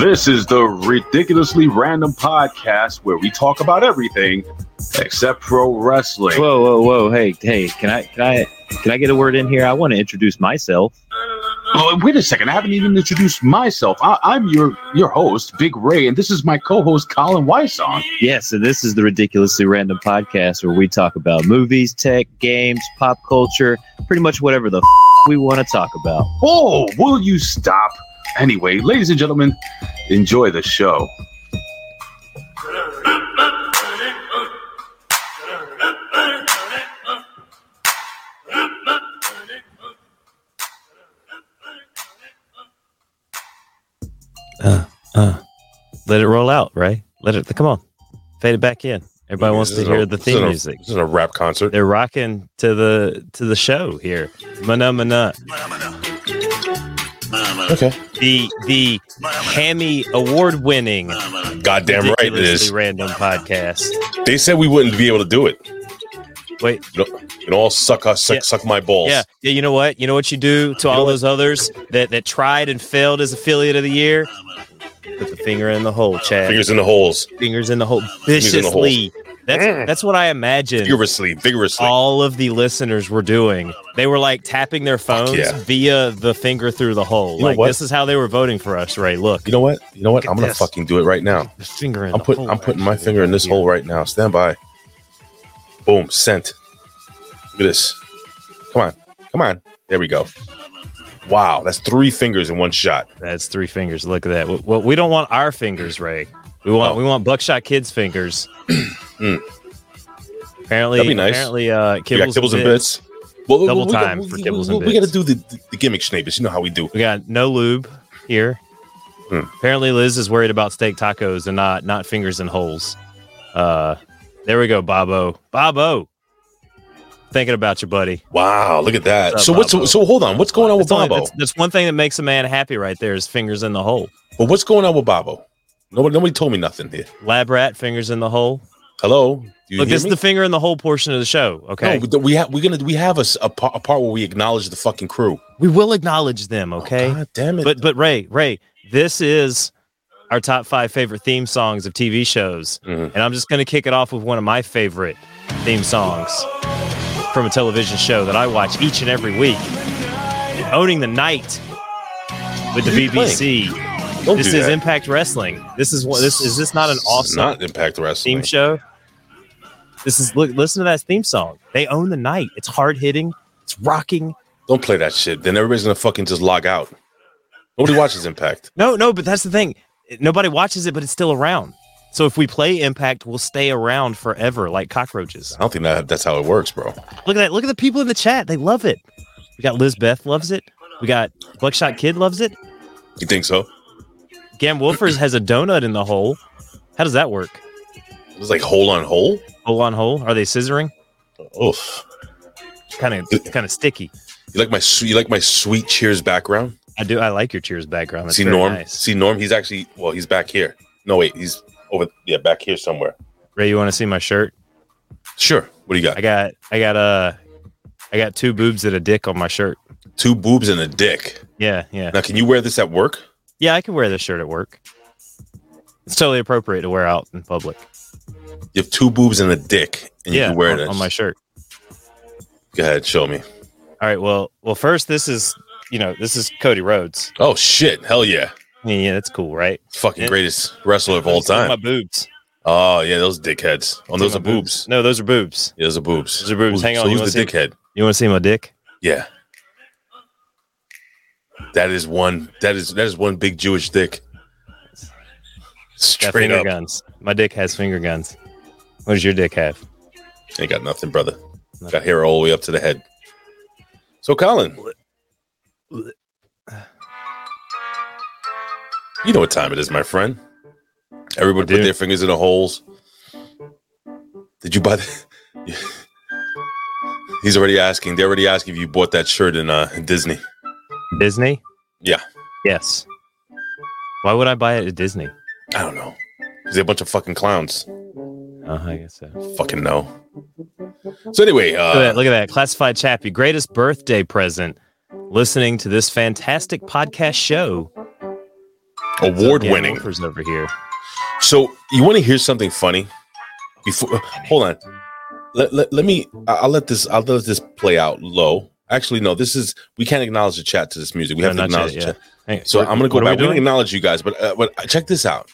This is the Ridiculously Random Podcast where we talk about everything except pro wrestling. Whoa, whoa, whoa! Hey, hey! Can I, can I, can I get a word in here? I want to introduce myself. Oh, wait a second. I haven't even introduced myself. I, I'm your your host, Big Ray, and this is my co-host, Colin Wysong. Yes, and this is the Ridiculously Random Podcast where we talk about movies, tech, games, pop culture, pretty much whatever the f- we want to talk about. Whoa, will you stop? Anyway, ladies and gentlemen, enjoy the show. Uh, uh. Let it roll out, Ray. Let it come on. Fade it back in. Everybody wants to This is hear a- the this is theme a- music. This is a rap concert. They're rocking to the to the show here. Mana mana. Okay. The the Hammy award winning Goddamn right it is. random podcast. They said we wouldn't be able to do it. Wait. You know, you know, all suck, us, suck, Yeah. suck my balls. Yeah, yeah. You know what? You know what you do to all those others that that tried and failed as affiliate of the year. Put the finger in the hole, Chad. Fingers, Fingers in the holes. in the hole, Fingers in the holes. viciously. That's that's what I imagine. Vigorously. Vigorously. all of the listeners were doing. They were like tapping their phones yeah. via the finger through the hole. You know like what? this is how they were voting for us, Ray. Look, you know what? You know what? I'm gonna this. fucking do it right now. the finger in I'm the putting hole, I'm putting my actually. finger in this Yeah. hole right now. Stand by. Boom. Sent. Look at this. Come on. Come on. There we go. Wow, that's three fingers in one shot. That's three fingers. Look at that. Well, we don't want our fingers, Ray. We want Oh. we want Buckshot Kids fingers. Mm. Apparently, That'd be nice. apparently, uh, We got kibbles, kibbles and bits. bits. Well, Double got- time for we- kibbles we, and We got to bits. do the, the, the gimmick schnapps. You know how we do. We got no lube here. Hmm. Apparently, Liz is worried about steak tacos and not not fingers and holes. Uh, there we go, Bobo. Bobo, thinking about you, buddy. Wow, look at that. What's up, so what's Bobo? so hold on, what's going on with That's, only- Bobo? that's- that's one thing that makes a man happy, right there, is fingers in the hole. But what's going on with Bobo? Nobody nobody told me nothing here. Lab rat, fingers in the hole. Hello? Do you Look, hear this me? is the finger in the hole portion of the show. Okay, No, we have we're gonna we have a, s- a pa- a part where we acknowledge the fucking crew. we will acknowledge them. Okay, God damn it. but but Ray, Ray, this is our top five favorite theme songs of TV shows, Mhm. and I'm just gonna kick it off with one of my favorite theme songs from a television show that I watch each and every week. Owning the night with the What are you BBC. Don't This do is that. Impact Wrestling. This is one. This is this not an This is awesome not impact wrestling. theme show? This is look. Listen to that theme song. They own the night. It's hard hitting. It's rocking. Don't play that shit. Then everybody's gonna fucking just log out. Nobody watches Impact. No, no, but that's the thing. Nobody watches it, but it's still around. So if we play Impact, we'll stay around forever, like cockroaches. I don't think that that's how it works, bro. Look at that. Look at the people in the chat. They love it. We got Liz Beth loves it. We got Buckshot Kid loves it. You think so? Gam Wolfers has a donut in the hole. How does that work? It's like hole on hole. Hole on hole? Are they scissoring? Oof. Kind of, kind of sticky. You like my su- you like my sweet cheers background? I do. I like your Cheers background. That's see very Norm. nice. See Norm. He's actually well. He's back here. No wait. He's over. Yeah, back here somewhere. Ray, you want to see my shirt? Sure. What do you got? I got, I got uh, I got two boobs and a dick on my shirt. Two boobs and a dick. Yeah, yeah. Now, can you wear this at work? Yeah, I can wear this shirt at work. It's totally appropriate to wear out in public. You have two boobs and a dick, and yeah, you can wear on, this. on my shirt. Go ahead, show me. All right. Well, well, first, this is you know this is Cody Rhodes. Oh shit! Hell yeah! Yeah, yeah that's cool, right? Fucking Yeah. greatest wrestler of all These are My time. boobs. Oh yeah, those dickheads. Oh, These those are my boobs. No, those are boobs. Yeah, those are boobs. Those are boobs. Hang on, So you who's the wanna dickhead? You want to see my dick? Yeah. That is one. That is that is one big Jewish dick. Got Straight finger up. guns. My dick has finger guns. What does your dick have? Ain't got nothing, brother. Nothing. Got hair all the way up to the head. So, Colin, you know what time it is, my friend. Everybody I do. put their fingers in the holes. Did you buy the? He's already asking. They're already asking if you bought that shirt in uh in Disney. Disney? Yeah. Yes. Why would I buy it at Disney? I don't know. 'Cause They're a bunch of fucking clowns. Uh, I guess so. Fucking no. So anyway, Look at, uh, that, look at that. Classified Chappie, greatest birthday present. Listening to this fantastic podcast show. So, award yeah, winning. Wolfers over here. So you want to hear something funny? Before, hold on. Let, let, let me. I- I'll let this. I'll let this play out low. Actually, no. This is. We can't acknowledge the chat to this music. We No, have not to yet, acknowledge the yeah. chat. Hey, So what- I'm gonna go what are we back. We didn't doing? acknowledge you guys, but uh, but check this out.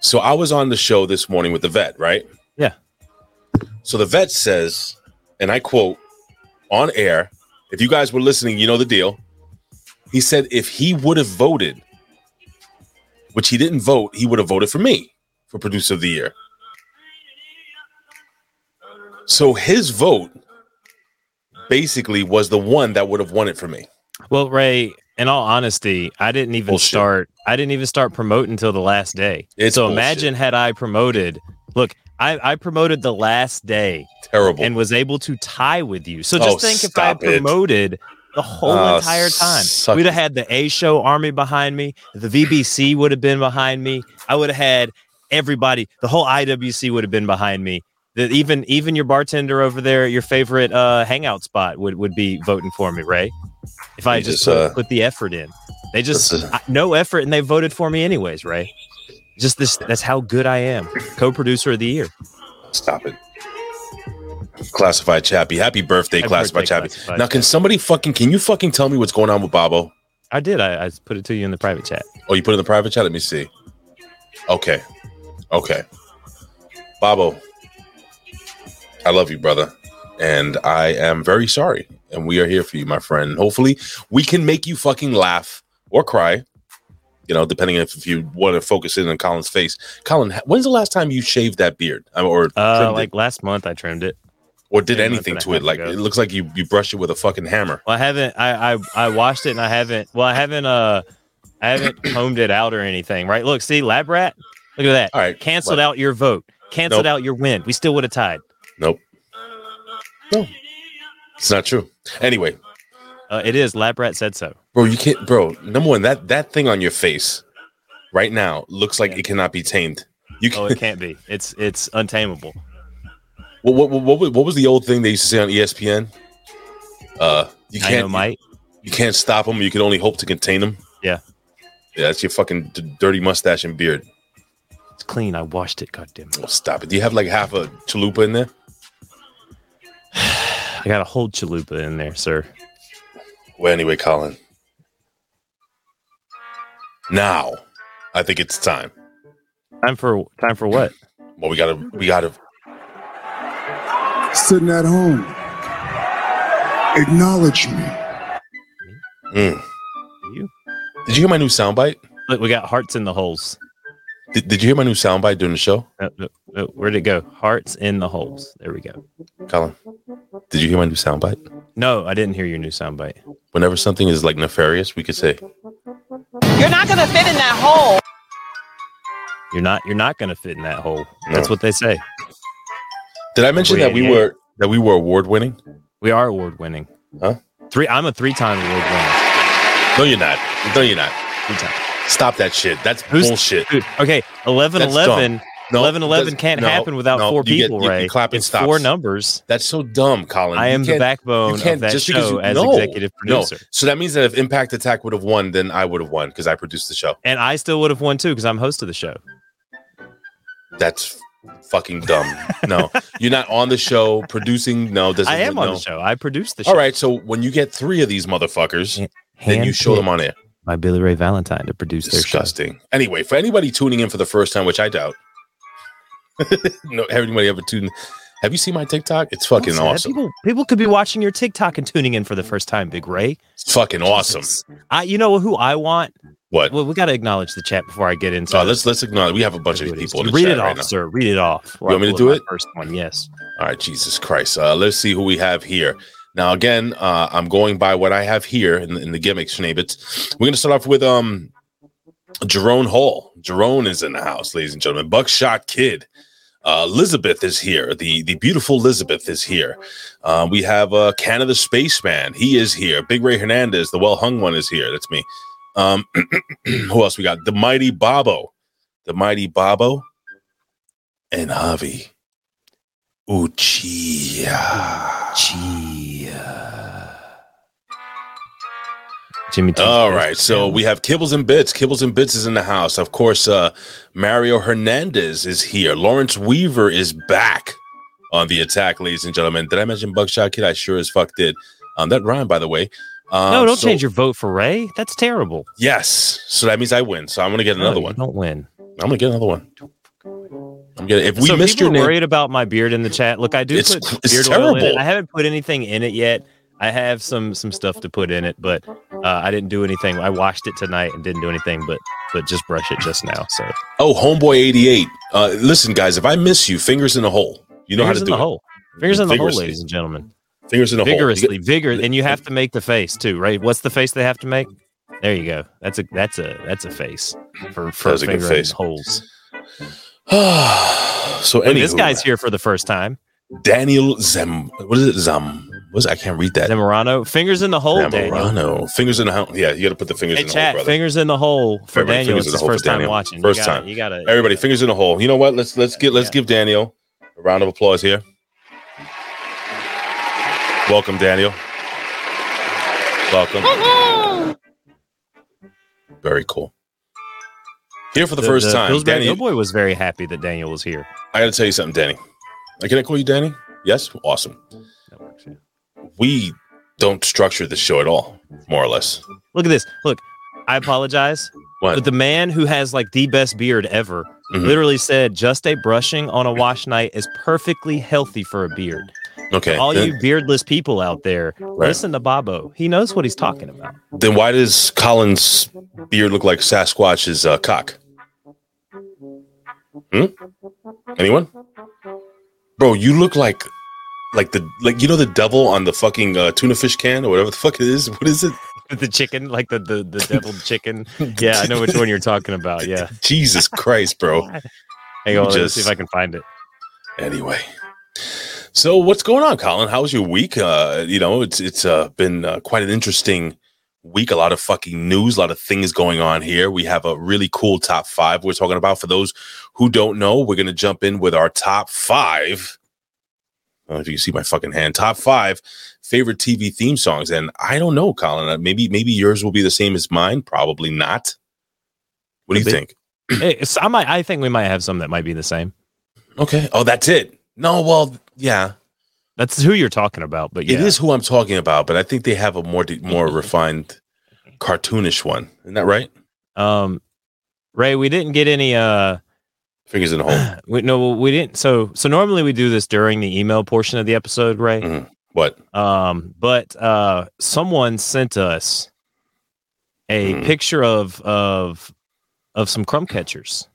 So I was on the show this morning with the vet, right? Yeah. So the vet says, and I quote on air, if you guys were listening, you know the deal. He said if he would have voted, which he didn't vote, he would have voted for me for producer of the year. So his vote basically was the one that would have won it for me. Well, Ray, in all honesty, I didn't even Bullshit. start. I didn't even start promoting until the last day. It's so bullshit. imagine had I promoted. Look, I, I promoted the last day Terrible. and was able to tie with you. So Oh, just think if I had stop it. promoted the whole Ah, entire time, suck we'd have it. had the A Show Army behind me. The VBC would have been behind me. I would have had everybody. The whole IWC would have been behind me. The, even even your bartender over there, your favorite uh, hangout spot would would be voting for me, Ray. If I You just, just, put, uh, put the effort in, they just Listen. I- no effort, and they voted for me anyways, Ray. Just this, that's how good I am. Co-producer of the year. Stop it. Classified Chappie. Happy birthday, Happy Classified birthday, Chappie. Classified now, can somebody fucking, can you fucking tell me what's going on with Bobo? I did. I, I put it to you in the private chat. Oh, you put it in the private chat? Let me see. Okay. Okay. Bobo, I love you, brother. And I am very sorry. And we are here for you, my friend. Hopefully, we can make you fucking laugh or cry. You know, depending if, if you want to focus in on Colin's face. Colin, when's the last time you shaved that beard Um, or Uh, trimmed it? like last month, I trimmed it. or did Yeah, anything nothing I to it. have Like to go. it looks like you you brushed it with a fucking hammer. Well, I haven't. I I, I washed it, and I haven't. Well, I haven't. Uh, I haven't combed it out or anything. Right? Look, see, lab rat. Look at that. All right, Canceled what? out your vote. Canceled Nope. out your win. We still would have tied. Nope. No, it's not true. Anyway, Uh, it is lab rat said so. bro, you can't, bro. Number one, that that thing on your face right now looks like it cannot be tamed. You Oh, can, it can't be. It's it's untamable. what, what, what, what what was the old thing they used to say on E ESPN? Uh, you can't Dynamite. you can't stop them. You can only hope to contain them. Yeah. yeah, that's your fucking d- dirty mustache and beard. It's clean. I washed it. God damn it. Oh, stop it. Do you have like half a chalupa in there? I got a whole chalupa in there, sir. Well, anyway, Colin. Now, I think it's time. Time for time for what? Well, we gotta, we gotta. sitting at home. Acknowledge me. Mm. You? Did you hear my new soundbite? Look, we got hearts in the holes. Did, did you hear my new soundbite during the show, Uh, uh, uh, where'd it go? Hearts in the holes. There we go. Colin? Did you hear my new soundbite? No, I didn't hear your new soundbite. Whenever something is like nefarious, we could say, You're not gonna fit in that hole. You're not you're not gonna fit in that hole. No. That's what they say. "Did I mention Wait, that we yeah. were that we were award winning?" We are award winning. Huh? Three I'm a three time award winner. No, you're not. No, you're not. Three time. Stop that shit. That's Who's- bullshit. Dude, okay. 11 That's 11. No, 11 11 that's- can't no, happen without no, four you get- people, you- you Right? clap and it's stop. four numbers. That's so dumb, Colin. I You am the can't- backbone you can't of that just because show you- as no, executive producer. No. So that means that if Impact Attack would have won, then I would have won because I produced the show. And I still would have won too because I'm host of the show. That's fucking dumb. no, you're not on the show producing. No, doesn't. I am on no. the show. I produced the show. All right. So when you get three of these motherfuckers, then you show them on air. by Billy Ray Valentine to produce their show. Disgusting. Anyway, for anybody tuning in for the first time, which I doubt. no, everybody ever tuned. Have you seen my TikTok? It's fucking Don't say that. awesome. People, people could be watching your TikTok and tuning in for the first time, Big Ray. It's fucking awesome. Jesus. I, you know who I want? What? Well, we got to acknowledge the chat before I get into. No, Oh, let's let's ignore. We have a bunch who of it is. people. In the Read chat it right off, now. sir. Read it off. You want me to I'll do pull up it? my First one, yes. All right, Jesus Christ. Uh, let's see who we have here. Now, again, uh, I'm going by what I have here in, in the gimmicks, Schneebitz. We're going to start off with um, Jerome Hall. Jerome is in the house, ladies and gentlemen. Buckshot Kid. Uh, Elizabeth is here. The the beautiful Elizabeth is here. Uh, we have uh, Canada Spaceman. He is here. Big Ray Hernandez, the well hung one, is here. That's me. Um, who else we got? The Mighty Bobo. The Mighty Bobo. and Javi Uchiha. Jimmy. T- All right, so we have Kibbles and Bits. Kibbles and Bits is in the house. Of course, uh, Mario Hernandez is here. Lawrence Weaver is back on the attack, ladies and gentlemen. Did I mention Buckshot Kid? I sure as fuck did. Um, that rhyme, by the way. Um, no, don't so- change your vote for Ray. That's terrible. Yes, so that means I win. So I'm gonna get another No, one. Don't win. I'm gonna get another one. I'm gonna. If we so missed people your are name, worried about my beard in the chat. Look, I do It's- put it's beard oil in it. terrible. I haven't put anything in it yet. I have some some stuff to put in it, but uh, I didn't do anything. I washed it tonight and didn't do anything, but but just brush it just now. So oh, homeboy 88. Uh, listen, guys, if I miss you, fingers in the hole. You know fingers how to in do the it. hole. Fingers in the hole, Vigorously. ladies and gentlemen. Fingers in the hole. Vigorously, You vigor, and you have to make the face too, right? What's the face they have to make? There you go. That's a that's a that's a face for for was a good fingering face. holes. get- so And anyway, this guy's here for the first time. Daniel Zem. What is it? Zam. What is it? I can't read that. Zamorano, fingers in the hole, Daniel. Zamorano. Fingers in the hole. Yeah, you got to put the fingers Hey, in the chat, hole, brother. fingers in the hole for Everybody, Daniel. It's fingers in the his hole for first time Daniel. watching. You First gotta- time. You got to. Everybody, fingers in the hole. You know what? Let's let's get let's Yeah. give Daniel a round of applause here. Welcome, Daniel. Welcome. Woohoo! Very cool. Here for the, first time, Pillsbury Danny. Doughboy was very happy that Daniel was here. I got to tell you something, Danny. Uh, Can I call you Danny? Yes. Awesome. We don't structure the show at all, more or less. Look at this. Look, I apologize, but What? the man who has like the best beard ever Mhm. literally said just a brushing on a wash night is perfectly healthy for a beard. okay. All then, you beardless people out there, listen to Bobo. He knows what he's talking about. then why does Colin's beard look like Sasquatch's uh, cock? Hmm? Anyone? Bro, you look like like the like you know the devil on the fucking uh, tuna fish can or whatever the fuck it is. What is it? The chicken, like the the, the deviled chicken. Yeah, I know which one you're talking about. Yeah. Jesus Christ, bro. Hang on, let's Just- see if I can find it. anyway so what's going on colin how was your week uh you know it's it's uh, been uh, quite an interesting week a lot of fucking news a lot of things going on here we have a really cool top five we're talking about for those who don't know we're gonna jump in with our top five I don't know if you can see my fucking hand. Top five favorite TV theme songs, and I don't know, Colin. uh, Maybe maybe yours will be the same as mine. Probably not. What do you Could be. think? Hey, so I might. I think we might have some that might be the same. Okay. Oh, that's it. No. Well, yeah. That's who you're talking about. But yeah, It is who I'm talking about, but I think they have a more more refined, cartoonish one. Isn't that right? Um, Ray, we didn't get any. Uh, Fingers in the hole. we no, we didn't. So so normally we do this during the email portion of the episode, Ray. Mhm. What? Um, but uh, someone sent us a Mhm. picture of of of some crumb catchers.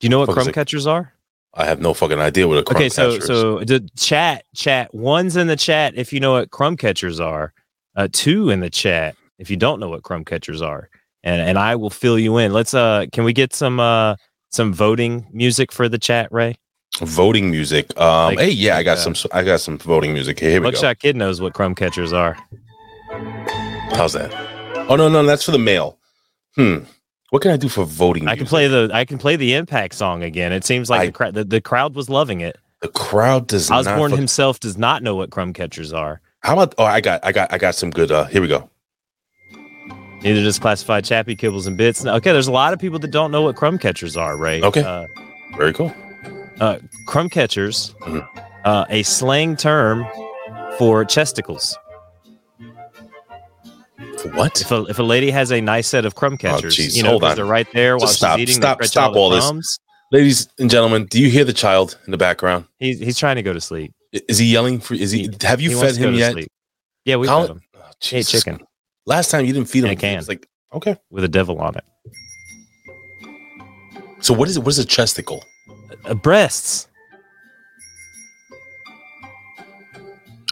Do you know what Fuck is crumb it? catchers are? I have no fucking idea what a crumb okay, so catcher is. so the chat chat one's in the chat if you know what crumb catchers are, uh, two in the chat if you don't know what crumb catchers are, and and I will fill you in. Let's uh, can we get some uh some voting music for the chat, Ray? voting music. Um, Like- hey, yeah, I got like, uh, some. I got some voting music. Here, here we go. Buckshot Kid knows what crumb catchers are. How's that? Oh no, no, that's for the male. Hmm. What can I do for voting? I can music? play the I can play the impact song again. It seems like I- the, cra- the the crowd was loving it. The crowd does not. Osborne fuck- himself does not know what crumb catchers are. How about? Oh, I got, I got, I got some good. uh Here we go. Neither does classified chappy kibbles and bits. Okay, there's a lot of people that don't know what crumb catchers are, Ray. Okay. Uh, Very cool. crumb catchers, Mhm. uh, a slang term for chesticles. For what? If a, if a lady has a nice set of crumb catchers, Oh, jeez, you know, hold 'cause on. they're right there while Just she's stop, eating. they stop, stretch stop the all this. crumbs. Ladies and gentlemen, do you hear the child in the background? He's, he's trying to go to sleep. I- Is he yelling? For, is he? He- Have you He fed wants to go him to yet? sleep. Yeah, we Colin- fed him. Oh, Hey, Jesus chicken Last time you didn't feed him In a can. It's like okay. with a devil on it. So what is it? What is a chesticle? Uh, breasts.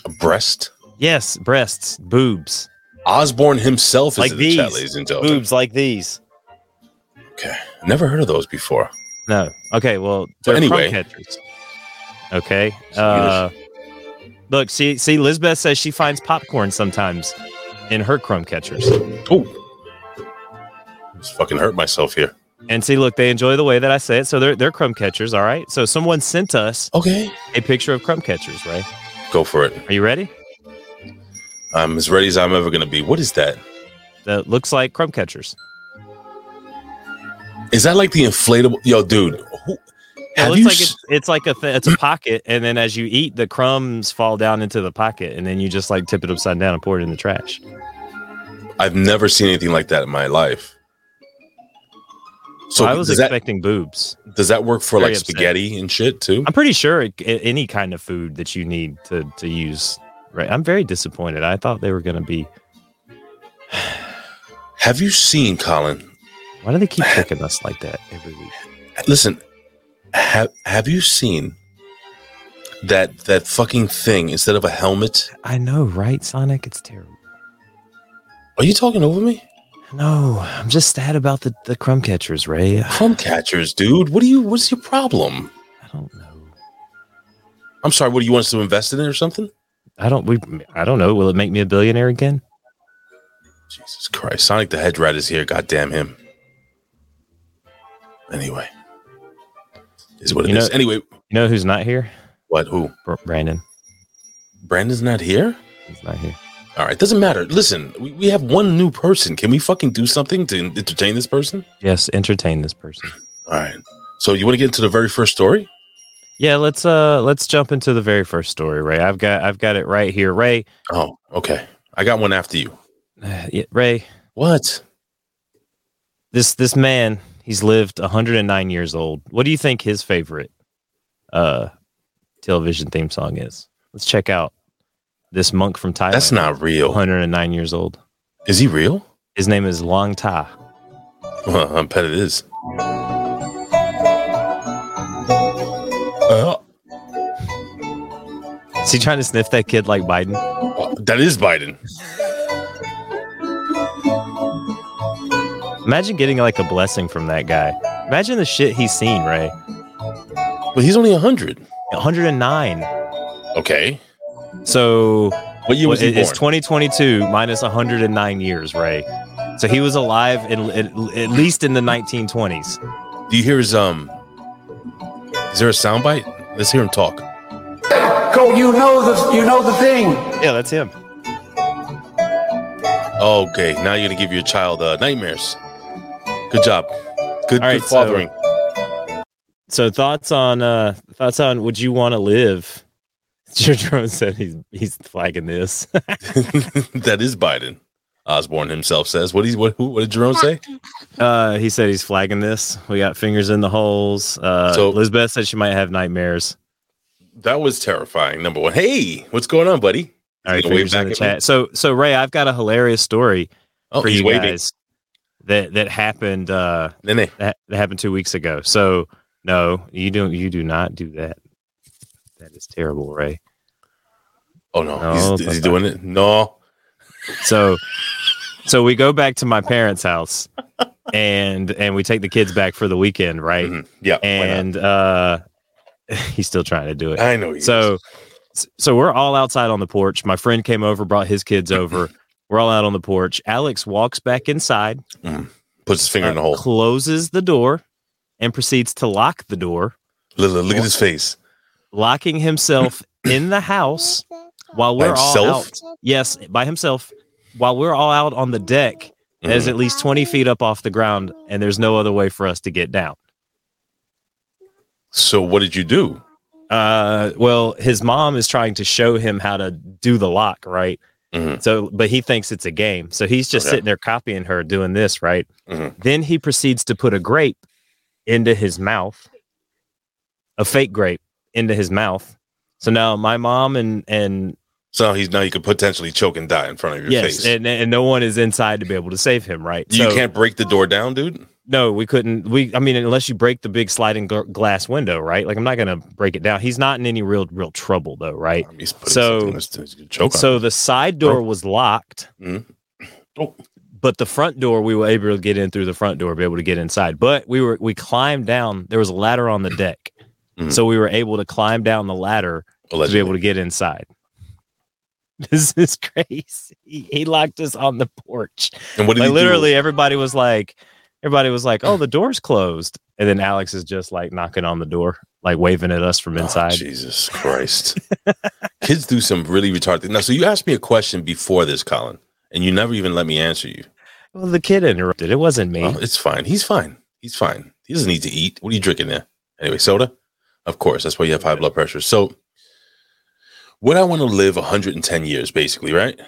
A breast? Yes, breasts. Boobs. Osborne himself is Like in the chat, these. ladies and gentlemen. Boobs like these. Never heard of those before. No. Okay. Well, they're anyway. crumb catchers. Okay. Uh, look, see, see, Lizbeth says she finds popcorn sometimes in her crumb catchers. Oh, just fucking hurt myself here. And see, look, they enjoy the way that I say it. So they're they're crumb catchers, all right. So someone sent us Okay. a picture of crumb catchers, right? Go for it. Are you ready? I'm as ready as I'm ever gonna be. What is that? That looks like crumb catchers. Is that like the inflatable? Yo, dude. Who, It have looks you? like s- it's, it's like a th- it's a pocket, and then as you eat, the crumbs fall down into the pocket, and then you just like tip it upside down and pour it in the trash. I've never seen anything like that in my life. So I was does expecting boobs. that does that work for very like upset. spaghetti and shit too? I'm pretty sure it, it- any kind of food that you need to to use. Right, I'm very disappointed. I thought they were going to be. Have you seen Colin? Why do they keep picking us like that every week? Listen, have have you seen that that fucking thing instead of a helmet? I know, right, Sonic? It's terrible. Are you talking over me? No, I'm just sad about the, the crumb catchers, Ray. I Crumb catchers, dude. What do you? What's your problem? don't know. I'm sorry. What do you want us to invest in it or something? I don't. We. I don't know. Will it make me a billionaire again? Jesus Christ! Sonic the Hedgehog is here. God damn him. Anyway, is what it You is. know- Anyway, You know who's not here? what? Who? Br- Brandon. Brandon's not here. He's not here. All right, doesn't matter. Listen, we, we have one new person. Can we fucking do something to entertain this person? Yes, entertain this person. All right. So you want to get into the very first story? Yeah, let's uh let's jump into the very first story, Ray. I've got I've got it right here, Ray. Oh, okay. I got one after you. uh, yeah, Ray, What? this this man, he's lived 109 years old. What do you think his favorite uh television theme song is? Let's check out this monk from Thailand. That's not real. 109 years old. Is he real? His name is Long Ta. Well, I bet it is. Uh-huh. Uh, Is he trying to sniff that kid like Biden? Oh, that is Biden. Imagine getting like a blessing from that guy. Imagine the shit he's seen, Ray. But he's only 100. 109. Okay. So What year was Well, he it- it's born? 2022 minus 109 years, Ray. So he was alive in at, at least in the 1920s. Do you hear his, um, is there a soundbite? Let's hear him talk. Cole, you know the you know the thing. Yeah, that's him. Okay, now you're gonna give your child uh, nightmares. Good job. Good, All right, good fathering. So thoughts on uh thoughts on would you want to live? Jerome said he's he's flagging this. that is Biden. Osborne himself says. What he's what who what did Jerome say? Uh he said he's flagging this. We got fingers in the holes. Uh So- Elizabeth said she might have nightmares. That was terrifying. Number one. Hey, what's going on, buddy? All right, gonna wave fingers in back the at me? chat. So so Ray, I've got a hilarious story Oh, for he's you waving. guys that that happened uh Nene. that, that happened two weeks ago. So no, you don't. You do not do that. That is terrible, Ray. Oh no, No, he's, it's is he not doing it? No. So, so we go back to my parents' house, and and we take the kids back for the weekend, right? Mhm. Yeah. why not? And uh, he's still trying to do it. I know he is. So, so we're all outside on the porch. My friend came over, brought his kids over. We're all out on the porch. Alex walks back inside, puts his finger in the uh, hole. closes the door, and proceeds to lock the door. Look, look, look at his face. locking himself in the house while By we're all himself? out. Yes, by himself. While we're all out on the deck, that is Mhm. at least 20 feet up off the ground, and there's no other way for us to get down. So what did you do? Uh, well, his mom is trying to show him how to do the lock, right? Mhm. So, but he thinks it's a game. So he's just Okay. sitting there copying her, doing this, right? Mhm. Then he proceeds to put a grape into his mouth, a fake grape into his mouth. So now my mom and and So he's now you could potentially choke and die in front of your yes, face. and and no one is inside to be able to save him, right? you So, can't break the door down, dude. No, we couldn't. We, I mean, unless you break the big sliding gl- glass window, right? Like, I'm not gonna break it down. He's not in any real, real trouble though, right? He's putting So- something that's- that's gonna choke on So the side door was locked, Mhm. Oh. but the front door we were able to get in through the front door, be able to get inside. But we were we climbed down. There was a ladder on the deck, Mhm. so we were able to climb down the ladder to be allegedly. able to get inside. This is crazy. He locked us on the porch. and what did like he do? literally everybody was like Everybody was like, "Oh, the door's closed," and then Alex is just like knocking on the door, like waving at us from Oh, inside. Jesus Christ. Kids do some really retarded things. Now, so you asked me a question before this, Colin, and you never even let me answer you. well, the kid interrupted. It wasn't me. Oh, it's fine. He's fine. He's fine. He doesn't need to eat. What are you drinking there? Anyway, soda? Of course. That's why you have high blood pressure. So, would I want to live 110 years, basically, right?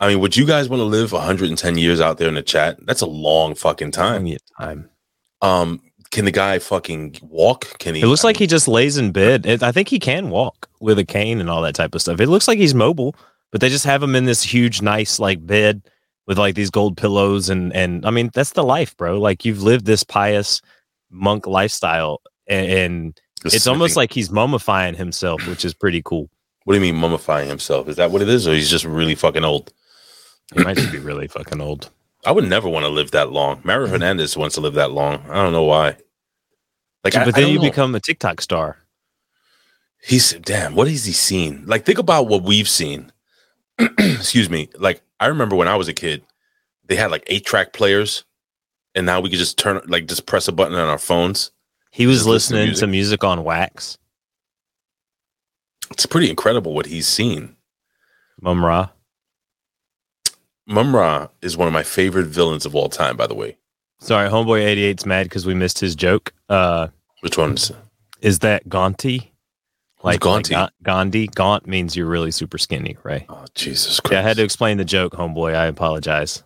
I mean, would you guys want to live 110 years out there in the chat? That's a long fucking I time. need time. Um, can the guy fucking walk? Can he? It looks like he just lays in bed. It, I think he can walk with a cane and all that type of stuff. It looks like he's mobile, but they just have him in this huge, nice like bed with like these gold pillows and and I mean that's the life, bro. Like you've lived this pious monk lifestyle, and, and Just it's almost sitting- like he's mummifying himself, which is pretty cool. What do you mean mummifying himself? Is that what it is, or he's just really fucking old? He might just be really fucking old. I would never want to live that long. Mm-hmm. Mara Hernandez wants to live that long. I don't know why. Like, I- but I then don't you know. become a TikTok star. He's damn. What has he seen? Like, think about what we've seen. Excuse me. Like, I remember when I was a kid, they had like eight track players, and now we could just turn, like, just press a button on our phones. He was Just listen to listening to music on wax, It's pretty incredible what he's seen. Mum Ra. Mumra is one of my favorite villains of all time, by the way. Sorry, Homeboy 88's mad because we missed his joke. Uh, Which one's is that Gaunty? Gaunty? Ga- Gandhi. Gaunt means you're really super skinny, right? Oh, Jesus Christ. Yeah, I had to explain the joke, homeboy. I apologize.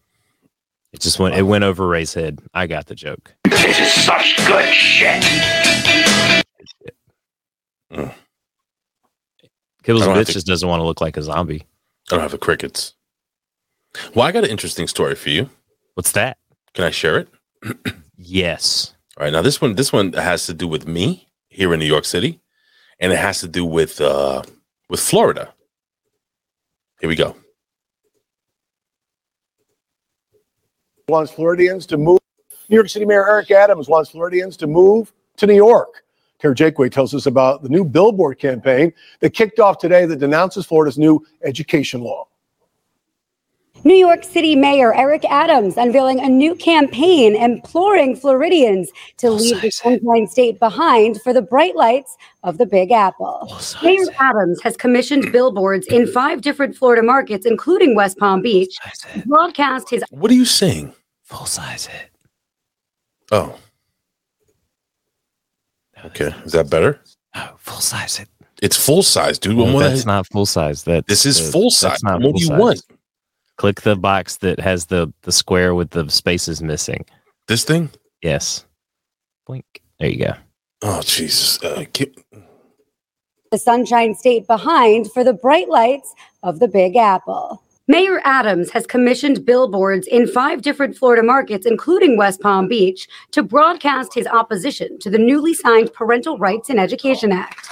It just went. It went over Ray's head. I got the joke. This is such good shit. Kibbles I don't have bitch to- just doesn't want to look like a zombie. I don't have the crickets. Well, I got an interesting story for you. What's that? Can I share it? Yes. All right. Now this one this one has to do with me here in New York City, and it has to do with uh with Florida. Here we go. wants Floridians to move. New York City Mayor Eric Adams wants Floridians to move to New York. Tara Jakeway tells us about the new billboard campaign that kicked off today that denounces Florida's new education law. New York City Mayor Eric Adams unveiling a new campaign imploring Floridians to leave the Sunshine State behind for the bright lights of the Big Apple. Mayor Adams has commissioned billboards in five different Florida markets, including West Palm Beach, to broadcast his What are you saying? Full size head. Oh. Okay. Is that better? No, Oh, full size head. It's full size, dude. What No, more that's than- not full size. That this is full size. What do you want? Click the box that has the the square with the spaces missing. This thing? Yes. Blink. There you go. Oh Jesus. Uh, ki- the Sunshine State behind for the bright lights of the Big Apple. Mayor Adams has commissioned billboards in five different Florida markets, including West Palm Beach, to broadcast his opposition to the newly signed Parental Rights in Education Act.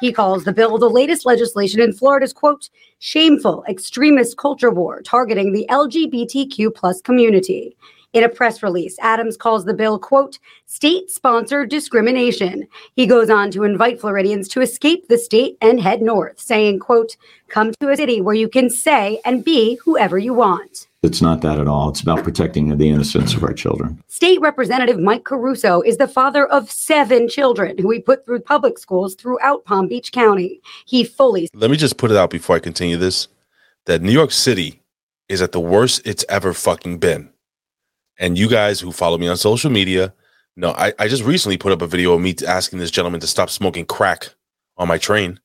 He calls the bill the latest legislation in Florida's quote, shameful extremist culture war targeting the LGBTQ plus community. In a press release, Adams calls the bill, quote, state sponsored discrimination. He goes on to invite Floridians to escape the state and head north, saying, quote, come to a city where you can say and be whoever you want. It's not that at all. It's about protecting the innocence of our children. State Representative Mike Caruso is the father of seven children who he put through public schools throughout Palm Beach County. He fully let me just put it out before I continue this that New York City is at the worst it's ever fucking been. And you guys who follow me on social media, no, I, I just recently put up a video of me asking this gentleman to stop smoking crack on my train,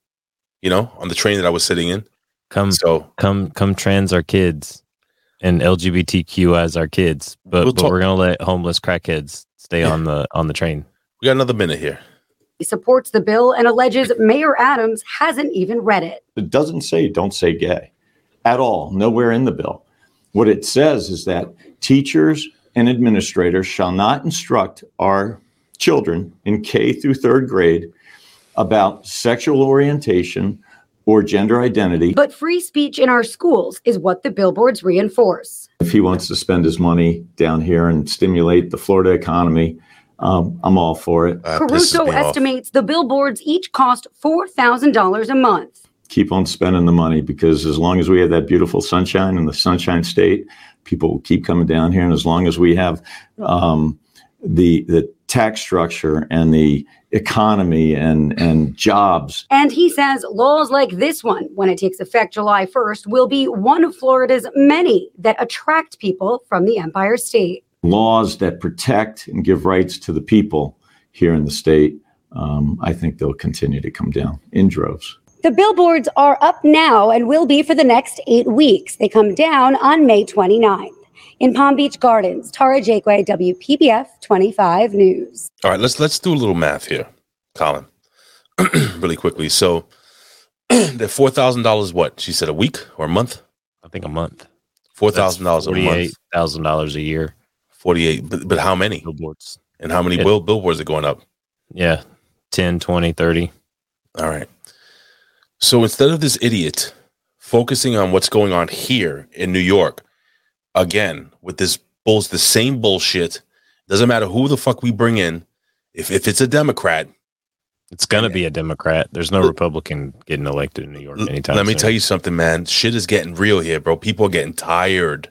you know, on the train that I was sitting in. Come So come come trans our kids and LGBTQ as our kids. But We'll but talk- we're gonna let homeless crackheads stay on the on the train. we got another minute here. supports the bill and alleges Mayor Adams hasn't even read it. It doesn't say don't say gay at all, nowhere in the bill. What it says is that teachers and administrators shall not instruct our children in K through third grade about sexual orientation or gender identity. But free speech in our schools is what the billboards reinforce. If he wants to spend his money down here and stimulate the Florida economy, um, I'm all for it. Uh, pisses Caruso me off. estimates the billboards each cost $4,000 a month. keep on spending the money because as long as we have that beautiful sunshine in the sunshine state, people will keep coming down here. And as long as we have um, the the tax structure and the economy and and jobs And he says laws like this one, when it takes effect July 1st, will be one of Florida's many that attract people from the Empire State. laws that protect and give rights to the people here in the state, um, I think they'll continue to come down in droves. The billboards are up now and will be for the next eight weeks. They come down on May 29th. In Palm Beach Gardens, Tara Jakeway, WPBF 25 News. All right, let's let's do a little math here, Colin, really quickly. So they're four thousand dollars. What she said a week or a month? I think a month. Four thousand dollars a month. Forty-eight thousand dollars a year. Forty-eight. But, but how many? Billboards. And how many Yeah. bill- billboards are going up? Yeah, 10, 20, 30. All right. So instead of this idiot focusing on what's going on here in New York, again with this bulls, the same bullshit. Doesn't matter who the fuck we bring in. If if it's a Democrat, It's gonna Yeah. be a Democrat. There's no L- Republican getting elected in New York L- anytime. Let me soon. tell you something, man. Shit is getting real here, bro. People are getting tired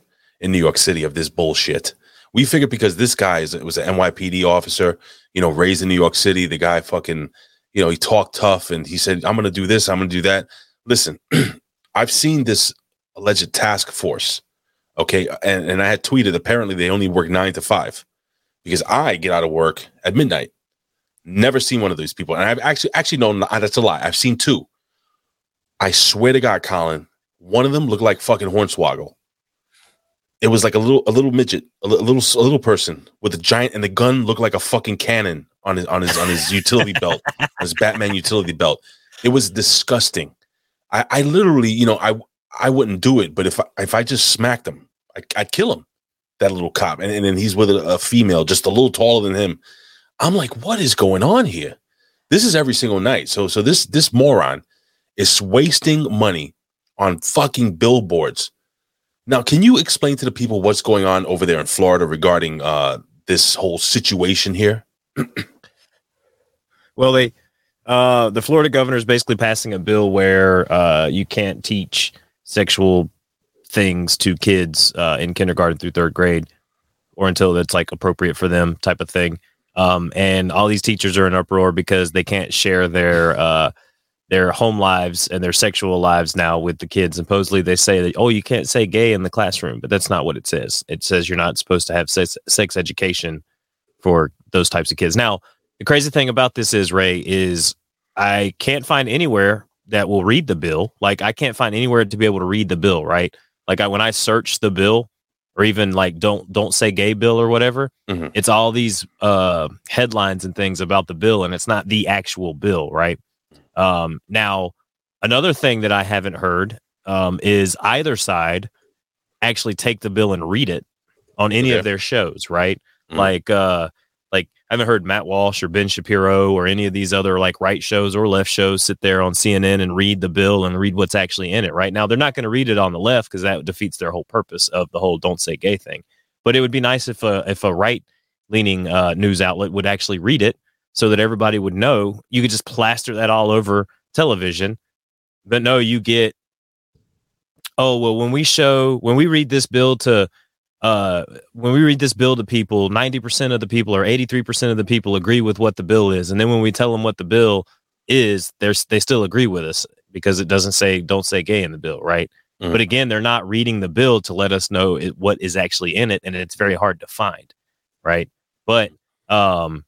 in New York City of this bullshit. We figured because this guy is, was an NYPD officer, you know, raised in New York City. The guy fucking, you know, he talked tough and he said, I'm going to do this, I'm going to do that. Listen, I've seen this alleged task force. Okay. And, and I had tweeted apparently they only work nine to five because I get out of work at midnight. Never seen one of these people. And I've actually, actually, no, no, that's a lie. I've seen two. I swear to God, Colin, one of them looked like fucking Hornswoggle. It was like a little, a little midget, a, li- a little, s- a little person with a giant, and the gun looked like a fucking cannon on his, on his, on his utility belt, his Batman utility belt. It was disgusting. I, I literally, you know, I, I wouldn't do it, but if I, if I just smacked him, I, I'd kill him. That little cop, and, and then he's with a, a female, just a little taller than him. I'm like, what is going on here? This is every single night. So, so this, this moron is wasting money on fucking billboards. Now, can you explain to the people what's going on over there in Florida regarding uh, this whole situation here? Well, they, uh, the Florida governor is basically passing a bill where uh, you can't teach sexual things to kids uh, in kindergarten through third grade, or until it's like appropriate for them, type of thing. Um, and all these teachers are in uproar because they can't share their uh, their home lives and their sexual lives now with the kids. And Supposedly, they say that oh, you can't say gay in the classroom, but that's not what it says. It says you're not supposed to have sex, sex education for those types of kids. Now, the crazy thing about this is Ray is I can't find anywhere that will read the bill. Like I can't find anywhere to be able to read the bill, right? Like I, when I search the bill or even like don't don't say gay bill or whatever, Mhm. it's all these uh headlines and things about the bill and it's not the actual bill, right? Um now another thing that I haven't heard um is either side actually take the bill and read it on any Okay. of their shows, right? Mhm. Like uh like I haven't heard Matt Walsh or Ben Shapiro or any of these other like right shows or left shows sit there on CNN and read the bill and read what's actually in it. Right now, they're not going to read it on the left because that defeats their whole purpose of the whole "don't say gay" thing. But it would be nice if a if a right leaning uh, news outlet would actually read it so that everybody would know. You could just plaster that all over television, but no, you get. Oh well, when we show when we read this bill to uh, when we read this bill to people, 90% of the people or 83% of the people agree with what the bill is. And then when we tell them what the bill is, they're, they still agree with us because it doesn't say, don't say gay in the bill, right? Mm. But again, they're not reading the bill to let us know it, what is actually in it. And it's very hard to find, right? But, um,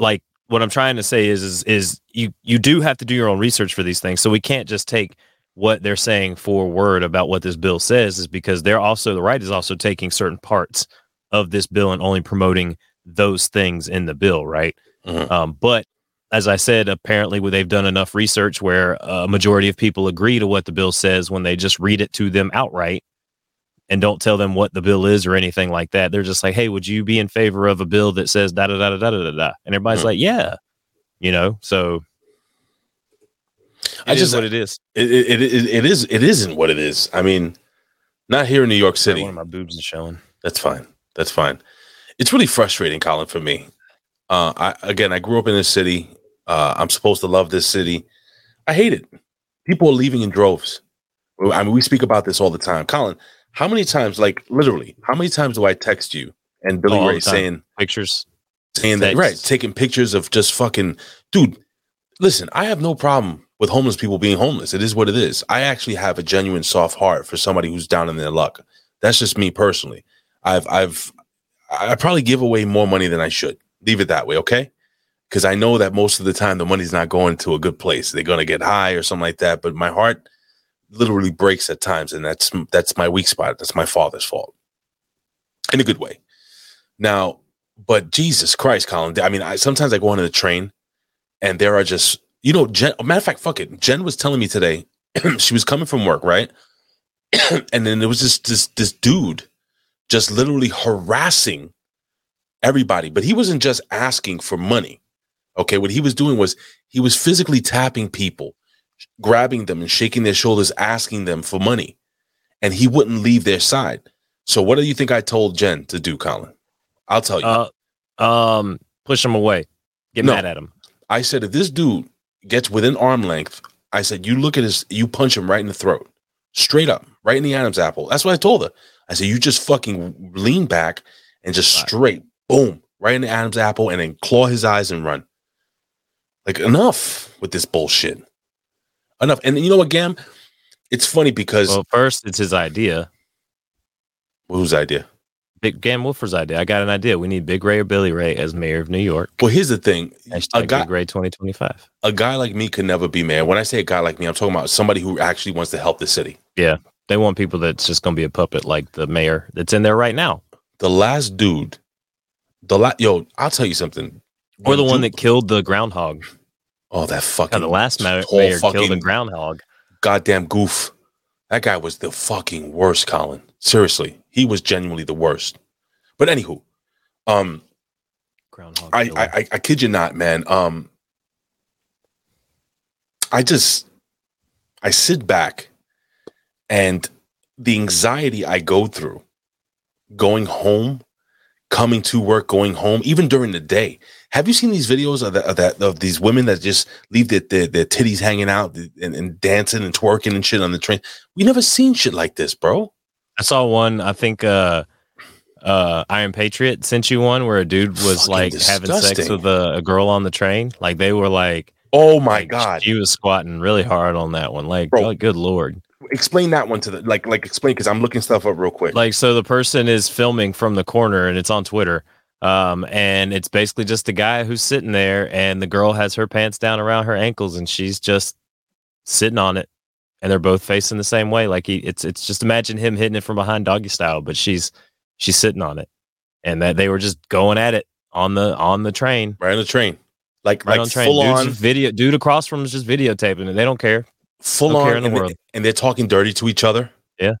like, what I'm trying to say is, is, is you, you do have to do your own research for these things. So we can't just take what they're saying for word about what this bill says is because they're also the right is also taking certain parts of this bill and only promoting those things in the bill, right? Mhm. Um, but as I said, apparently well, they've done enough research where a majority of people agree to what the bill says when they just read it to them outright and don't tell them what the bill is or anything like that. They're just like, "Hey, would you be in favor of a bill that says da da da da da da da?" And everybody's Mhm. like, "Yeah," you know. So I it is just- what it is. It, it, it, it- it is it isn't what it is. I mean, not here in New York City. One of my boobs is showing. That's fine. That's fine. It's really frustrating, Colin, for me. Uh, I again, I grew up in this city. Uh, I'm supposed to love this city. I hate it. People are leaving in droves. I mean, we speak about this all the time. Colin, How many times, like literally, how many times do I text you and Billy Oh, all Ray the time. saying Pictures. saying that Texts. right, taking pictures of just fucking dude. Listen, I have no problem with homeless people being homeless. It is what it is. I actually have a genuine soft heart for somebody who's down in their luck. That's just me personally. I've I've I I probably give away more money than I should. Leave it that way, okay? Because I know that most of the time the money's not going to a good place. They're gonna get high or something like that. But my heart literally breaks at times, and that's that's my weak spot. That's my father's fault, in a good way. Now, but Jesus Christ, Colin. I mean, I sometimes I go on the train, and there are just you know, Jen. Matter of fact, fuck it. Jen was telling me today she was coming from work, right? and then there was this this this dude just literally harassing everybody, but he wasn't just asking for money. Okay, what he was doing was he was physically tapping people, grabbing them and shaking their shoulders, asking them for money, and he wouldn't leave their side. So, what do you think I told Jen to do, Colin? I'll tell you. Uh, um, push them away. Get No. mad at them. I said, if this dude gets within arm length, I said, you look at his, you punch him right in the throat, straight up, right in the Adam's apple. That's what I told her. I said, you just fucking lean back and just Right. straight, boom, right in the Adam's apple, and then claw his eyes and run. Like enough with this bullshit. Enough. And you know what, Gam? It's funny because Well, first it's his idea. whose idea? Big Gam Wolfer's idea. I got an idea. We need Big Ray or Billy Ray as mayor of New York. Well, here's the thing. Hashtag a guy, Big Ray 2025. a guy like me could never be mayor. When I say a guy like me, I'm talking about somebody who actually wants to help the city. They want people that's just going to be a puppet like the mayor that's in there right now. the last dude, the last yo, I'll tell you something. Or When the one Ju- that killed the groundhog. oh that fucking Yeah, the last ma- tall mayor killed the fucking groundhog. goddamn goof. That guy was the fucking worst, Colin. Seriously, he was genuinely the worst. But anywho, um, Groundhog. I killer. I, I I kid you not, man. Um, I just I sit back and the anxiety I go through going home, coming to work, going home, even during the day. Have you seen these videos of, the, of that of these women that just leave their their, their titties hanging out and, and dancing and twerking and shit on the train? We never seen shit like this, bro. I saw one. I think uh, uh, Iron Patriot sent you one where a dude was Fucking like having sex disgusting. with a, a girl on the train. Like they were like, Oh my like, god! she was squatting really hard on that one. Like, Bro. oh, good lord. Explain that one to the like like explain because I'm looking stuff up real quick. Like, so the person is filming from the corner and it's on Twitter. Um, and it's basically just the guy who's sitting there, and the girl has her pants down around her ankles, and she's just sitting on it, and they're both facing the same way. Like he, it's it's just imagine him hitting it from behind doggy style, but she's she's sitting on it, and that they were just going at it on the on the train, right on the train, like right like on train. full Dude's on, just video dude across from is just videotaping it. They don't care. full don't on, care in the and, they- world. and they're talking dirty to each other. Yeah,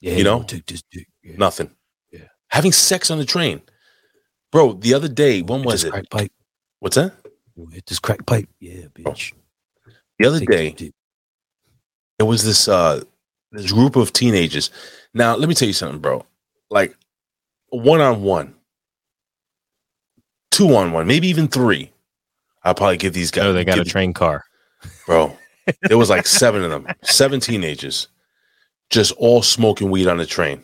You know? take this dick. Yeah. Nothing. Yeah. Having sex on the train, bro. The other day, when Hit was this it? crack pipe? What's that? Hit this crack pipe. Yeah, bitch. The other Take this day, dick. it was this uh this group of teenagers. Now, let me tell you something, bro. Like one on one, two on one, maybe even three. I'll probably give these guys. oh, they got a give- train car. bro. There was like seven of them, seven teenagers, just all smoking weed on the train.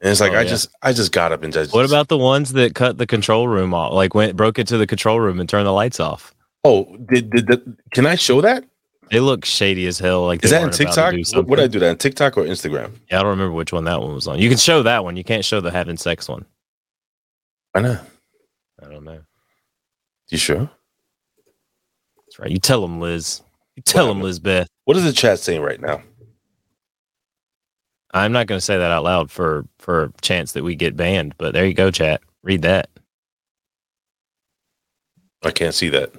And it's like Oh, I yeah. just, I just got up and just. What about the ones that cut the control room off? Like went broke into the control room and turned the lights off. Oh, did, did, did can I show that? They look shady as hell. Like Is they that in weren't about TikTok? to do What would I something. do that in TikTok or Instagram? Yeah, I don't remember which one that one was on. You can show that one. You can't show the having sex one. Why not? I don't know. You sure? That's right. You tell them, Liz. You tell them, Whatever. Lizbeth. What is the chat saying right now? I'm not going to say that out loud for for chance that we get banned. But there you go, chat. Read that. I can't see that.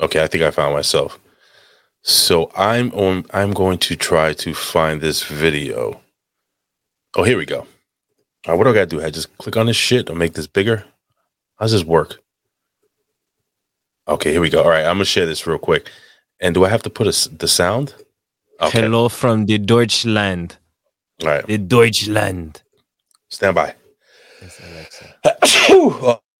Okay, I think I found myself. So I'm on, I'm going to try to find this video. Oh, here we go. All right, what do I gotta do? I just click on this shit and make this bigger. How does this work? Okay, here we go. All right, I'm gonna share this real quick. And do I have to put a s the sound? Okay. Hello from the Deutschland. All right, The Deutschland. stand by. Oh. Yes, Alexa.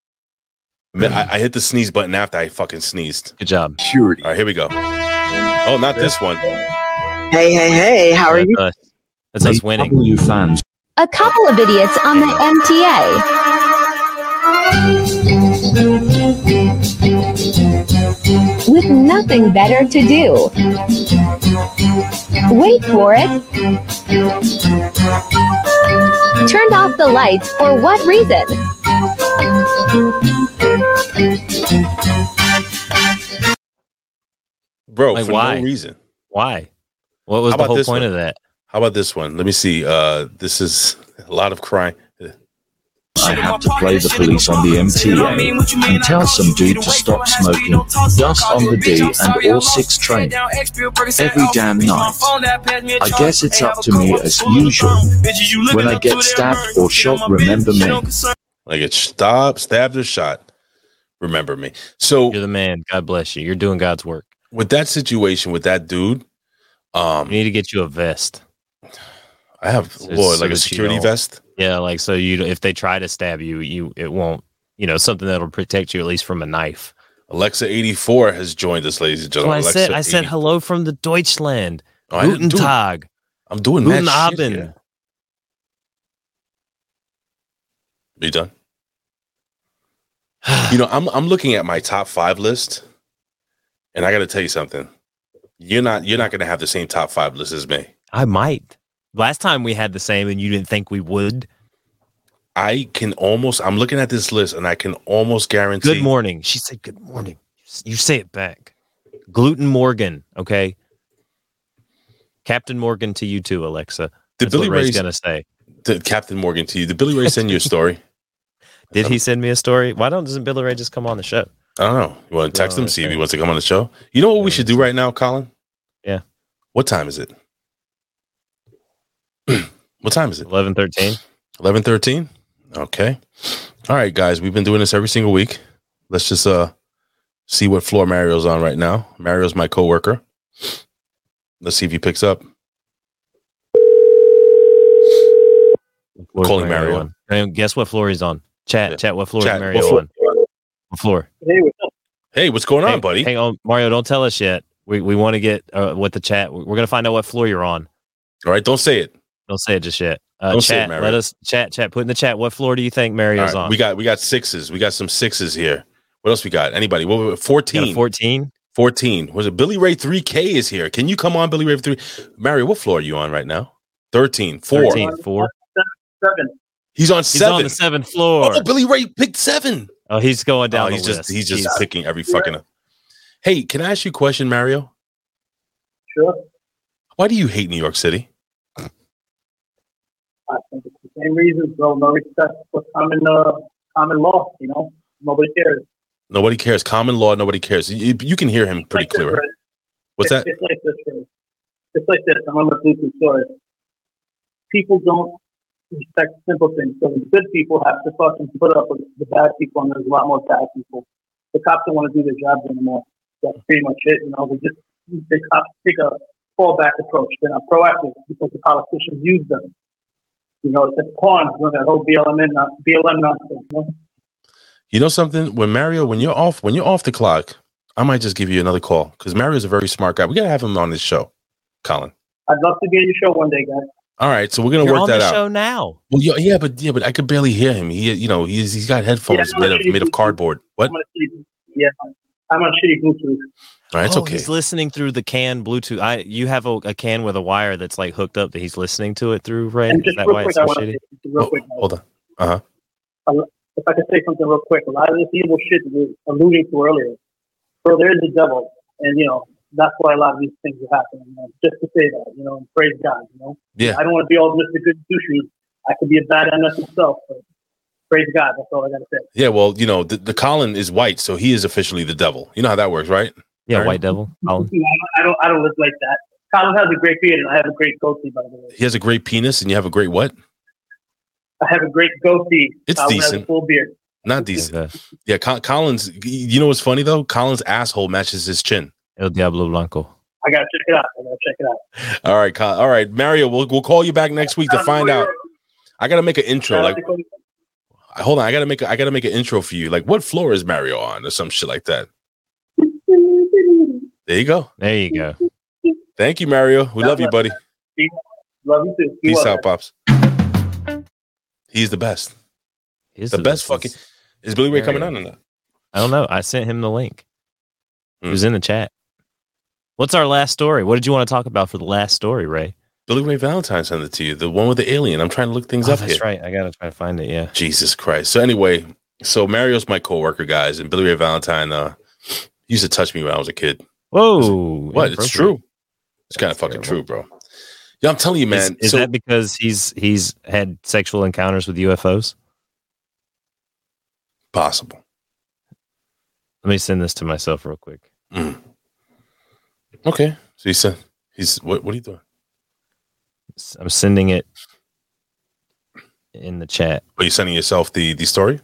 Man, I, I hit the sneeze button after I fucking sneezed. Good job. All right, here we go. Oh, not this one. Hey, hey, hey, how are you? That's us. That's us winning. You fans. A couple of idiots on the MTA. With nothing better to do. Wait for it. Turned off the lights for what reason? bro, Like, for why? no reason. Why? What was How the about whole this point one? of that? How about this one? Let me see. Uh, this is a lot of crying. I had to play the police on the MTA and tell some dude to stop smoking dust on the D and all six train every damn night. I guess it's up to me as usual. When I get stabbed or shot, remember me. Like it stopped, stabbed or shot. Remember me. So You're the man. God bless you. You're doing God's work. with that situation with that dude, We um, need to get you a vest. I have So- Lord, so that like a you security don't- vest. Yeah, like so you if they try to stab you, you it won't. You know something that'll protect you at least from a knife. Alexa eighty four has joined us, ladies and So gentlemen. I Alexa said I said 80 hello from the Deutschland. Oh, I didn't Guten do it. Tag. I'm doing Guten that. Shit. Abend. here. You done? you know, I'm I'm looking at my top five list, and I got to tell you something. You're not you're not gonna have the same top five list as me. I might. Last time we had the same, and you didn't think we would. I can almost I'm looking at this list, and I can almost guarantee. Good morning. She said good morning. You say it back. Gluten Morgan. Okay. Captain Morgan to you too, Alexa. Did That's what Billy Ray's Ray's- gonna say? Did Captain Morgan to you? Did Billy Ray send you a story? Did he send me a story? Why don't doesn't Billy Ray just come on the show? I don't know. You want to text No, him see if Oh, he okay. wants to come on the show. You know what we should do right now, Colin? Yeah. What time is it? what time is it? Eleven thirteen. Eleven thirteen. Okay. All right, guys. We've been doing this every single week. Let's just uh see what floor Mario's on right now. Mario's my coworker. Let's see if he picks up. Calling Mario. on. And guess what floor he's on? Chat, Yeah. chat. What floor Chat, is Mario what floor- on? What floor? Hey, what's going hang, on, buddy? Hang on, Mario. Don't tell us yet. We we want to get uh, what the chat. We're gonna find out what floor you're on. All right, don't say it. Don't say it just yet. Uh, Don't say it, chat. Mario. let us chat. Chat. Put in the chat. What floor do you think All Mario's right, on? we got we got sixes. We got some sixes here. What else we got? Anybody? What what- You got 14. a 14. 14. Was it Billy Ray 3K is here? Can you come on, Billy Ray 3? Mario, what floor are you on right now? 13. 4. 13, four. He's on He's 7. on the seventh floor. Oh, Billy Ray picked 7. Oh, he's going down. Oh, the he's list. just he's just picking every fucking. Hey, can I ask you a question, Mario? Sure. Why do you hate New York City? I think it's the same reasons, bro. No respect for common uh, common law. You know, nobody cares. Nobody cares. Common law. Nobody cares. You, you can hear him pretty Like this, clear. right? What's It's- that? It's like this. right? It's like this. I'm on the Bluetooth story. People don't respect simple things. So the good people have to fucking put up with the bad people, and there's a lot more bad people. The cops don't want to do their jobs anymore. That's pretty much it. You know, they just the cops take a fallback approach. They're not proactive because the politicians use them. You know, it's a pawn when that whole BLM and not- BLM nonsense. You know? You know something? When Mario, when you're off, when you're off the clock, I might just give you another call because Mario's a very smart guy. We gotta have him on this show, Colin. I'd love to be on your show one day, guys. All right, so we're gonna You're work on that the out. show now. Well, yeah, yeah, but yeah, but I could barely hear him. He, you know, he's he's got headphones Yeah, I'm made on of shitty made of Bluetooth. cardboard. What? I'm on shitty, yeah, I'm on shitty Bluetooth. All right, it's oh, okay. He's listening through the can Bluetooth. I you have a, a can with a wire that's like hooked up that he's listening to it through. Right? And Is just that real why quick, it's I so want shitty? to real quick. Hold on. Uh huh. If I could say something real quick, a lot of this evil shit that you were alluding to earlier, bro, there is a devil, and you know that's why a lot of these things are happening. you know, Just to say that, you know, and praise God, you know. Yeah. I don't want to be all Mr. Good Two Shoes. I could be a bad MS myself, but praise God. That's all I gotta say. Yeah, well, you know, the, the Colin is white, so he is officially the devil. You know how that works, right? Yeah, Alright. White Devil. Colin. You know, I don't, I don't live like that. Colin has a great beard, and I have a great goatee, by the way. He has a great penis, and you have a great what? I have a great goatee. It's Colin Has decent. a full beard. Not decent. uh, Yeah, Col- Colin's. You know what's funny though? Colin's asshole matches his chin. El Diablo Blanco. I gotta check it out. I gotta check it out. All right, Col- all right, Mario. We'll we'll call you back next week to find out. I gotta make an intro. Like, hold on, I gotta make a, I gotta make an intro for you. Like, what floor is Mario on, or some shit like that? There you go. There you go. Thank you, Mario. We love you, buddy. Love you too. Peace out, pops. He's the best. He's the, the best, fucking. Is Billy Ray coming Mario. on or not? I don't know. I sent him the link. It Hmm. was in the chat. What's our last story? What did you want to talk about for the last story, Ray? Billy Ray Valentine sent it to you. The one with the alien. I'm trying to look things Oh, up that's here. right. I gotta try to find it. Yeah. Jesus Christ. So anyway, so Mario's my coworker, guys, and Billy Ray Valentine uh used to touch me when I was a kid. Whoa. What? It's true. It's kind of fucking true, bro. Yeah, I'm telling you, man. Is, is so that because he's he's had sexual encounters with UFOs? Possible. Let me send this to myself real quick. okay. So he said he's what what are you doing? I'm sending it in the chat. Are you sending yourself the the story?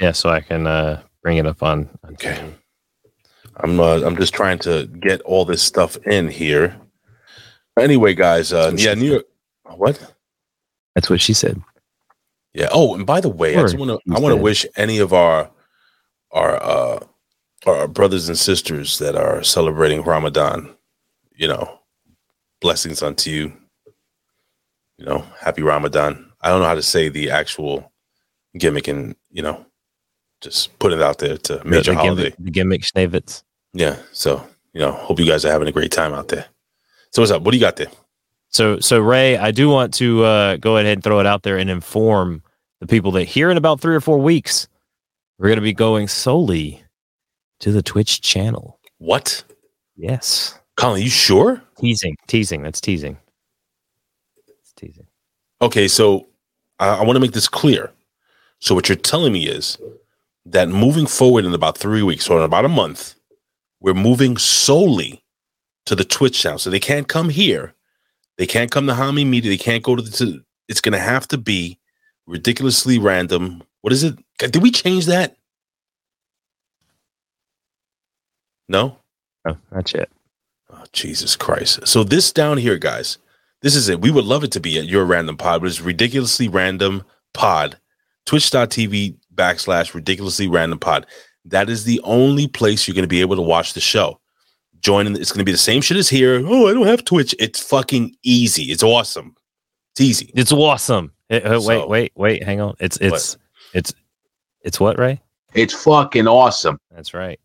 Yeah, so I can uh bring it up on, on Okay. I'm uh, I'm just trying to get all this stuff in here. Anyway, guys, uh yeah, New York what? That's what she said. Yeah. Oh, and by the way, I Sure. just want to I He's want to dead. wish any of our our uh our brothers and sisters that are celebrating Ramadan, you know, blessings unto you. You know, happy Ramadan. I don't know how to say the actual gimmick and, you know, just put it out there to The- major the holiday. gimmick, the gimmick Schnavitz. Yeah. So, you know, hope you guys are having a great time out there. So what's up? What do you got there? So, so Ray, I do want to uh, go ahead and throw it out there and inform the people that here in about three or four weeks, we're going to be going solely to the Twitch channel. What? Yes, Colin, you sure? teasing, teasing. That's teasing. It's teasing. Okay, so I, I want to make this clear. So what you're telling me is that moving forward in about three weeks, so in about a month, we're moving solely to the Twitch channel. So they can't come here. They can't come to Hami Media. They can't go to the. To, it's going to have to be ridiculously random. What is it? Did we change that? No. Oh, not yet. Oh, Jesus Christ. So this down here, guys, this is it. We would love it to be at your random pod, but it's ridiculously random pod. Twitch.tv backslash ridiculously random pod. That is the only place you're gonna be able to watch the show. Join in it's gonna be the same shit as here. Oh, I don't have Twitch. It's fucking easy. It's awesome. It's easy. It's awesome. Eh, eh, So- wait, wait, wait. Hang on. It's it's it's it's what Ray? It's fucking awesome. That's right.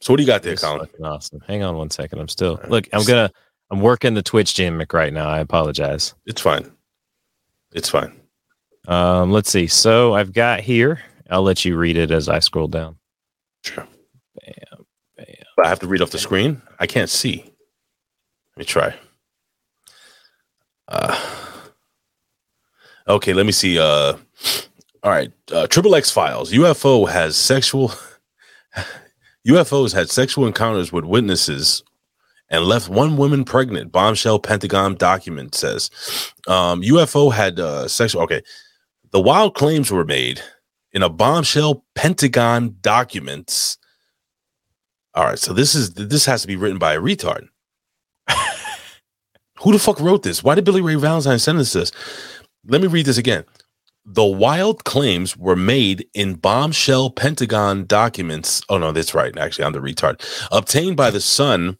So what do you got there, It's Colin? fucking awesome. Hang on one second. I'm still look. I'm gonna. I'm working the Twitch gimmick right now. I apologize. It's fine. It's fine. Um, let's see. So I've got here. I'll let you read it as I scroll down. But I have to read off the screen. I can't see. Let me try. Uh, okay, let me see. Uh, all right, uh, Triple X Files. UFO has sexual. UFOs had sexual encounters with witnesses and left one woman pregnant. Bombshell Pentagon document says um, UFO had uh, sexual. Okay, the wild claims were made in a bombshell Pentagon documents. All right, so this is this has to be written by a retard. Who the fuck wrote this? Why did Billy Ray Valentine send us this? Let me read this again. The wild claims were made in bombshell Pentagon documents. Oh no, that's right. Actually, I'm the retard. Obtained by the Sun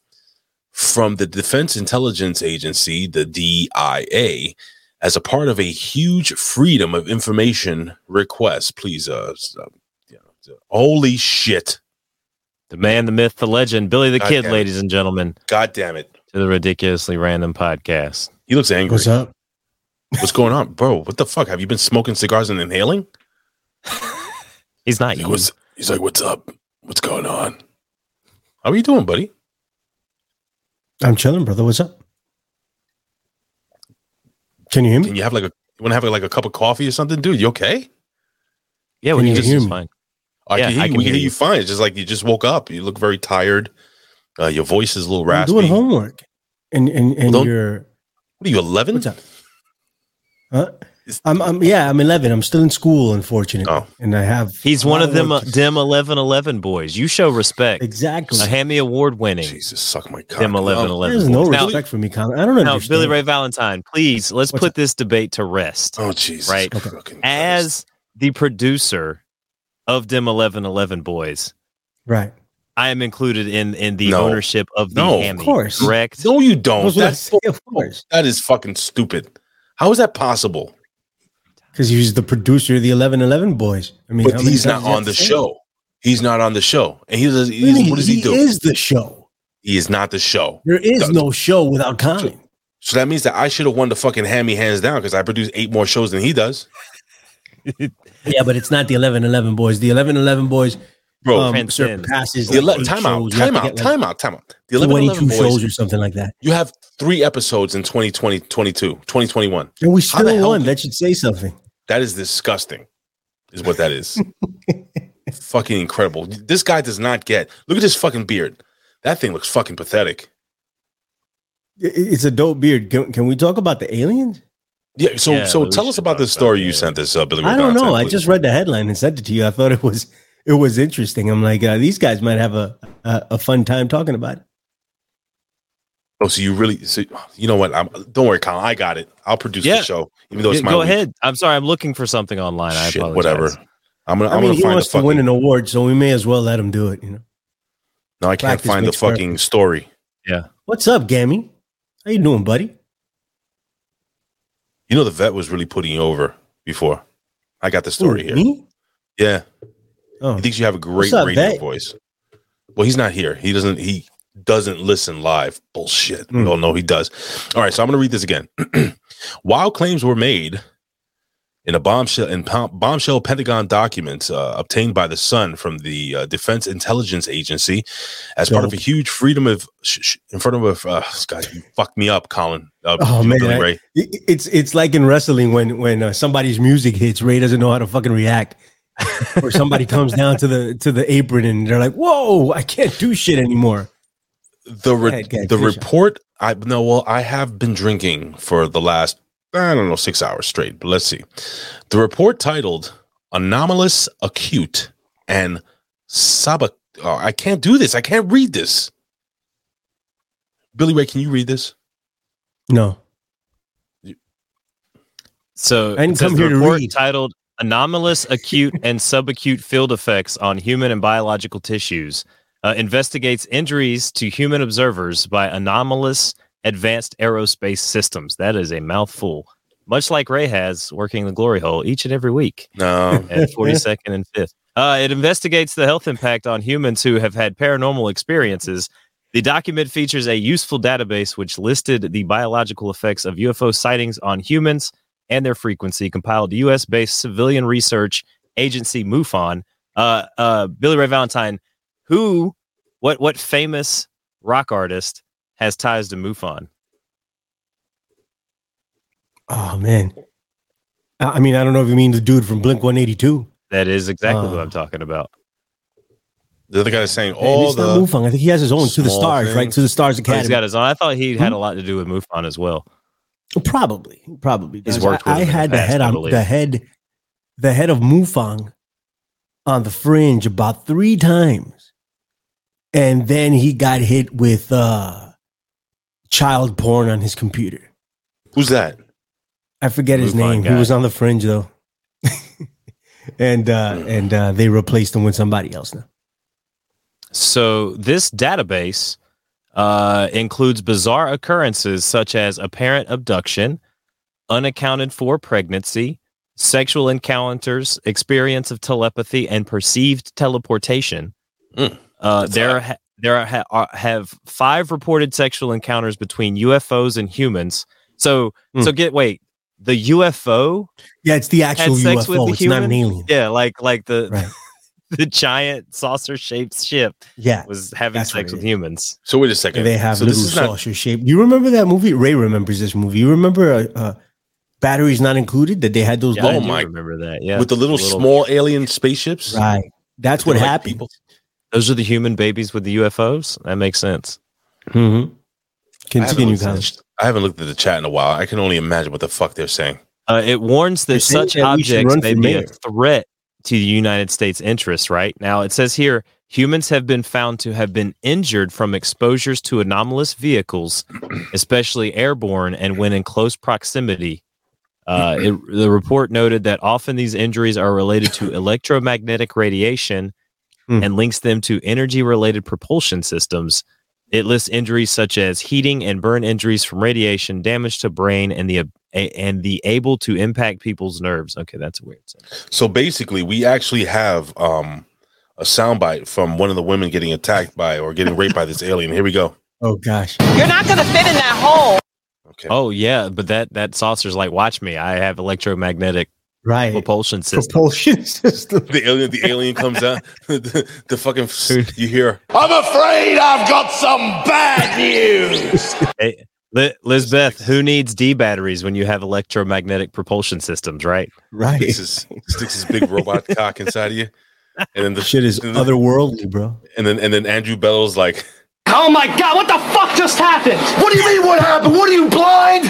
from the Defense Intelligence Agency, the DIA, as a part of a huge freedom of information request. Please, uh, s- uh, yeah. holy shit! The man, the myth, the legend, Billy the God Kid, damn it. ladies and gentlemen, God damn it! to the ridiculously random podcast. He looks angry. What's up? What's going on, bro? What the fuck? Have you been smoking cigars and inhaling? He's not He you. was. He's like, "What's up? What's going on? How are you doing, buddy? I'm chilling, brother. What's up? Can you hear me? Can you have like a? You want to have like a cup of coffee or something, dude? You okay? yeah, we Can can you just hear it's me? fine. I Yeah, can hear I you. can we hear hear you. you. fine. It's just like you just woke up. You look very tired. Uh, your voice is a little I'm raspy. doing homework, and and and Hold on. you're What are you? Eleven? what's up? Huh? I'm, I'm yeah. I'm 11. I'm still in school, unfortunately, Oh. and I have He's a one lot of them uh, work to- dim eleven eleven boys. You show respect. Exactly. A Hammy Award winning Jesus, suck my cock. dim eleven Um, eleven. There's no boys. Now- respect for me, Colin. I don't Now, understand. Billy Ray Valentine, please let's What's put up? this debate to rest. Oh Jesus! Right. Okay. fucking Christ. As the producer of Dim Eleven Eleven Boys, Right. I am included in in the No. ownership of the No, of hammy. course. correct? No, you don't. That's what I That's of course. That is fucking stupid. How is that possible? because he was the producer of the Eleven Eleven Boys. I mean, how but many he's not times do you on have to the say it? show. He's not on the show. And he's, he's What do you mean? what does he, do? is the show. he is not the show. There is no show without Common. So that means that I should have won the fucking hammy hands down because I produce eight more shows than he does. Yeah, but it's not the Eleven Eleven Boys. The Eleven Eleven Boys, Bro, um, transcends. surpasses The like, ele- eight time out, shows. You have time to out, get, time out, time out. The 11-11 22 Boys- shows or something like that. You have three episodes in 2020, 22, 2021. And we How the still hell won. That should say something. That is disgusting, is what that is. fucking incredible. This guy does not get. Look at his fucking beard. That thing looks fucking pathetic. I- i- It's a dope beard. Can, can we talk about the aliens? Yeah. So, Yeah, so we tell us about the story you sent us, uh, Billy. I don't Wisconsin, know. I please. just read the headline and sent it to you. I thought it was it was interesting. I'm like, uh, these guys might have a, a a fun time talking about it. Oh, so you really? So you know what? I'm, don't worry, Colin. I got it. I'll produce Yeah. the show, even though it's Yeah, my go week. ahead. I'm sorry. I'm looking for something online. I Shit, apologize. whatever. I'm gonna. I I'm mean, gonna he find the wants to fucking. win an award, so we may as well let him do it. You know. No, I can't practice find the makes perfect. fucking story. Yeah. What's up, Gammy? How you doing, buddy? You know, the vet was really putting you over before. I got the story here. me? Yeah. Oh. He thinks you have a great What's up, radio vet? voice. Well, he's not here. He doesn't. He doesn't listen live. Bullshit. Hmm. We all know he does. All right. So I'm gonna read this again. While claims were made in a bombshell in pom- bombshell Pentagon documents uh, obtained by the Sun from the uh, Defense Intelligence Agency, as part of a huge freedom of sh- sh- in front of a uh, God, you fucked me up, Colin. Uh, Oh man, Billy I- Ray. it- it's it's like in wrestling when when uh, somebody's music hits, Ray doesn't know how to fucking react, or somebody comes down to the to the apron and they're like, "Whoa, I can't do shit anymore." the re- ahead, go ahead, the finish up. report i no well i have been drinking for the last i don't know six hours straight but let's see the report titled anomalous acute and sabot oh, i can't do this i can't read this billy ray can you read this No, So I didn't it says come the here to report read. titled "Anomalous Acute and Subacute Field Effects on Human and Biological Tissues" uh, investigates injuries to human observers by anomalous advanced aerospace systems. That is a mouthful. Much like Ray has working the glory hole each and every week. No, at forty second and fifth. Uh, it investigates the health impact on humans who have had paranormal experiences. The document features a useful database which listed the biological effects of UFO sightings on humans and their frequency, compiled US based civilian research agency MUFON. Uh, uh, Billy Ray Valentine, who, what, what famous rock artist has ties to MUFON? oh man. I I mean, I don't know if you mean the dude from Blink One Eighty Two. That is exactly Uh. what I'm talking about. the other guy is saying all it's the not Mufang. I think he has his own to the small stars, right? things. To the stars Oh, academy. Hmm? he's got his own. I thought he had a lot to do with MUFON as well. Probably, he probably. He's Does. worked with I, I him in the had the, past, head I on believe. the head, the head of Mufang on the fringe about three times, and then he got hit with uh child porn on his computer. who's that I forget his Mufang name. guy. He was on the fringe though, and uh and uh they replaced him with somebody else now. So this database uh, includes bizarre occurrences such as apparent abduction, unaccounted for pregnancy, sexual encounters, experience of telepathy, and perceived teleportation. Uh, there are, ha- there are, ha- are have five reported sexual encounters between UFOs and humans. So Hmm. so get wait the UFO Yeah, it's the had actual sex with UFO. the It's human? not an alien. Yeah, like like the Right. the giant saucer shaped ship. Yeah, was having sex with humans. so wait a second They have so little this is not saucer shape. You remember that movie? Ray remembers this movie. You remember uh, uh, batteries not included that they had those. Yeah, I little- oh do my remember that. Yeah, with the little, small alien spaceships right. That's what They're like happened. people. Those are the human babies with the UFOs. That makes sense. I Mm-hmm. haven't Continue, looked at Colin. the- I haven't looked at the chat in a while. I can only imagine what the fuck they're saying. Uh, it warns They're that saying such that we should objects run may for be a mayor. threat to the United States interests. Right now, it says here humans have been found to have been injured from exposures to anomalous vehicles, especially airborne, and when in close proximity. Uh, it, the report noted that often these injuries are related to electromagnetic radiation, and links them to energy related propulsion systems. It lists injuries such as heating and burn injuries from radiation, damage to brain, and the ab- a- and the able to impact people's nerves. Okay, that's weird. So basically, we actually have um, a soundbite from one of the women getting attacked by or getting raped by this alien. Here we go. Oh gosh. You're not gonna fit in that hole. Oh yeah, but that that saucer's like, watch me. I have electromagnetic right propulsion system. Propulsion system. The alien, the alien comes out. the, the fucking you hear. I'm afraid I've got some bad news. Hey, Li- Lizbeth, who needs D batteries when you have electromagnetic propulsion systems, right? Right. Sticks his, sticks his big robot cock inside of you, and then the Shit is and then, otherworldly, bro. and then and then Andrew Bell's like, Oh my god, what the fuck just happened? What do you mean what happened? What are you blind?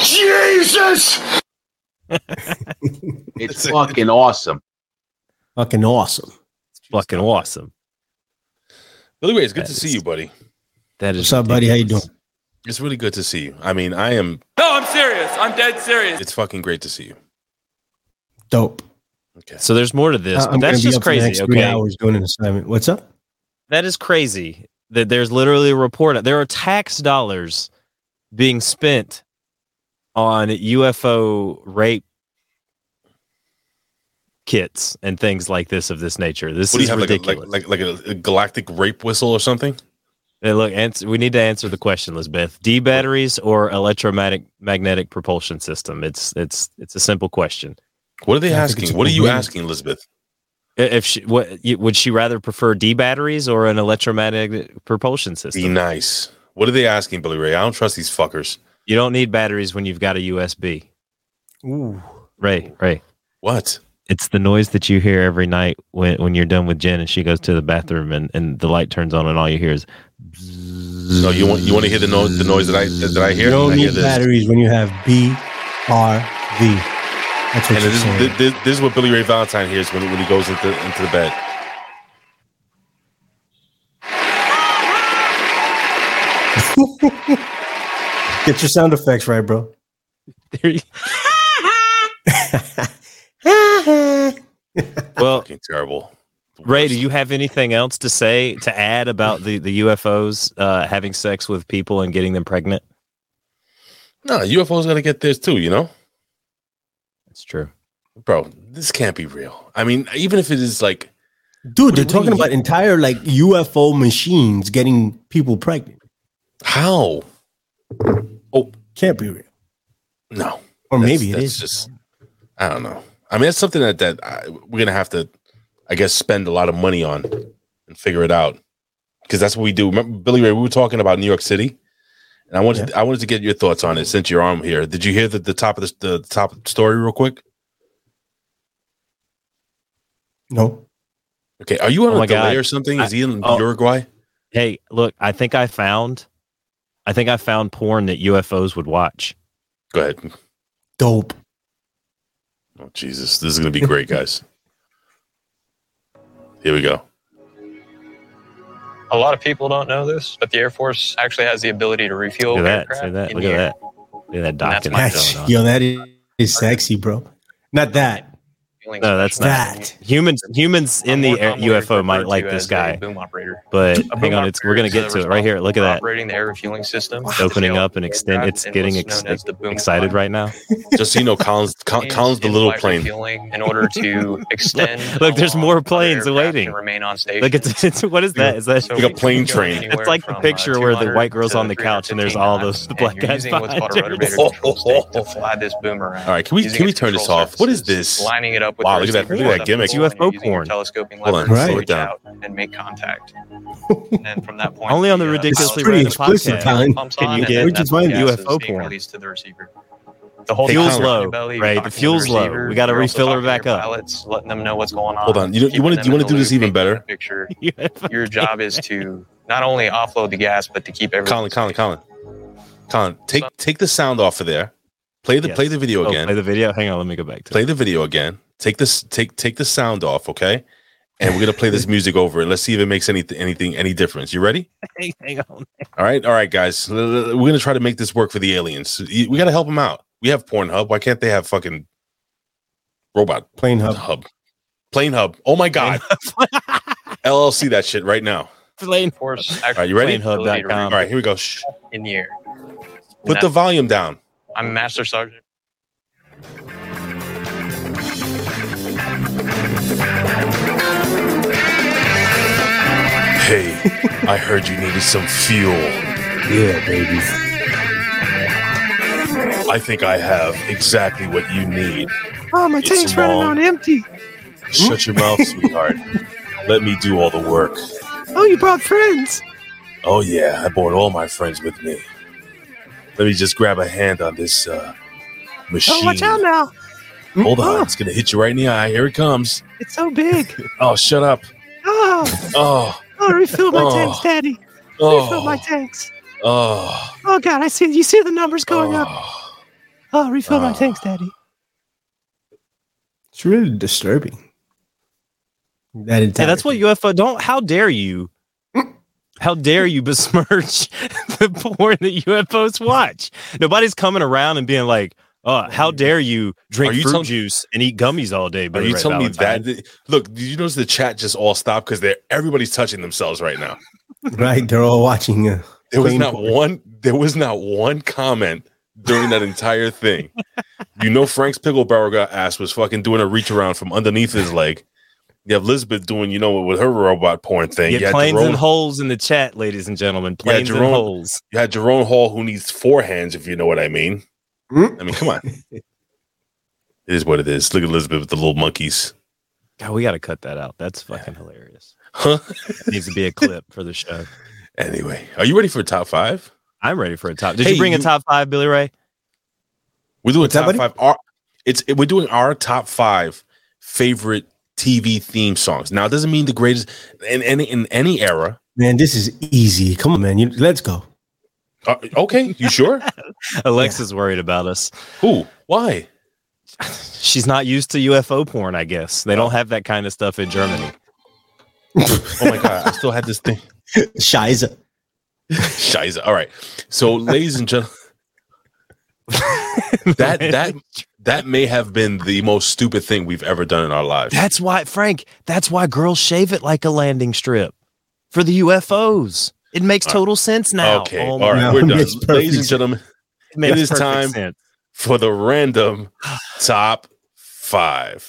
Jesus! It's fucking awesome. Fucking awesome. Fucking awesome. Billy Ray, it's good to see you, buddy. That is What's up, buddy? How you doing? It's really good to see you. I mean, I am. No, I'm serious. I'm dead serious. It's fucking great to see you. Dope. So there's more to this, I- but Uh, gonna that's be just up for the crazy. next Three Okay. hours doing an assignment. What's up? That is crazy. That there's literally a report. There are tax dollars being spent on UFO rape kits and things like this of this nature. This What do is you have like a, ridiculous. like like like a, a galactic rape whistle or something? Hey, look, ans we need to answer the question, Lisbeth. D batteries or electromagnetic magnetic propulsion system? It's it's it's a simple question. What are they Yeah, I think it's asking? What are you weird. asking, Elizabeth? I- If she, what you- would she rather prefer D batteries or an electromagnetic propulsion system? Be nice. What are they asking, Billy Ray? I don't trust these fuckers. You don't need batteries when you've got a USB. Ooh. Ray, Ray. What? It's the noise that you hear every night when, when you're done with Jen and she goes to the bathroom and, and the light turns on and all you hear is No, you want you want to hear the noise the noise that I that I hear? You don't I hear need batteries when you have B R V. That's And what you're this is saying. this, this is what Billy Ray Valentine hears when, when he goes into into the bed. Get your sound effects right, bro. There you- well, Fucking terrible. Ray, do you have anything else to say to add about the the UFOs uh, having sex with people and getting them pregnant? No, UFOs gotta get this too, you know? That's true. Bro, this can't be real. I mean, even if it is like Dude, they're talking about entire like UFO machines getting people pregnant. how? Can't be real. No. Or That's- maybe it that's is. just I don't know. I mean, that's something that that I, we're gonna have to, I guess, spend a lot of money on and figure it out because that's what we do. Remember, Billy Ray, we were talking about New York City, and I wanted I wanted to get your thoughts on it since you're on here. Did you hear the, the top of the, the top of the story real quick? No. Okay, are you on Oh a my delay God. or something? Is I- he in oh. Uruguay? Hey, look, I think I found, I think I found porn that UFOs would watch. Go ahead. Dope. Oh Jesus, this is gonna be great, guys. Here we go. A lot of people don't know this, but the Air Force actually has the ability to refuel Look at that! aircraft. Look at that! in Look the at air. that! Look at that docking That's, going on. yo, that is, is sexy, bro. Not that. No, that's not That. humans. Humans in the air, UFO might like to this as a guy, boom operator. but A hang boom on, it's we're gonna operator get is, to uh, it right here. Look at responsible for that. Operating the air refueling system. It's opening up and extend. aircraft It's and getting what's ex- known as the boom excited right now. Just so you know, Collins, Col- Planes Collins, the in little flight plane. refueling in order to extend. Look, look, there's along more other planes aircraft waiting. and Remain on station. Look, it's, it's what is that? Is that So Like a we can plane go train. anywhere It's like the from, uh, picture where the 200 white girl's to on the couch and there's 315 all knots, those the and black you're guys using what's behind called a her. rotor control stick to fly this boom around. All right, can we Using can we its turn this control off? What is surfaces, this? Lining it up with Wow, the look at that- receiver look at that on the gimmick. pole and using UFO your porn. Telescoping Hold on, lever slow to it reach down. out and make contact. And then from that point, Only on the uh, ridiculously power pretty pumps on, explicit, Colin. pumps Can on, you and get- then Where'd you that's when find gas UFO is being porn? released to the receiver. The whole Hey, fuel's Fuel's low, right? The fuel's low. We got to refill her back up. Pilots, letting them know what's going on. Hold on. You know- you keeping wanna- them you in wanna the do loop, this even painting better? the Picture. UFO Your job is to not only offload the gas, but to keep everything. Colin, Colin, Colin, Colin, take take the sound off of there. Play the Yes. play the video Oh, again. play play, the video. Hang on, let me go back to the video again. Take this take take the sound off, okay? And we're gonna play this music over it. Let's see if it makes any anything any difference. You ready? it. Hang on. All right, all right, guys. L- l- We're gonna try to make this work for the aliens. Y- We gotta help them out. We have Pornhub. Why can't they have fucking robot Plane hub. hub? Plane hub. Oh my god. LLC that shit right now. Plane force. All right, you ready? actual ability to All read right, here we go. Shh. In the air. Put the volume down. I'm Master Sergeant. Hey, I heard you needed some fuel. Yeah, baby. I think I have exactly what you need. Oh, my It's tank's running wrong. on empty. Shut your mouth, sweetheart. Let me do all the work. Oh, you brought friends. Oh yeah, I brought all my friends with me. Let me just grab a hand on this uh, machine. Oh, Mm-hmm. watch out now. Hold on, it's gonna hit you right in the eye. Here it comes. It's so big. Oh, shut up. Oh, Oh, oh refill my Oh. tanks, Daddy. Refill oh, my tanks. oh. Oh, God, I see. You see the numbers going up. Oh, refill my Oh. tanks, Daddy. It's really disturbing. That Yeah, entire that's what UFO. Don't. How dare you? How dare you besmirch the porn that UFOs watch? Nobody's coming around and being like, "Oh, how dare you drink Are you fruit telling- juice and eat gummies all day?" Are But you telling me that? Look, did you notice the chat just all stopped because they're everybody's touching themselves right now. right? They're all watching. Uh, There was Clean not porn. one. There was not one comment during that entire thing. you know, Frank's pickleberry got ass was fucking doing a reach around from underneath his leg. You have Elizabeth doing, you know, with her robot porn thing. Get you had planes Jerome, and holes in the chat, ladies and gentlemen. you had Planes and Jerome- holes. You had Jerome Hall who needs four hands, if you know what I mean. I mean, come on. it is what it is. Look at Elizabeth with the little monkeys. God, we got to cut that out. That's fucking hilarious. Huh? needs to be a clip for the show. Anyway, are you ready for a top five? I'm ready for a top. Did Hey, you bring you- a top five, Billy Ray? We do a top five. Our, it's it- we're doing our top five favorite TV theme songs. Now, it doesn't mean the greatest in any in any era. man, this is easy. Come on, man. You, let's go. Uh, okay, you sure? Alexa's worried about us. Who? Why? She's not used to UFO porn, I guess. They don't have that kind of stuff in Germany. oh my god, I still had this thing. Shiza. Shiza. All right. So, ladies and gentlemen, that that that may have been the most stupid thing we've ever done in our lives. That's why, Frank, that's why girls shave it like a landing strip for the UFOs. It makes total sense now. Okay. Oh All my right. God. We're done. Ladies and gentlemen, It makes it is perfect time sense. for the random top five.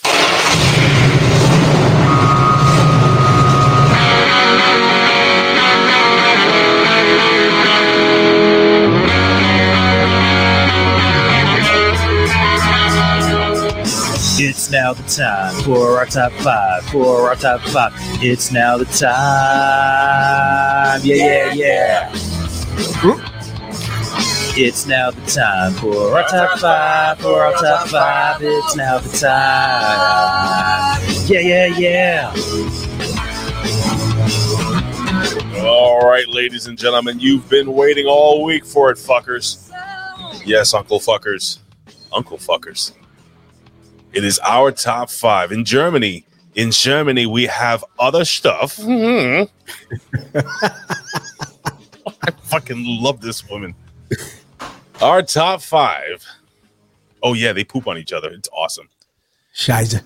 It's now the time for our top five. For our top five. It's now the time. Yeah, yeah, yeah. It's now the time for our top five. For our top five. It's now the time. Yeah, yeah, yeah. All right, ladies and gentlemen, you've been waiting all week for it, fuckers. Yes, Uncle Fuckers. Uncle Fuckers. It is our top five. In Germany, in Germany, we have other stuff. I fucking love this woman. Our top five. Oh, yeah, they poop on each other. It's awesome. Shiza.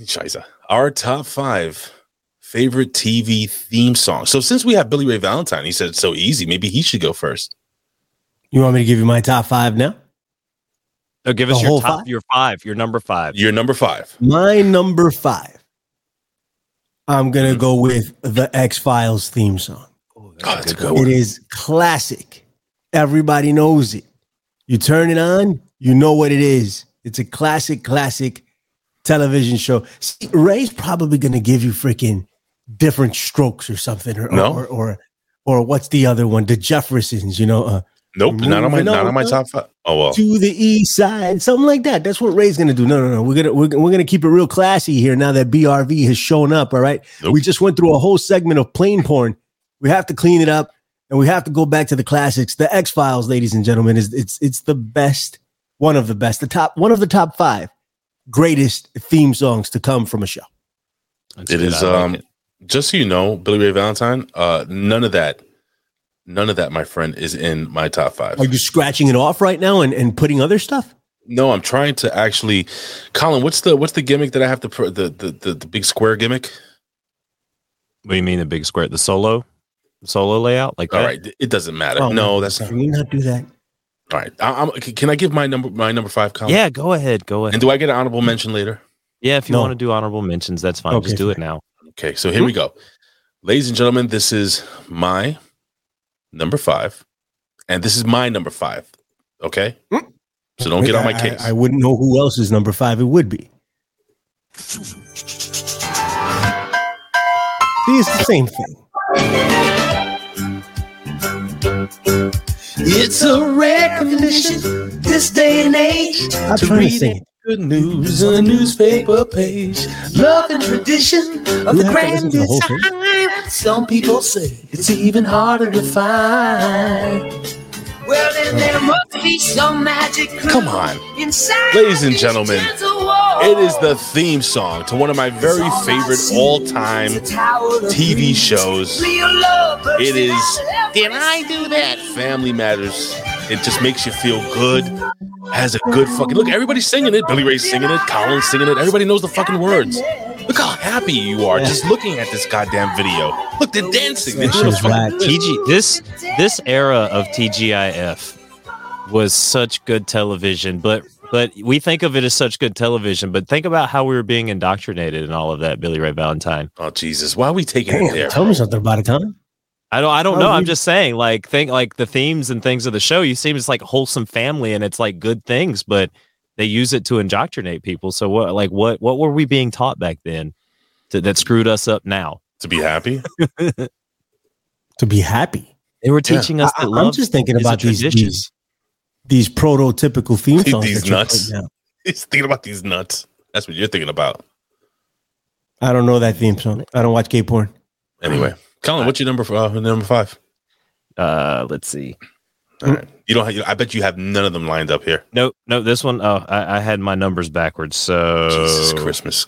Scheiße. Our top five favorite TV theme songs. So since we have Billy Ray Valentine, he said it's so easy. Maybe he should go first. You want me to give you my top five now? No, give us The your whole top, your five, your number five. Your number five. My number five. I'm gonna go with the X Files theme song. Oh, that's a good It is classic. Everybody knows it. You turn it on, you know what it is. It's a classic, classic television show. See, Ray's probably gonna give you freaking different strokes or something, or No. or, or or what's the other one? The Jeffersons, you know. Uh, Nope, not on my moving not on my over top five. Oh well. to the east side, something like that. That's what Ray's gonna do. No, no, no. We're gonna we're, we're gonna keep it real classy here. Now that BRV has shown up, all right. We just went through a whole segment of plane porn. We have to clean it up, and we have to go back to the classics. The X Files, ladies and gentlemen, is it's it's the best, one of the best, the top one of the top five greatest theme songs to come from a show. it is um just so you know, Billy Ray Valentine, uh none of that, none of that, my friend, is in my top five. Are you scratching it off right now and, and putting other stuff? No, I'm trying to actually Colin, what's the what's the gimmick that I have to pr- the, the the the big square gimmick? What do you mean the big square? The solo, solo layout like All that. right, it doesn't matter. no, that's not. Can we not do that? All right, I, I'm, can I give my number my number five comment? Yeah, go ahead, go ahead. And do I get an honorable mention later? Yeah, if you No. want to do honorable mentions, that's fine. Okay, Just do it now. Okay, so here we Mm-hmm. go. Ladies and gentlemen, this is my number five, and this is my number five. Okay, so don't get on my Mm. I- I- case. I, wouldn't know who else is number five. It would be. See, it's the same thing. It's a rare condition this day and age I'm to trying to read sing it. good news on a newspaper page. Love and tradition of You the have to listen grand to the whole design. Some people say it's even harder to find. Well, then there must be some magic clue Come on. inside. Ladies and these gentlemen, gentle walls. it is the theme song to one of my very favorite all-time TV shows. Real love bursts It is out of every I do that? Family Matters. It just makes you feel good. Has a good fucking look. Everybody's singing it. Billy Ray's singing it. Colin's singing it. Everybody knows the fucking words. Look how happy you are just looking at this goddamn video. Look, they're dancing. They're doing a fucking TG, this this era of TGIF was such good television, but but we think of it as such good television. But think about how we were being indoctrinated and all of that, Billy Ray Valentine. Oh Jesus, why are we taking Damn, tell me something about it, Tom. I don't I don't How know. Oh, we- I'm just saying, like think like the themes and things of the show. You seem it's like wholesome family and it's like good things, but they use it to indoctrinate people. So what like what what were we being taught back then to, that screwed us up now? To be happy? To be happy. They were teaching us that I'm love just thinking is a about these, tradition. these these prototypical theme songs. These that you're nuts. putting out. He's thinking about these nuts. That's what you're thinking about. I don't know that theme song. I don't watch gay porn. Anyway, Colin, what's your number? Uh, number five. Uh, let's see. All right. You don't. Have, I bet you have none of them lined up here. No, no, this one. Oh, I, I had my numbers backwards. So Jesus, Christmas,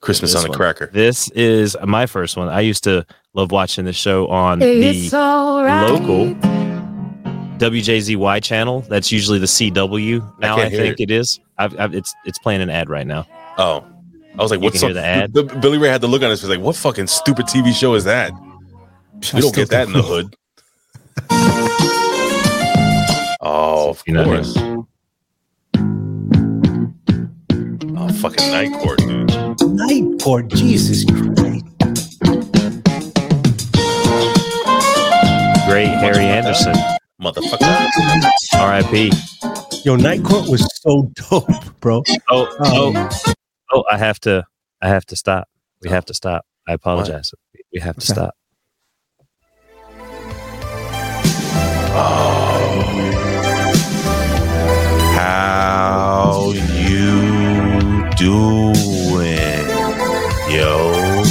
Christmas Oh. This on a one. cracker. This is my first one. I used to love watching the show on It's the alright. local WJZY channel. That's usually the CW. Now I, can't hear think it. it is. I've, I've, it's it's playing an ad right now. Oh, I was like, You what's can hear up? the ad? B- B- Billy Ray had to look on us. He was like, what fucking stupid TV show is that? We don't get that in the hood. oh, of know what I course. Oh, fucking night court, dude. Night porn. Jesus Christ. Great Harry Anderson, motherfucker. R.I.P. Yo, Night Court was so dope, bro. Um, Oh, oh, oh! I have to. I have to stop. We Oh. have to stop. I apologize. We have to stop. How you doing, yo?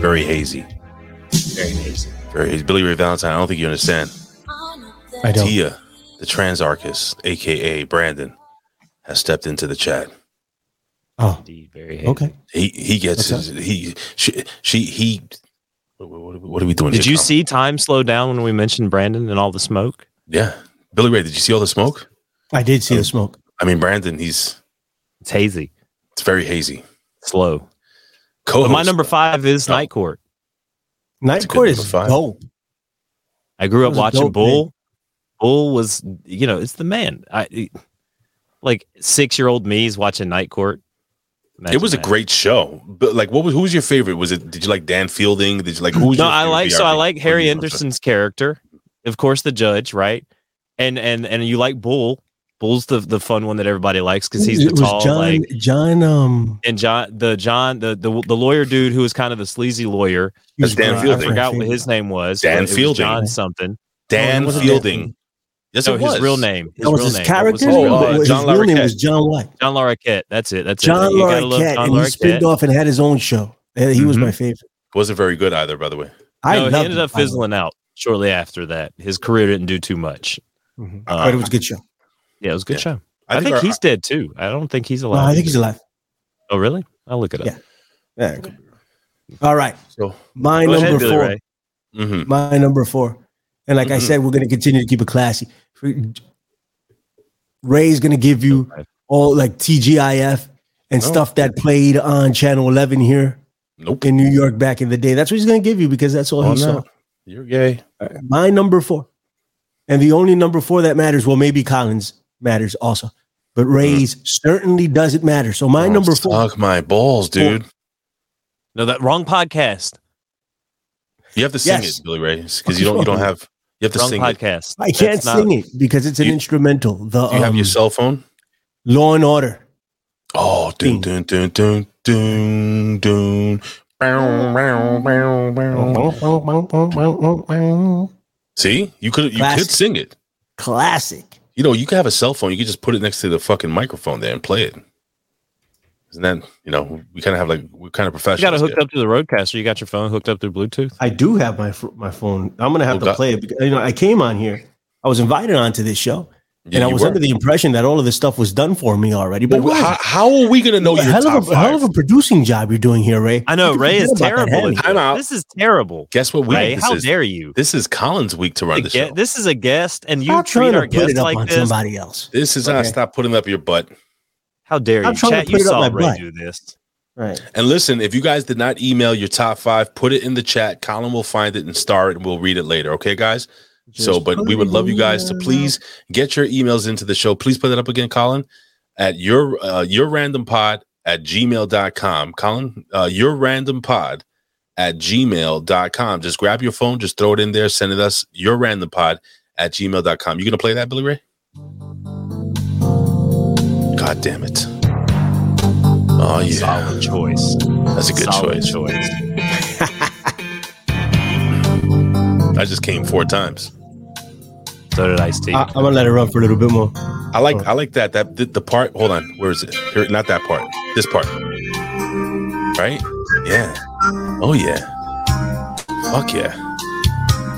Very hazy. Very hazy. Very hazy. Billy Ray Valentine, I don't think you understand. I don't. Tia, the trans archist, aka Brandon, has stepped into the chat. Oh, very hazy. okay. He he gets What's his, he she she he. What, what, what are we doing? Did here, you Tom? see time slow down when we mentioned Brandon and all the smoke? Yeah, Billy Ray. Did you see all the smoke? Um, I did see the smoke. I mean, Brandon, he's It's hazy, it's very hazy. slow. co But my number five is Night Court. Night Court number is five. dope. I grew That up was a watching dope Bull. Bull was, you know, it's the man. I like six year old me's watching Night Court. Imagine it was that. a great show, but like, what was who was your favorite? Was it did you like Dan Fielding? Did you like who? Was No, your I favorite like so I BRB? like Harry Anderson's character, of course, the judge, right? And and and you like Bull. Bull's the the fun one that everybody likes because he's the it was tall, John. like John. Um. and John the John the the, the lawyer dude who was kind of the sleazy lawyer. he was That's Dan great. Fielding. Uh, I forgot what his name was. Dan but it was Fielding. John something. No, it Dan wasn't Dan Fielding. Fielding. Yes, no, it was his real name. His That was real his name. What was character. his Oh, real uh, But name? his John real name Larroquette. was John White. John Larroquette. That's it. That's John it. You gotta love Larroquette, John and he Larroquette. spinned off and had his own show. And he was Mhm. my favorite. Wasn't very good either, by the way. I no, loved he ended it, up by the way. fizzling out shortly after that. His career didn't do too much. Mhm. Uh, but it was a good show. yeah, it was a good Yeah. show. I I, think think, our- he's dead too. I don't think he's No, alive. I think he's either. alive. Oh, really? I'll look it up. Yeah. Yeah. okay. All right. So My Go ahead, number Billy four. Ray. mhm. My number four. And like I Mhm. said, we're going to continue to keep it classy. Ray's going to give you all like TGIF and stuff that played on Channel 11 here nope. in New York back in the day. That's what he's going to give you because that's all Oh, he no. saw. You're gay. My number four. And the only number four that matters, well, maybe Collins matters also, but Mm-hmm. Ray's certainly doesn't matter. So my number four. Fuck Oh, my balls, dude. No, that wrong podcast. You have to sing Yes. it, Billy Ray, because you don't. You don't have. You have to Wrong sing podcast. It. I can't That's not- sing it because it's an instrumental. The Do you have um, your cell phone? Law and Order. Oh, dun dun dun dun dun dun. Bow, bow, bow, bow. See, you could you Classic. could sing it. Classic. You know, you could have a cell phone. You could just put it next to the fucking microphone there and play it. Isn't that you know? We kind of have like we're kind of You got professional. it hooked up to the roadcaster. You got your phone hooked up through Bluetooth. I do have my ph- my phone. I'm gonna have Oh, to God. play it because you know I came on here. I was invited onto this show, Yeah, and I you was were. under the impression that all of this stuff was done for me already. But Well, it wasn't. how, how are we gonna know a your hell top of a, hell five? of a producing job you're doing here, Ray. I know You Ray is forget about that, terrible. hadn't at you? Time out. This is terrible. Guess what? We Ray, this how is- dare you? This is Collins' week to run the This, show. this is a guest, and you Stop treat trying to our put guest it up like on this. somebody else. This is not Okay. stop putting up your butt. How dare I'm you? trying to Chat, put you it up saw my Ray butt. do this. Right. And listen, if you guys did not email your top five, put it in the chat. Colin will find it and star it, and we'll read it later. Okay, guys. so, but we would love you guys to please get your emails into the show. Please put that up again, Colin, at your uh, your random pod at gmail.com. Colin, uh, your random pod at gmail.com. Just grab your phone, just throw it in there, send it us your random pod at gmail.com. You gonna play that, Billy Ray? God damn it. Oh yeah. Solid choice. That's a good Solid choice. choice. I just came four times. So did Ice T. I, I'm gonna let it run for a little bit more. I like I like that that the, the part. Hold on, where is it? Here, not that part. This part. Right? Yeah. Oh yeah. Fuck yeah.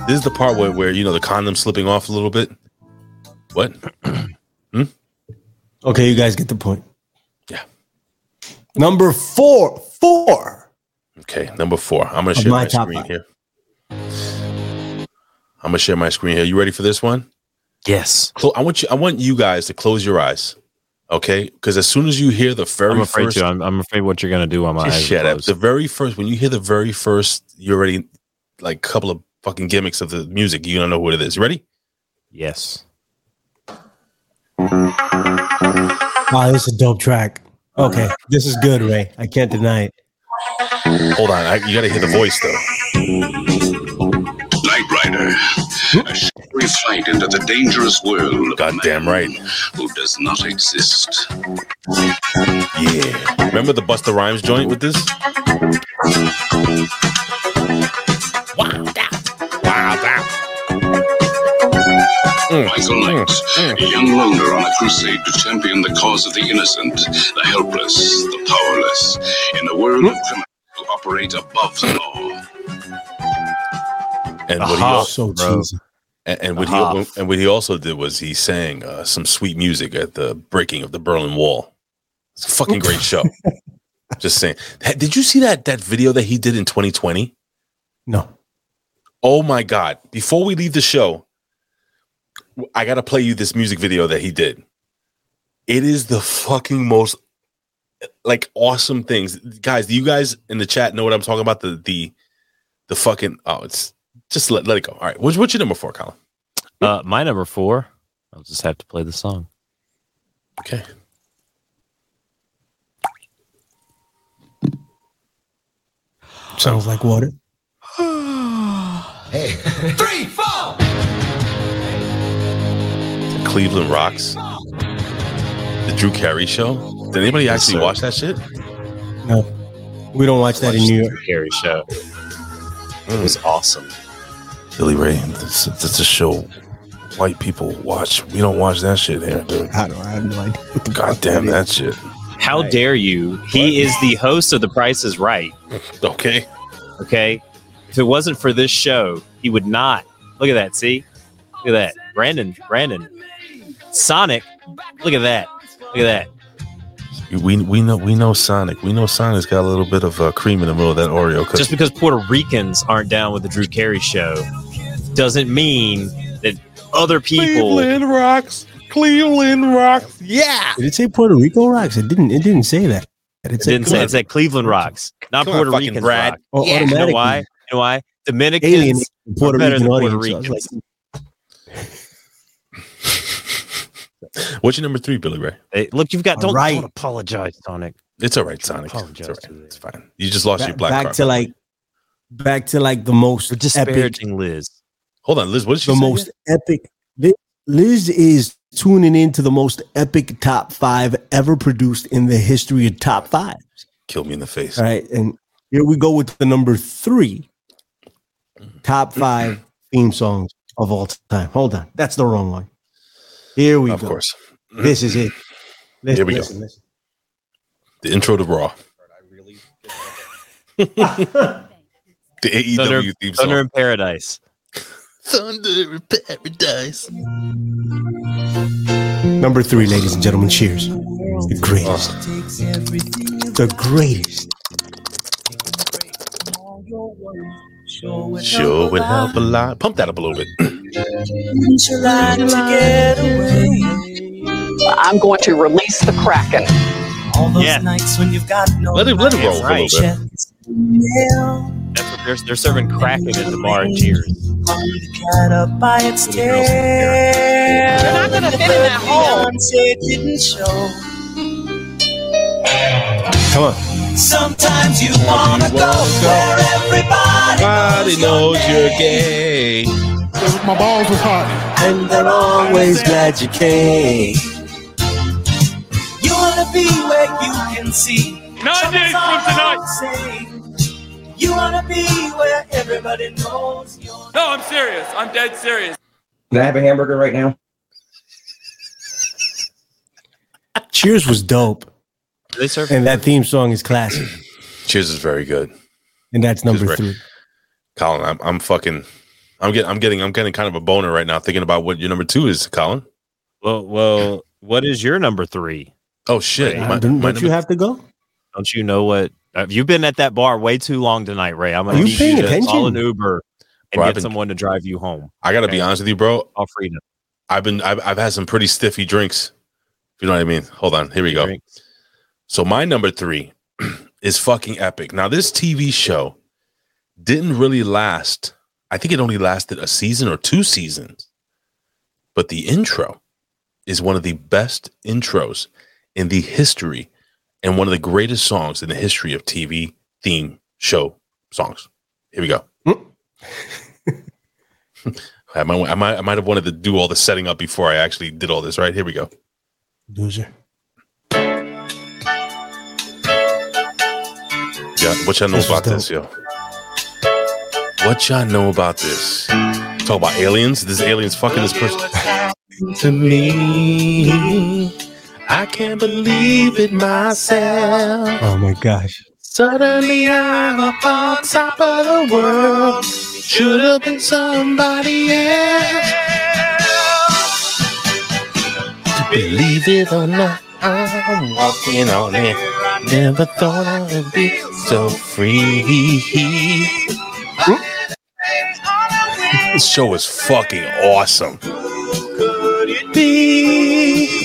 This is the part where, where you know the condom slipping off a little bit. What? Hmm? Okay, you guys get the point. Yeah. Number four, four. Okay, number four. I'm gonna Of share my my, top screen five. here. I'm gonna share my screen here. You ready for this one? Yes. Clo- I want you. I want you guys to close your eyes. Okay, because as soon as you hear the very I'm afraid first to. I'm, I'm afraid what you're going to do on my Just eyes. shut are up. The closed. very first, when you hear the very first, you already like a couple of fucking gimmicks of the music. You don't know what it is. Ready? Yes. Wow, this is a dope track. Okay, this is good, Ray. I can't deny it. Hold on. I, you got to hear the voice though. Knight Rider, a shadowy flight into the dangerous world of a Goddamn right. who does not exist. Mm, Yeah. Remember the Busta Rhymes joint with this? Wild out. Wild out. mm, Michael Knight, a young loner on a crusade to champion the cause of the innocent, the helpless, the powerless, in a world of criminals who operate above the law. And The what he Hoff, also So bro. cheesy. and, and what The Hoff. he and what he also did was he sang uh, some sweet music at the breaking of the Berlin Wall. It's a fucking great show. Just saying. Hey, Did you see that that video that he did in 2020? No. Oh my God. Before we leave the show, I got to play you this music video that he did. It is the fucking most like awesome things. Guys, do you guys in the chat know what I'm talking about? The, the, the fucking, oh, it's just let, let it go. All right. What's, what's your number four, Colin? Uh, my number four. I'll just have to play the song. Okay. Sounds like water. Cleveland Rocks. The Drew Carey show. Did anybody actually watch that shit? No. We don't watch that in New York. Carrie show. It was awesome. Billy Ray, that's, that's a show white people watch. We don't watch that shit here, dude. I don't I have no idea. what the God fuck damn is. that shit. How dare you? He is the host of The Price is Right. Okay. Okay. If it wasn't for this show, he would not. Look at that. See? Look at that. Brandon. Brandon. Sonic. Look at that. Look at that. We we know we know Sonic. We know Sonic's got a little bit of uh, cream in the middle of that Oreo Just cookie. because Puerto Ricans aren't down with the Drew Carey show doesn't mean that other people. rocks. Cleveland rocks. Yeah. Did it say Puerto Rico rocks? It didn't. It didn't say that. It's didn't say it's at Cleveland Rocks, not Come on, Puerto fucking Rican Brad. Rock. Oh, You know automatically. why? You know why? Alien Dominicans Puerto are better Rican than Puerto audience. I was Ricans. like, What's your number three, Billy Ray? Hey, look, you've got don't- Alright. don't apologize, Sonic. It's all right, Sonic. It's all right. It's fine. You just lost back, your black back card. to like, back to like the most epic, disparaging Liz. Hold on, Liz. What did she the say? most epic. Li- Liz is tuning in to the most epic top five ever produced in the history of top five. Kill me in the face. All right, and here we go with the number three top five theme songs of all time. Hold on, that's the wrong one. Here we go. Of course, this is it. Listen, Here we go. listen, listen. The intro to Raw. The AEW Thunder, theme song. Thunder in Paradise. Thunder in Paradise. Number three, ladies and gentlemen, cheers. The greatest, the greatest. Sure would help a lot. Pump that up a little bit. I'm going to release the Kraken. All those Yeah. nights when you've got no Let it let it roll for a Right. little bit. mail, That's what they're, they're serving Kraken at the bar and cheers. only the cat up by its tail. You're not gonna fit in that hole. Beyonce didn't show. Come on. Sometimes you wanna go where everybody Everybody knows you're gay. My balls was hot. And they're always glad you came. You wanna be where you can see. Not news from tonight. You wanna be where everybody knows you. No, I'm serious. I'm dead serious. Can I have a hamburger right now? Cheers was dope, They serve and that theme song is classic. Cheers is very good. And that's Cheers, number right. three. Colin, I'm I'm fucking I'm getting I'm getting I'm getting kind of a boner right now thinking about what your number two is, Colin. Well, well, what is your number three? Oh shit! Uh, don't don't you have to go? Don't you know what? uh, You've been at that bar way too long tonight, Ray. I'm Are gonna you need paying you to call attention? an Uber and Bro, I've get been- someone to drive you home. I gotta be Okay. honest with you, bro. All freedom. I've been I've, I've had some pretty stiffy drinks. If you know what I mean. Hold on, here we go. So my number three is fucking epic. Now this TV show didn't really last. I think it only lasted a season or two seasons. But the intro is one of the best intros in the history and one of the greatest songs in the history of TV theme show songs. Here we go. I might, I might, I might have wanted to do all the setting up before I actually did all this. Right here we go. Loser. Yeah, what y'all know This was about this, yo? What y'all know about this? Talk about aliens. This aliens fucking this person. To me, I can't believe it myself. Oh my gosh. Suddenly I'm up on top of the world. Should have been somebody else. Believe it or not, I'm walking on it. Never thought I would be so free. This show is fucking awesome. Be,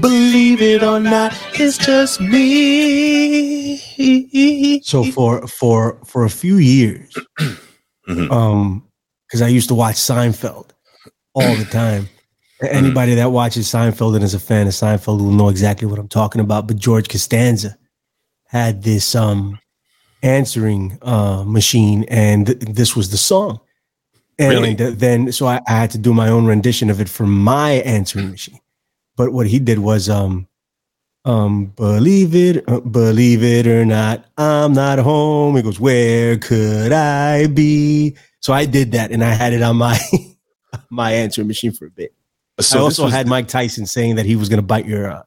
believe it or not, it's just me. So for for for a few years, Mm-hmm. Mhm. um, because I used to watch Seinfeld all the time. A- Mm-hmm. Anybody that watches Seinfeld and is a fan of Seinfeld will know exactly what I'm talking about. But George Costanza had this um answering uh machine, and th- this was the song. And Really? th- then, so I, I had to do my own rendition of it for my answering machine. But what he did was um um, believe it, uh, believe it or not, I'm not home. He goes, where could I be? So I did that, and I had it on my my answering machine for a bit. So I this also was had the- Mike Tyson saying that he was going to bite your uh,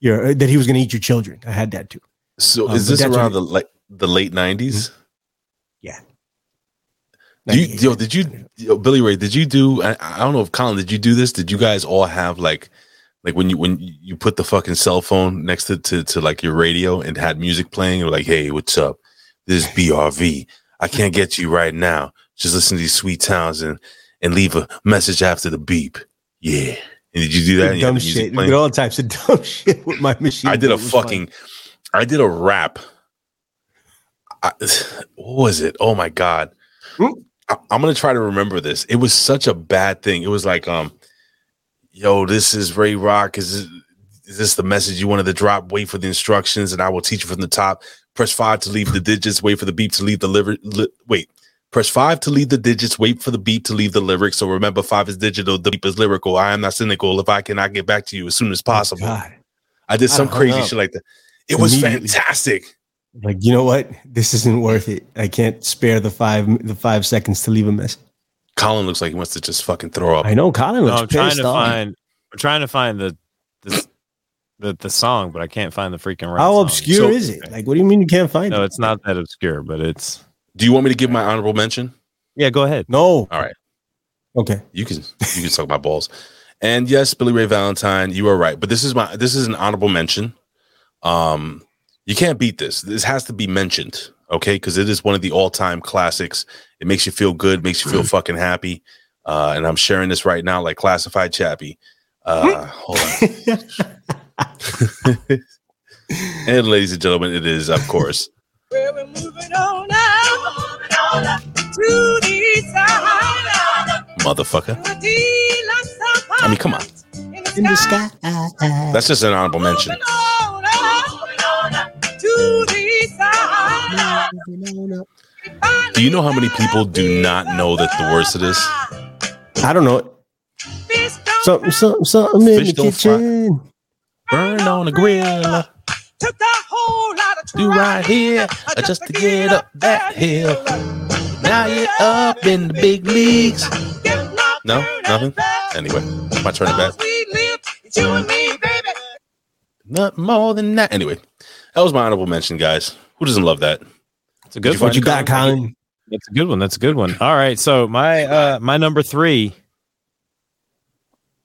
your uh, that he was going to eat your children. I had that too. So Um, is but this that's what Mm-hmm. around it- the like the late nineties? Yeah. Do you, yo, did you, yo, Billy Ray? Did you do? I, I don't know if Colin did you do this. Did you guys all have like, like when you when you put the fucking cell phone next to to, to like your radio and had music playing? You're like, hey, what's up? This is BRV. I can't get you right now. Just listen to these sweet towns and and leave a message after the beep. Yeah. And did you do that? and you had dumb the music shit. playing? Did all types of dumb shit with my machine. I did but a it was fun. fucking I did a rap. I, what was it? Oh my god! I, am gonna try to remember this. It was such a bad thing. It was like, um, yo, this is Ray Rock. Is this, is this the message you wanted to drop? Wait for the instructions, and I will teach you from the top. Press five to leave the digits. Wait for the beep to leave the liver. Li- wait. Press five to leave the digits. Wait for the beat to leave the lyrics. So remember, five is digital. The beep is lyrical. I am not cynical. If I cannot get back to you as soon as possible, I did some I hung crazy up. shit like that. It was Immediately. fantastic. Like, you know what? This isn't worth it. I can't spare the five the five seconds to leave a message. Colin looks like he wants to just fucking throw up. I know Colin No, looks I'm trying pissed to off. find. I'm trying to find the the, the, the song, but I can't find the freaking. Right How song. obscure So- is it? Like, what do you mean you can't find No, it? it's not that obscure, but it's. Do you want me to give my honorable mention? Yeah, go ahead. No. All right. Okay. You can you can suck my balls. And yes, Billy Ray Valentine, you are right. But this is my this is an honorable mention. Um, you can't beat this. This has to be mentioned, okay? Because it is one of the all time classics. It makes you feel good, makes you feel fucking happy. Uh, and I'm sharing this right now, like classified chappy. Uh, hold on. and ladies and gentlemen, it is of course Well, we're moving on up, to the side. motherfucker. A deal of supper I mean, come on. in the sky. That's just an honorable mention. To the side. Do you know how many people do not know that the words of this? I don't know. Something, something, something in Fish the don't fry. kitchen. Burn on the grill. Took the whole lot of Do right here uh, just to get up that hill. Now you're up in the big leagues. No, nothing. Anyway, my turn it back. we lived. It's you and me, baby. Not more than that. Anyway, that was my honorable mention, guys. Who doesn't love that? It's a good one. Colin? That's a good one. That's a good one. All right, so my uh my number three.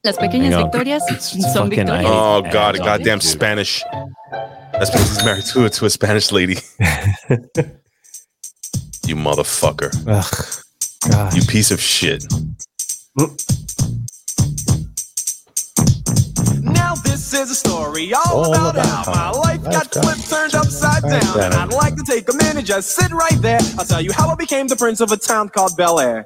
Las pequeñas Hang on. victorias son fucking- victorias. Oh hate God, that. goddamn Spanish. That's because he's married to to a Spanish lady. you motherfucker. You piece of shit. Now this is a story all, All about, about how my how life got flipped, turned upside upside down. down. I'd like to take a minute, just sit right there. I'll tell you how I became the prince of a town called Bel Air.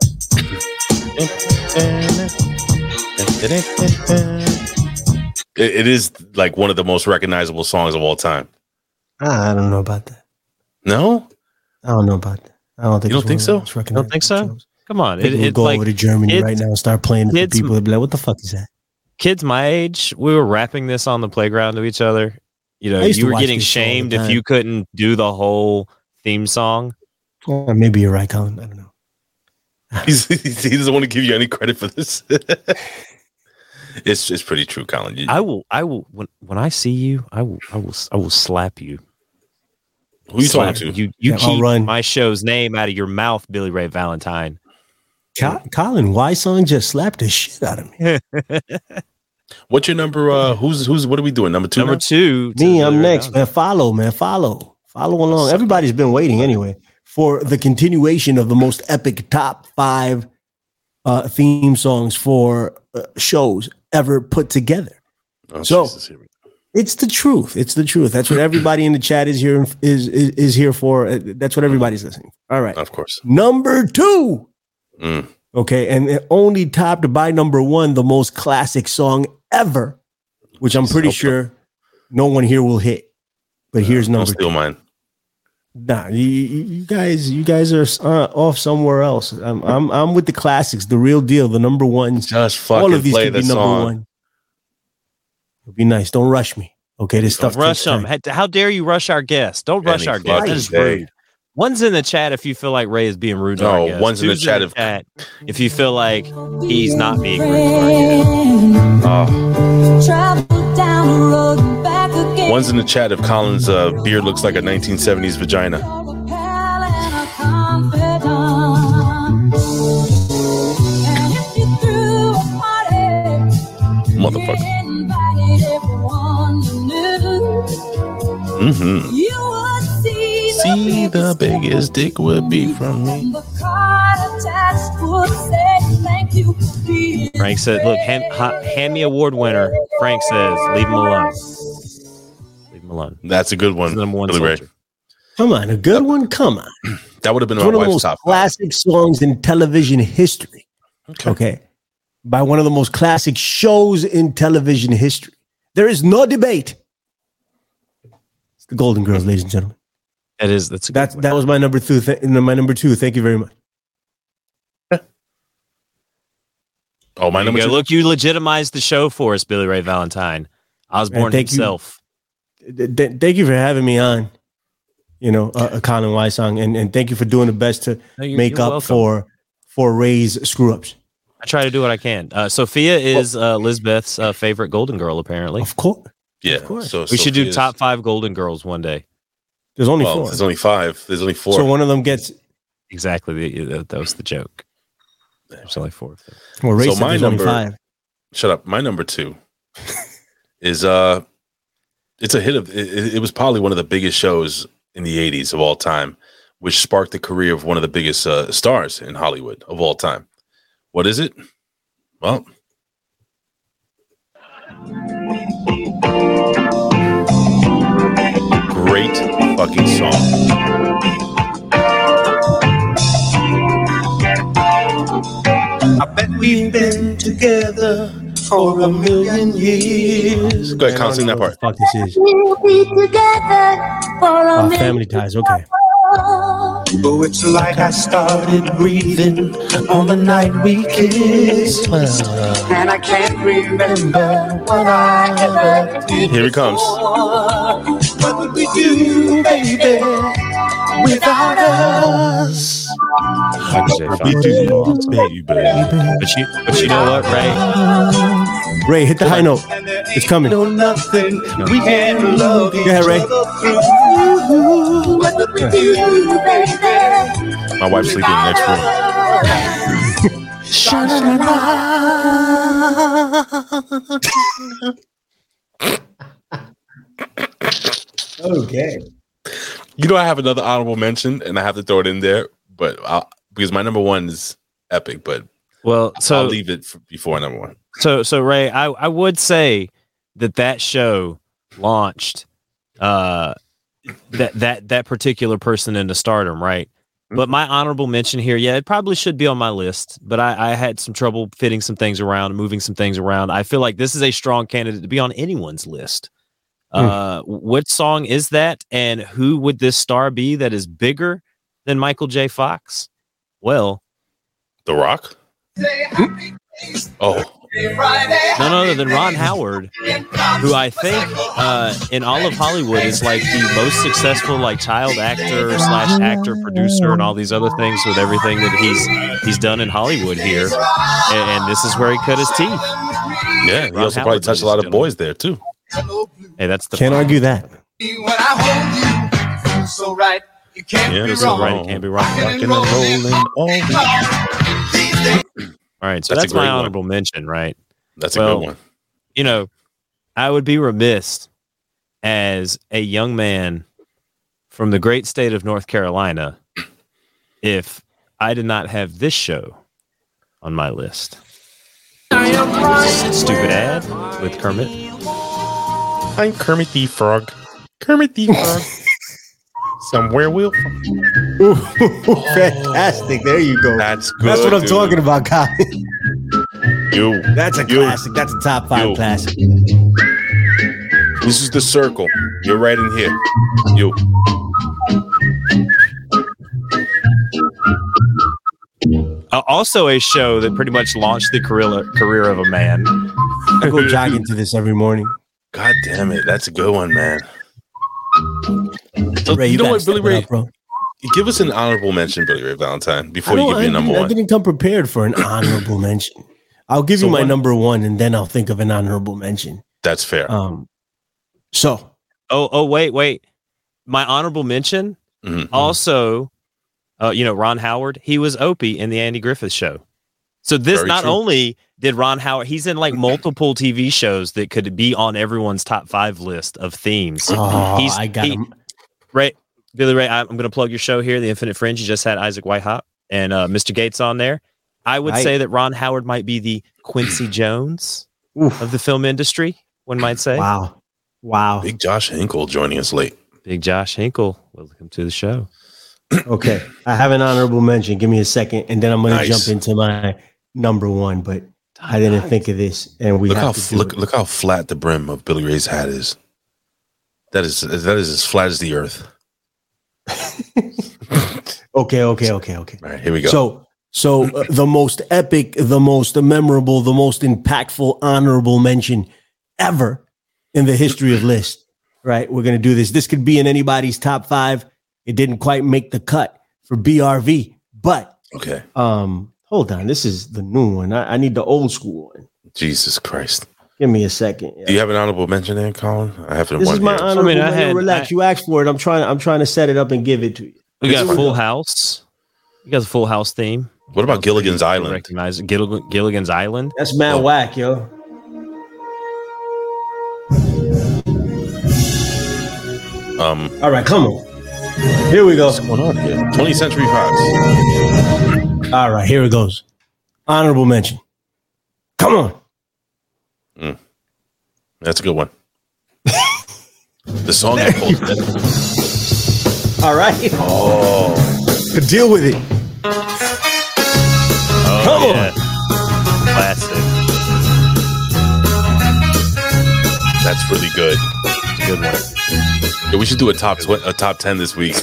It, it is like one of the most recognizable songs of all time. Ah, I don't know about that. No, I don't know about that. I don't think You it's don't think one so? of those You don't think so? Come on, It, it, we'll it's go like over to Germany it's- right now and start playing it it's- for people. They'll be like, what the fuck is that? kids my age, we were rapping this on the playground to each other. You know, I used you to were watch getting this all the shamed if time. you couldn't do the whole theme song. Uh, maybe you're right, Colin. I don't know. He's, he doesn't want to give you any credit for this. it's it's pretty true, Colin. You, I will, I will. When when I see you, I will, I will, s- I will slap you. Who you talking Slap to? You, you Yeah, I'll keep run. my show's name out of your mouth, Billy Ray Valentine. Co- Colin, why song just slapped the shit out of me? What's your number? Uh, who's who's? What are we doing? Number two. Number now? two. Me, I'm next, man. Follow, man. Follow. Follow along. Everybody's been waiting anyway for the continuation of the most epic top five uh, theme songs for uh, shows ever put together. Oh, so Jesus, here we it's the truth. It's the truth. That's what everybody in the chat is here is is, is here for. Uh, That's what everybody's listening. All right. Of course. Number two. Mm. Okay, and it only topped by number one, the most classic song ever, which I'm pretty sure no one here will hit. But here's Don't number steal mine. Nah, you, you you guys, you guys are uh, off somewhere else. I'm, I'm, I'm with the classics, the real deal, the number ones. Just fucking play the song. It'll be nice. Don't rush me. Okay, this Don't stuff. rush takes them. time. How dare you rush our guests? Don't rush Any our guests. That fucking is day. rude. One's in the chat if you feel like Ray is being rude. To No, our guests. one's in the Two's chat if- if you feel like he's not being rude. To our guests. Oh. Travel down the road and back again. One's in the chat if Colin's uh, beard looks like a 1970s vagina. Motherfucker. Mm-hmm. See, the biggest dick would be from me. Frank said, "Look, Ham, ha, Hammy Award winner." Frank says, "Leave him alone." Leave him alone. That's a good one. Number one Billy Ray. soldier. Come on, a good one. Come on. That would have been It's my one of the wife's most top. classic songs in television history. Okay. By one of the most classic shows in television history. There is no debate. It's the Golden Girls, ladies and gentlemen. That is that's That's that was my number two. Th- my number two. Thank you very much. Oh, There my you number go. two? Look, you legitimized the show for us, Billy Ray Valentine. Osborne Man, thank you. himself. Th- th- thank you for having me on. You know, a, a Colin White song, and, and thank you for doing the best to No, you're- make you're up welcome. for for Ray's screw ups. I try to do what I can. Uh, Sophia is uh, Lizbeth's uh, favorite Golden Girl, apparently. Of course. Yeah. So we should do Sophia's- top five Golden Girls one day. There's only well, four. There's only five. There's only four. So one of them gets Exactly. the- That, that was the joke. There's only four. of them. well. Ray said there's only five. Shut up. My number two is uh, it's a hit of. It, it was probably one of the biggest shows in the '80s of all time, which sparked the career of one of the biggest uh, stars in Hollywood of all time. What is it? Well, great fucking song. I bet we've been together for a million years. Go ahead, Colin, sing that part. Fuck this is We'll be together for uh, family ties. Okay. Oh, it's like I started breathing on the night we kissed. And I can't remember what I ever did. Here he comes. before. What would we do, baby, without us? Like I said, We five. do, baby. But you, but you know what, Ray? Ray, hit the high note. It's coming. No, nothing. We can love each Yeah, Ray. other through. What would we do, baby? My wife's sleeping in the next room. Okay. You know, I have another honorable mention, and I have to throw it in there, but I'll, because my number one is epic, but Well, so I'll leave it for before number one. So, so Ray, I, I would say that that show launched uh, that that that particular person into stardom, right? But my honorable mention here, yeah, it probably should be on my list, but I, I had some trouble fitting some things around, moving some things around. I feel like this is a strong candidate to be on anyone's list. Uh, what song is that, and who would this star be that is bigger than Michael J. Fox? Well, The Rock? Oh, none other than Ron Howard, who I think uh, in all of Hollywood is like the most successful like child actor slash actor producer and all these other things with everything that he's he's done in Hollywood here, and, and this is where he cut his teeth. yeah. He Ron also probably Howard, touched a lot of boys there, too. Hey, that's the Can't argue that. When I hold you, you feel so right. You can't Yeah, be this is wrong. right. It can't be wrong. Rockin' Rocking and rolling all week. All right, so That's a that's, my great one. honorable mention, right? That's a Well, good one. You know, I would be remiss as a young man from the great state of North Carolina if I did not have this show on my list. Stupid ad with Kermit. I'm Kermit the Frog. Kermit the Frog. Somewhere we'll. Ooh, fantastic. There you go. That's good. That's what I'm dude. talking about, Colin. You. That's a You. classic. That's a top five Yo. classic. This is the circle. You're right in here. You. Uh, also, a show that pretty much launched the career career of a man. I go jogging to this every morning. God damn it. That's a good one, man. So, Ray, you know gotta what, Billy step it Ray? up, bro. Give us an honorable mention, Billy Ray Valentine, before I you don't- give me I a number didn't- one. I didn't come prepared for an honorable mention. I'll give So you my what- number one, and then I'll think of an honorable mention. That's fair. Um, so Oh, oh, wait, wait. My honorable mention Mhm. also, uh, you know, Ron Howard. He was Opie in the Andy Griffith Show. So this Very not true. only did Ron Howard, he's in like multiple TV shows that could be on everyone's top five list of themes. oh, he's I got he- him. Ray, Billy Ray, I- I'm going to plug your show here, The Infinite Fringe. You just had Isaac Whitehop and uh, Mr. Gates on there. I would Right. say that Ron Howard might be the Quincy Jones Oof. of the film industry, one might say. Wow. Wow. Big Josh Hinkle joining us late. Big Josh Hinkle, welcome to the show. okay. I have an honorable mention. Give me a second, and then I'm going Nice. to jump into my number one. But I didn't think of this, and we look have how to f- do look, it. look how flat the brim of Billy Ray's hat is. That is that is as flat as the earth. Okay, okay, okay, okay. All right, here we go. So, so uh, the most epic, the most memorable, the most impactful honorable mention ever in the history of list. Right, we're going to do this. This could be in anybody's top five. It didn't quite make the cut for BRV, but okay. Um, hold on, this is the new one. I, I need the old school one. Jesus Christ. Give me a second. Do you have an honorable mention there, Colin? I have it in This one is my here. honorable. mention. relax. you asked for it. I'm trying. I'm trying to set it up and give it to you. We got This- a full house. You got a full house theme. What about Gilligan's Island? Recognize Gill- Gilligan's Island. That's mad whack, yo. Um, All right, come on. Here we go. What's going on here? 20th Century Fox. All right, here it goes. Honorable mention. Come on. Mm. That's a good one. the song I pulled. All right. Oh. Deal with it. Come on. Oh, Classic. That's really good. It's a good one. Yeah, we should do a top tw- a top ten this week.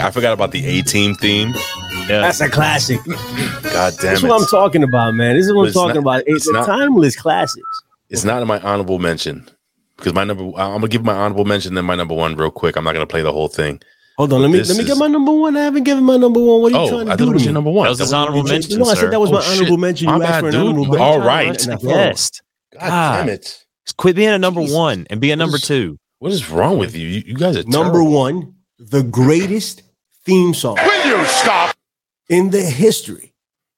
I forgot about the A team theme. That's a classic. God damn it! That's what I'm talking about, man. This is But what I'm it's talking not- about. It's, it's not- timeless classics. It's not in my honorable mention because my number. I'm gonna give my honorable mention then my number one real quick. I'm not gonna play the whole thing. Hold on, let me This let me is- get my number one. I haven't given my number one. What are you Oh, trying to I do? thought it to was me? your number one. That was his honorable mention. No, I said that was sir. my Oh, shit. honorable mention. My You asked bad, for an dude. honorable mention. All right. And I failed. Yes. God. Just Quit being a number one and be a number two. What is wrong with you? You, you guys are Number one, the greatest theme song. Will you stop? In the history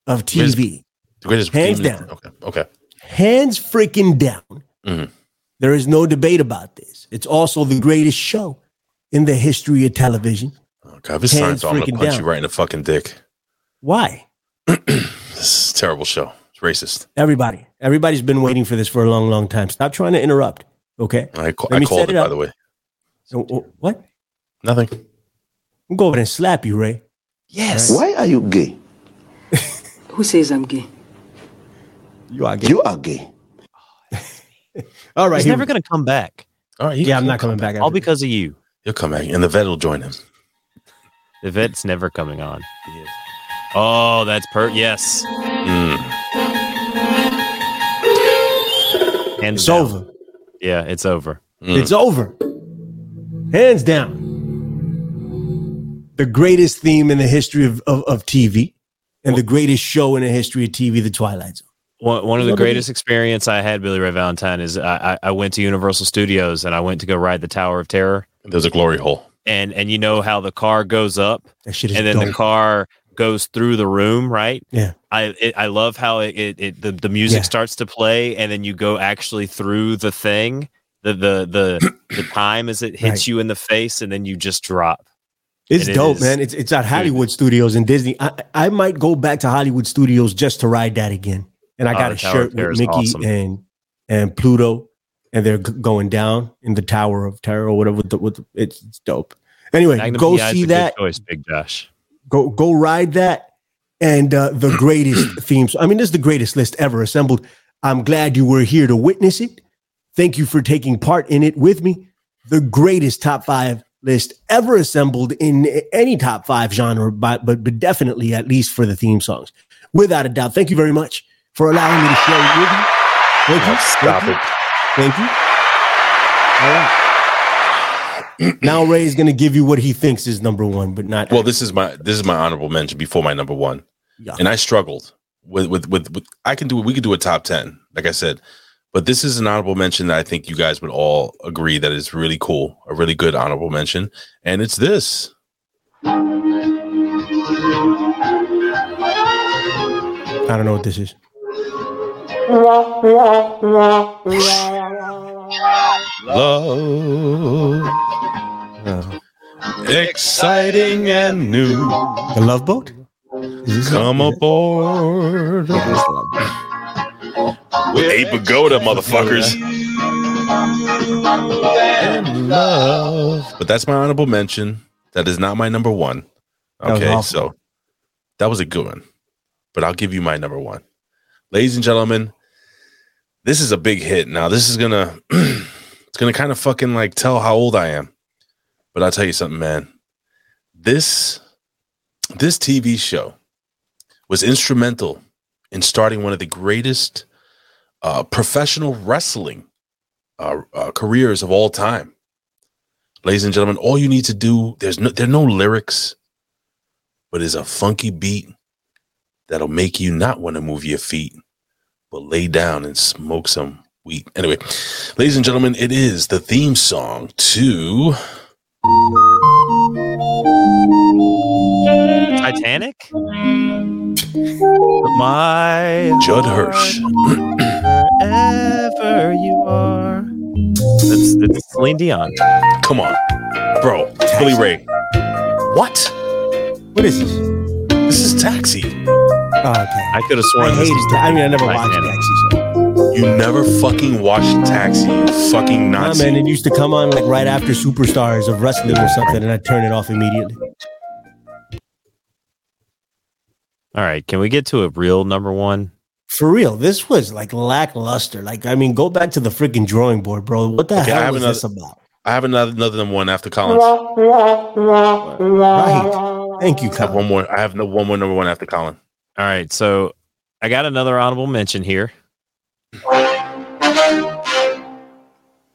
of Greatest- TV. The greatest Hands theme- down. Okay. Okay. Hands freaking down. Mhm. There is no debate about this. It's also the greatest show in the history of television. Oh, God, if it's time, Hands so I'm gonna freaking punch down. you right in the fucking dick. Why? This is a terrible show. It's racist. Everybody. Everybody's been waiting for this for a long, long time. Stop trying to interrupt. Okay. I, ca- Let I me called set it, it by up. the way. So wh- what? Nothing. I'm going over there and slap you, Ray. Yes. Why are you gay? Who says I'm gay? You are gay. You are gay. All right. He's here never we- going to come back. All right. Yeah, I'm not coming back. All because of you. He'll come back, and the vet will join him. The vet's never coming on. Oh, that's per. Yes. And It's down. over. Yeah, it's over. It's over. Hands down. The greatest theme in the history of, of, of TV and the greatest show in the history of TV, The Twilight Zone. One, one of the Nobody- greatest experience I had, Billy Ray Valentine, is I, I, I went to Universal Studios and I went to go ride the Tower of Terror. There's a glory hole. And and you know how the car goes up, That shit is and then the dope. car goes through the room, right? Yeah. I it, I love how it, it, it the, the music Yeah. starts to play, and then you go actually through the thing, the the the, the time as it hits Right. you in the face, and then you just drop. It's And it dope, is- man. It's it's at Hollywood Studios and Disney. I, I might go back to Hollywood Studios just to ride that again. And I Oh, got the a Tower of shirt Terror with is Mickey awesome. and and Pluto, and they're g- going down in the Tower of Terror or whatever. With the, with the, it's, it's dope. Anyway, Magnum PI go is a see good that. choice, Big Josh. go go ride that and uh, the greatest themes i mean this is the greatest list ever assembled i'm glad you were here to witness it thank you for taking part in it with me the greatest top five list ever assembled in any top five genre but but, but definitely at least for the theme songs without a doubt thank you very much for allowing me to share it with you thank you stop thank it. you. thank you all right now ray is going to give you what he thinks is number one but not Well, this is my this is my honorable mention before my number one, Yeah. and I struggled with with with, with I can do we could do a top ten, like I said, but this is an honorable mention that I think you guys would all agree that is really cool, a really good honorable mention, and it's this. I don't know what this is. Love, exciting and new. The Love Boat? Come aboard. With a pagoda, motherfuckers. love. But that's my honorable mention. That is not my number one. That was Okay, awful. so that was a good one. But I'll give you my number one. Ladies and gentlemen, this is a big hit. Now, this is gonna it's gonna kind of fucking like tell how old I am. But I'll tell you something, man. This this TV show was instrumental in starting one of the greatest uh, professional wrestling uh, uh, careers of all time. Ladies and gentlemen, all you need to do there's no there are no lyrics, but is a funky beat that'll make you not want to move your feet, but lay down and smoke some weed. Anyway, ladies and gentlemen, it is the theme song to Titanic? My Judd Hirsch. Wherever you are. It's, it's Celine Dion. Come on, bro. It's Billy Ray. What? What is this? This is Taxi. Oh, okay. I could have sworn I this hated was that. I mean, I never Titanic. watched Taxi. You never fucking watched Taxi, you fucking Nah, Nazi. man, it used to come on like right after Superstars of wrestling or something, and I'd turn it off immediately. All right, can we get to a real number one? For real, this was like lackluster. Like, uh, I mean, go back to the freaking drawing board, bro. What the Okay, I hell have was another. this about? I have another another than one after Collins. Right. Thank you, I have one more. I have no one more number one after Colin. All right, so I got another honorable mention here.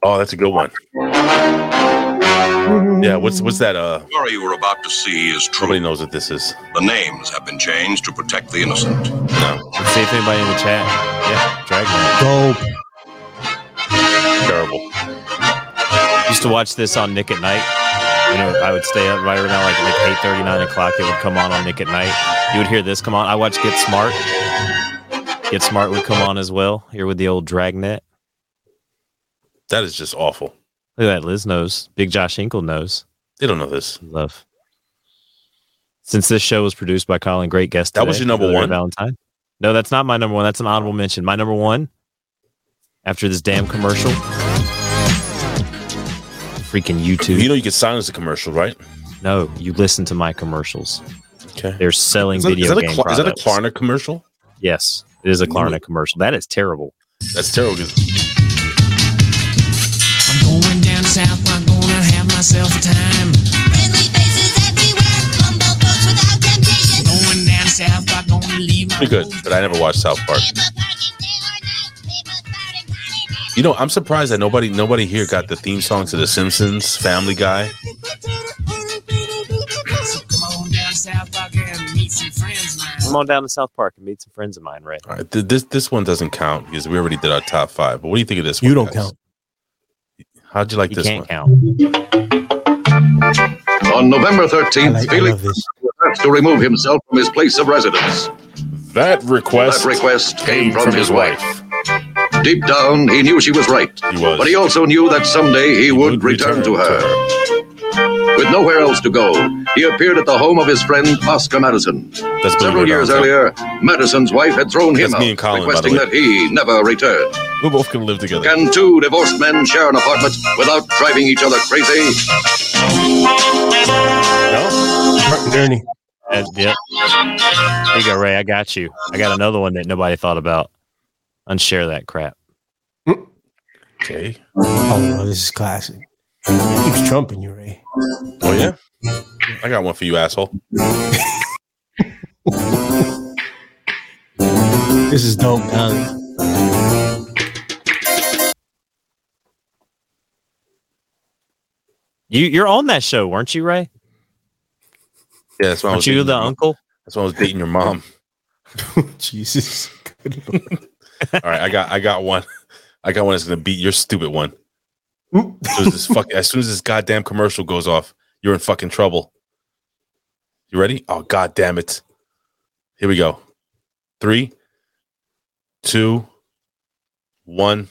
Oh, that's a good one. Yeah, what's what's that? Uh, story you are about to see is true. nobody knows what this is. The names have been changed to protect the innocent. No, Let's see if anybody in the chat. Yeah, Dragnet. Dope. Terrible. Used to watch this on Nick at Night. You know, I would stay up right around like, like 8 9 o'clock. It would come on on Nick at Night. You would hear this come on. I watched Get Smart. Get Smart would come on as well. Here with the old Dragnet. that is just awful. Look at that. Liz knows. Big Josh Hinkle knows. They don't know this. Love. Since this show was produced by Colin, great guest. That was today, your number Hillary one? Valentine. No, that's not my number one. That's an honorable mention. My number one, after this damn commercial, freaking YouTube. You know you can silence the commercial, right? No, you listen to my commercials. Okay. They're selling Is that, video is that a, game Klar- is that a products. Klarna Mm-hmm. commercial? Yes, it is a Klarna commercial. That is terrible. That's terrible. 'cause- Going down south, I'm gonna have myself a time. Going down south, I'm gonna leave my Pretty good, but I never watched South Park. You know, I'm surprised that nobody nobody here got the theme song to The Simpsons, Family Guy. So come on down south, I can meet some friends, man. Come on down to South Park and meet some friends of mine, Ray. All right, th- this this one doesn't count because we already did our top five. But what do you think of this? You one, don't guys? count. How'd you like You this can't one? count. On November 13th, Felix this. was asked to remove himself from his place of residence. That request That request came from, from his his wife. Deep down, he knew she was right. He was. But he also knew that someday he, would, return, to her. With nowhere else to go, he appeared at the home of his friend Oscar Madison. That's Several Billy Ray years Valentine. earlier, Madison's wife had thrown him That's out, me and Colin, by the requesting way. that he never return. We both can live together. Can two divorced men share an apartment without driving each other crazy? Mark and Ernie. Uh, yep. There you go, Ray. I got you. I got another one that nobody thought about. Unshare that crap. Okay. Oh, this is classic. He keeps trumping you, Ray. Oh yeah. I got one for you, asshole. This is dope. Done. You you're on that show, weren't you, Ray? Yeah, that's why I Aren't was you dating the your mom. uncle? That's why I was dating your mom. Jesus. Good lord. All right, I got I got one. I got one that's gonna beat your stupid one. As soon as this fuck, as soon as this goddamn commercial goes off, you're in fucking trouble. You ready? Oh god damn it. Here we go. Three, two, one.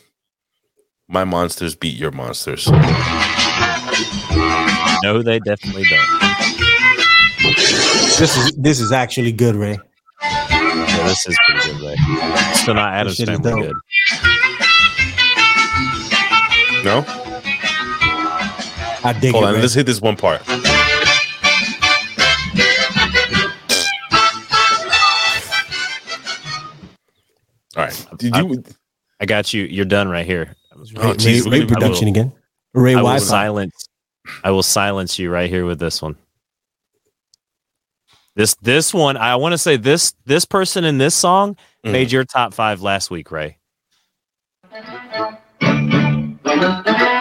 My monsters beat your monsters. No, they definitely don't. This is this is actually good, Ray. Yeah, this is pretty good, Ray. Still not Adam's shit is family dope. good. No? I dig Hold it, on, man. let's hit this one part. All right. Did you? I got you. You're done right here. Ray- geez, Ray- Ray I will- production again. Ray I will Wi-Fi. silence. I will silence you right here with this one. This this one, I want to say this this person in this song Mm. made your top five last week, Ray.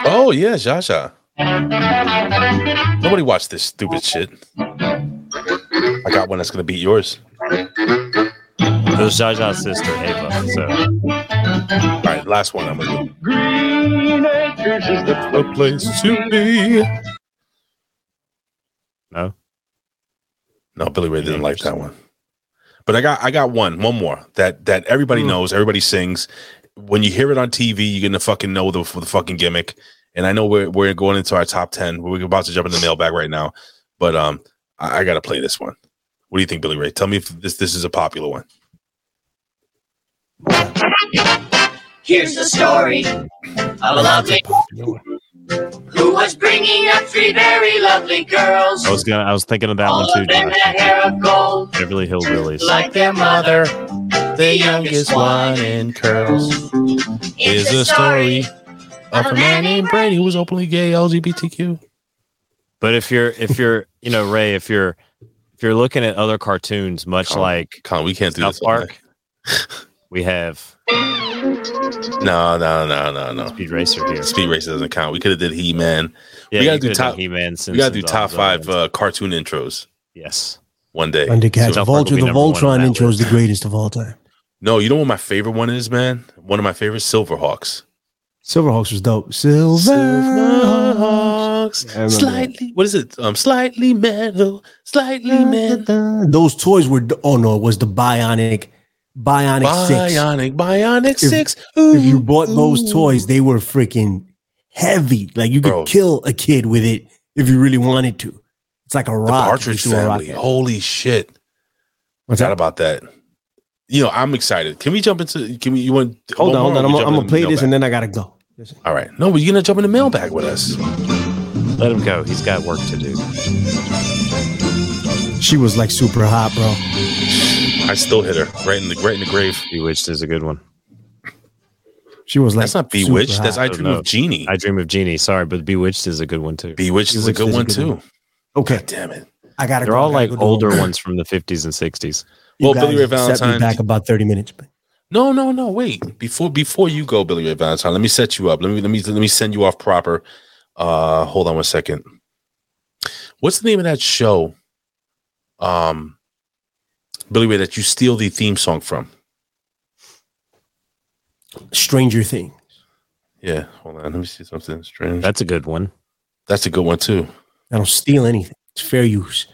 Oh, yeah, Jaja. Nobody watched this stupid shit. I got one that's going to beat yours. It was Jaja's sister, Ava. So. All right, last one I'm going to do. Green Acres is the The place to be. No. No, Billy Ray didn't like that one. But I got I got one, one more that that everybody knows, everybody sings. When you hear it on TV, you're gonna fucking know the, the fucking gimmick. And I know we're we're going into our top ten. We're about to jump in the mailbag right now, but um, I, I gotta play this one. What do you think, Billy Ray? Tell me if this this is a popular one. Here's the story of a lovely who was bringing up three very lovely girls. I was gonna. I was thinking of Oh, that All one too. of them Josh. had hair of gold, Beverly Hillbillies. like their mother. The youngest one in curls It's a story of a man named Brady who was openly gay, LGBTQ. But if you're if you're you know Ray, if you're if you're looking at other cartoons, much Oh, like Con, we can't do South this all Park, we have No, no, no, no, no. Speed Racer here. Speed Racer doesn't count. We could have did He Man. Yeah, we you gotta do could've done top He-Man, We gotta do Simpsons, top all five uh, cartoon intros. Yes, one day. Under Cat South Park will Vulture, be the number one on Voltron that intro is list. the greatest of all time. No, you know what my favorite one is, man. One of my favorite Silverhawks. Silverhawks was dope. Silver. I remember Slightly, what is it? Um, slightly metal, slightly metal. that. Those toys were. d- Oh no, it was the Bionic, Bionic, Six. Bionic, Bionic If- Six. If you bought those toys, they were freaking heavy. Like you could kill a kid with it if you really wanted to. It's like a The rock. Partridge You threw a rock Family. at it. Holy shit! What's that about that? You know, I'm excited. Can we jump into? Can we? You want? Hold one on, more, hold or on. we I'm, gonna- jump I'm gonna into play the this mailbag? and then I gotta go. All right. No, but you're gonna jump in the mailbag with us. Let him go. He's got work to do. She was like super hot, bro. I still hit her right in the right in the grave. Bewitched is a good one. She was like That's not super Bewitched. hot. That's I Dream of Genie. I Dream of Genie. Sorry, but Bewitched is a good one too. Bewitched is a good one too. Okay. damn it. I gotta. They're go, all I like gotta go do older homework. ones from the 50s and 60s. You Well, Billy guys Ray set me Valentine- back about thirty minutes. No, no, no. Wait before before you go, Billy Ray Valentine. Let me set you up. Let me let me let me send you off proper. Uh, hold on one second. What's the name of that show? Um, Billy Ray, that you steal the theme song from? Stranger Thing. Yeah, hold on. Let me see something strange. That's a good one. That's a good one too. I don't steal anything. It's fair use.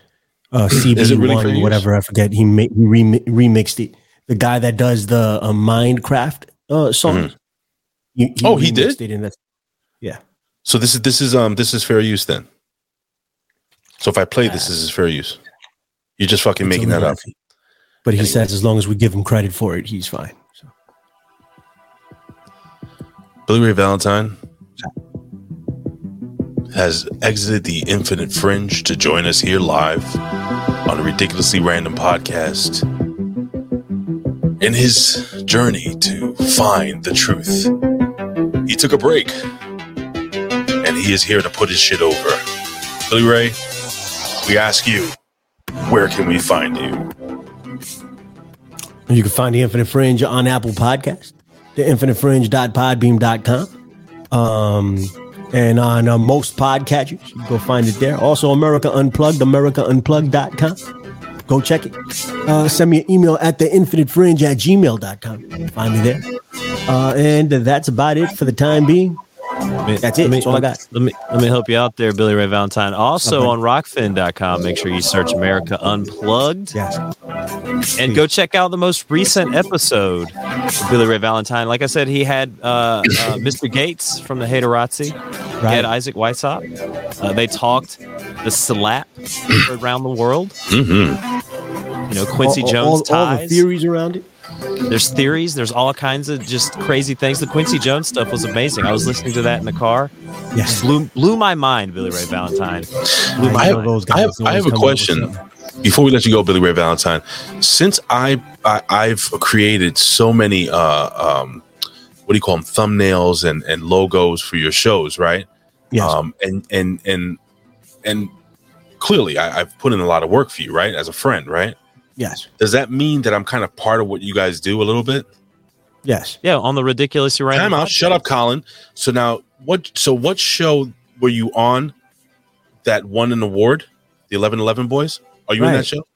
Uh, CB Is it really fair one, use? whatever I forget. He, ma- he remi- remixed it. The guy that does the uh, Minecraft uh, song. Mm-hmm. Oh, he remixed did? It and that's, yeah. So this is this is um this is fair use then. So if I play this, this is fair use. You're just fucking It's making a that up. little But he says as long as we give him credit for it, he's fine. Billy Ray Valentine has exited the infinite fringe to join us here live on a ridiculously random podcast in his journey to find the truth. He took a break and he is here to put his shit over. Billy Ray, we ask you, where can we find you? You can find The Infinite Fringe on Apple Podcast, theinfinitefringe.podbeam.com, um, and on uh, most podcatchers. You can go find it there. Also, America Unplugged, americaunplugged.com. Go check it. Uh, send me an email at theinfinitefringe at gmail.com. You can Find me there. Uh, and that's about it for the time being. That's it. That's all I got. Let me let me help you out there, Billy Ray Valentine. Also on rockfin.com, make sure you search America Unplugged. And go check out the most recent episode of Billy Ray Valentine. Like I said, he had uh, uh, Mr. Gates from the Haterazzi. He had Isaac Weissop. Uh, they talked the slap around the world. Mm-hmm. You know, Quincy All- Jones all- Mm-hmm. all, all the ties. theories around it. There's theories. There's all kinds of just crazy things. The Quincy Jones stuff was amazing. I was listening to that in the car. Yes. Blew, blew my mind, Billy Ray Valentine. Blew my I have, mind. I have, I have a question before we let you go, Billy Ray Valentine. Since I, I I've created so many uh um what do you call them thumbnails and and logos for your shows, right? Yes. Um and and and and clearly I, I've put in a lot of work for you, right? As a friend, right? Yes. Does that mean that I'm kind of part of what you guys do a little bit? Yes. Yeah, on the ridiculous you Time out. Shut up, Colin. So now what so what show were you on that won an award? The eleven eleven boys? Are you in Right. that show?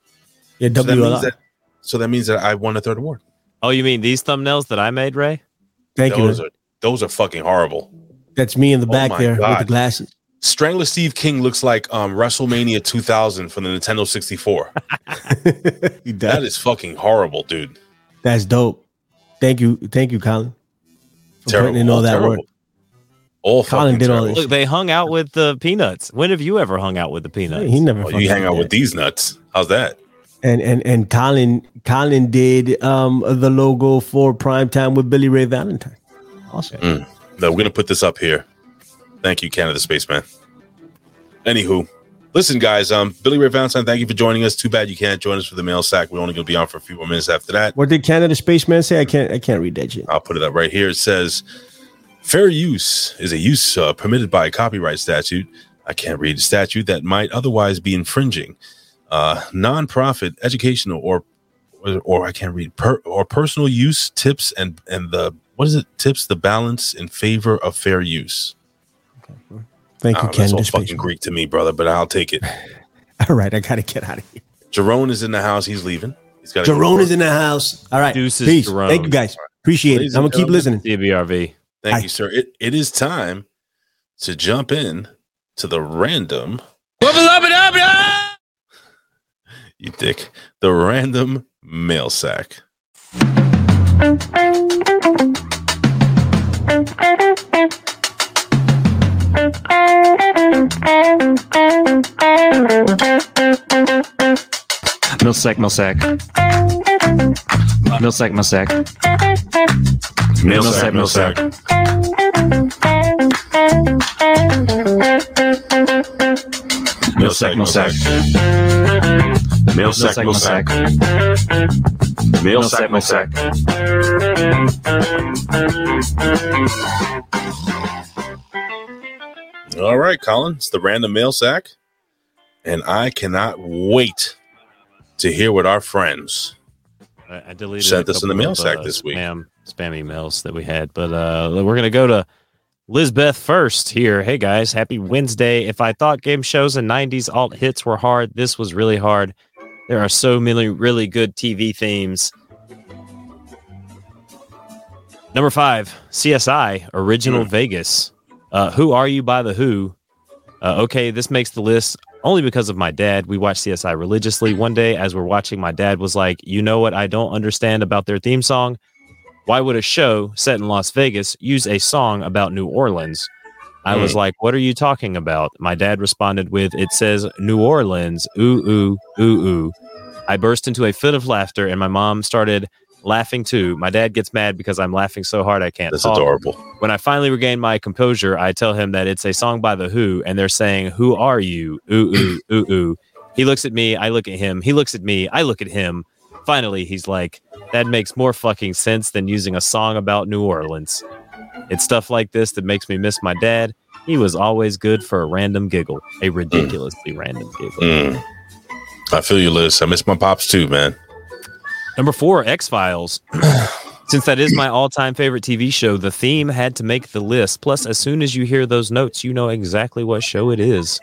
Yeah, So that, means WLI. that, so that means that I won a third award. Oh, you mean these thumbnails that I made, Ray? Thank you. those Are, those are fucking horrible. Oh That's me in the back my there with the God. glasses. Strangler Steve King looks like um, WrestleMania 2000 from the Nintendo 64. that is fucking horrible, dude. That's dope. Thank you, thank you, Colin. For putting in Terrible, all that terrible. work. All Colin fucking did all terrible. this. Look, they hung out with the peanuts. When have you ever hung out with the peanuts? He never Oh, fucking you hang out did. with these nuts. How's that? and and and Colin Colin did um the logo for Primetime with Billy Ray Valentine. Awesome. Mm. No, we're gonna put this up here. Thank you, Canada Spaceman. Anywho, listen, guys. Um, Billy Ray Valentine, thank you for joining us. Too bad you can't join us for the mail sack. We're only gonna be on for a few more minutes after that. What did Canada Spaceman say? I can't I can't read that shit. I'll put it up right here. It says, "Fair use is a use uh, permitted by copyright statute." I can't read a statute that might otherwise be infringing. Uh, nonprofit, educational, or or I can't read per, or personal use tips and and the what is it tips the balance in favor of fair use. Thank I you, don't know, That's all Canada fucking Spaceman. Greek to me, brother. But I'll take it. All right, I gotta get out of here. Jerome is in the house. He's leaving. He's got Jerome is in the house. All right. Deuces, Peace. Jerome. Thank you guys. Appreciate Ladies it. I'm and gonna keep gentlemen, listening. DBRV. Thank you, sir. It, it is time to jump in to the random. You dick. The random mail sack. Milsec, milsec. Milsec, milsec. Milsec, milsec. Milsec, milsec. Milsec, milsec. Milsec, milsec. All right, Colin. It's the random mail sack. And I cannot wait to hear what our friends I, I deleted sent a us in the couple mail of, sack uh, this week. Spam, spam emails that we had, but uh, we're gonna go to Lizbeth first here. Hey guys, happy Wednesday. If I thought game shows and '90s alt hits were hard, this was really hard. There are so many really good TV themes. Number five, CSI Original Hmm. Vegas. Uh, Who Are You by the Who? Uh, okay, this makes the list only because of my dad. We watch CSI religiously. One day, as we're watching, my dad was like, You know what I don't understand about their theme song? Why would a show set in Las Vegas use a song about New Orleans? I was Hmm. like, What are you talking about? My dad responded with, It says New Orleans. Ooh, ooh, ooh, ooh. I burst into a fit of laughter, and my mom started laughing too. My dad gets mad because I'm laughing so hard I can't That's talk. adorable. When I finally regain my composure, I tell him that it's a song by The Who, and they're saying, Who are you? Ooh, ooh, ooh, ooh. He looks at me, I look at him. He looks at me, I look at him. Finally, he's like, That makes more fucking sense than using a song about New Orleans. It's stuff like this that makes me miss my dad. He was always good for a random giggle, a ridiculously random giggle. Mm. I feel you, Liz. I miss my pops too, man. Number four, X Files. Since that is my all time favorite TV show, the theme had to make the list. Plus, as soon as you hear those notes, you know exactly what show it is.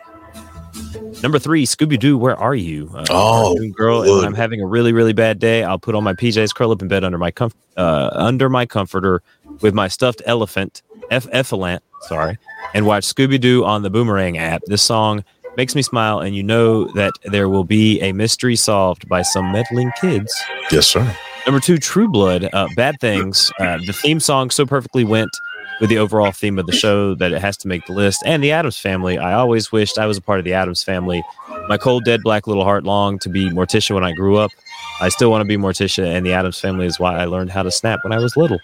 Number three, Scooby Doo, where are you? Uh, Oh, Cartoon girl, and when I'm having a really, really bad day, I'll put on my PJs, curl up in bed under my comf- uh, under my comforter with my stuffed elephant, F Effalant, sorry, and watch Scooby Doo on the Boomerang app. This song makes me smile, and you know that there will be a mystery solved by some meddling kids. Yes, sir. Number two, True Blood, uh, Bad Things. Uh, the theme song so perfectly went with the overall theme of the show that it has to make the list. And the Adams Family. I always wished I was a part of the Adams Family. My cold, dead, black little heart longed to be Morticia when I grew up. I still want to be Morticia, and the Adams family is why I learned how to snap when I was little.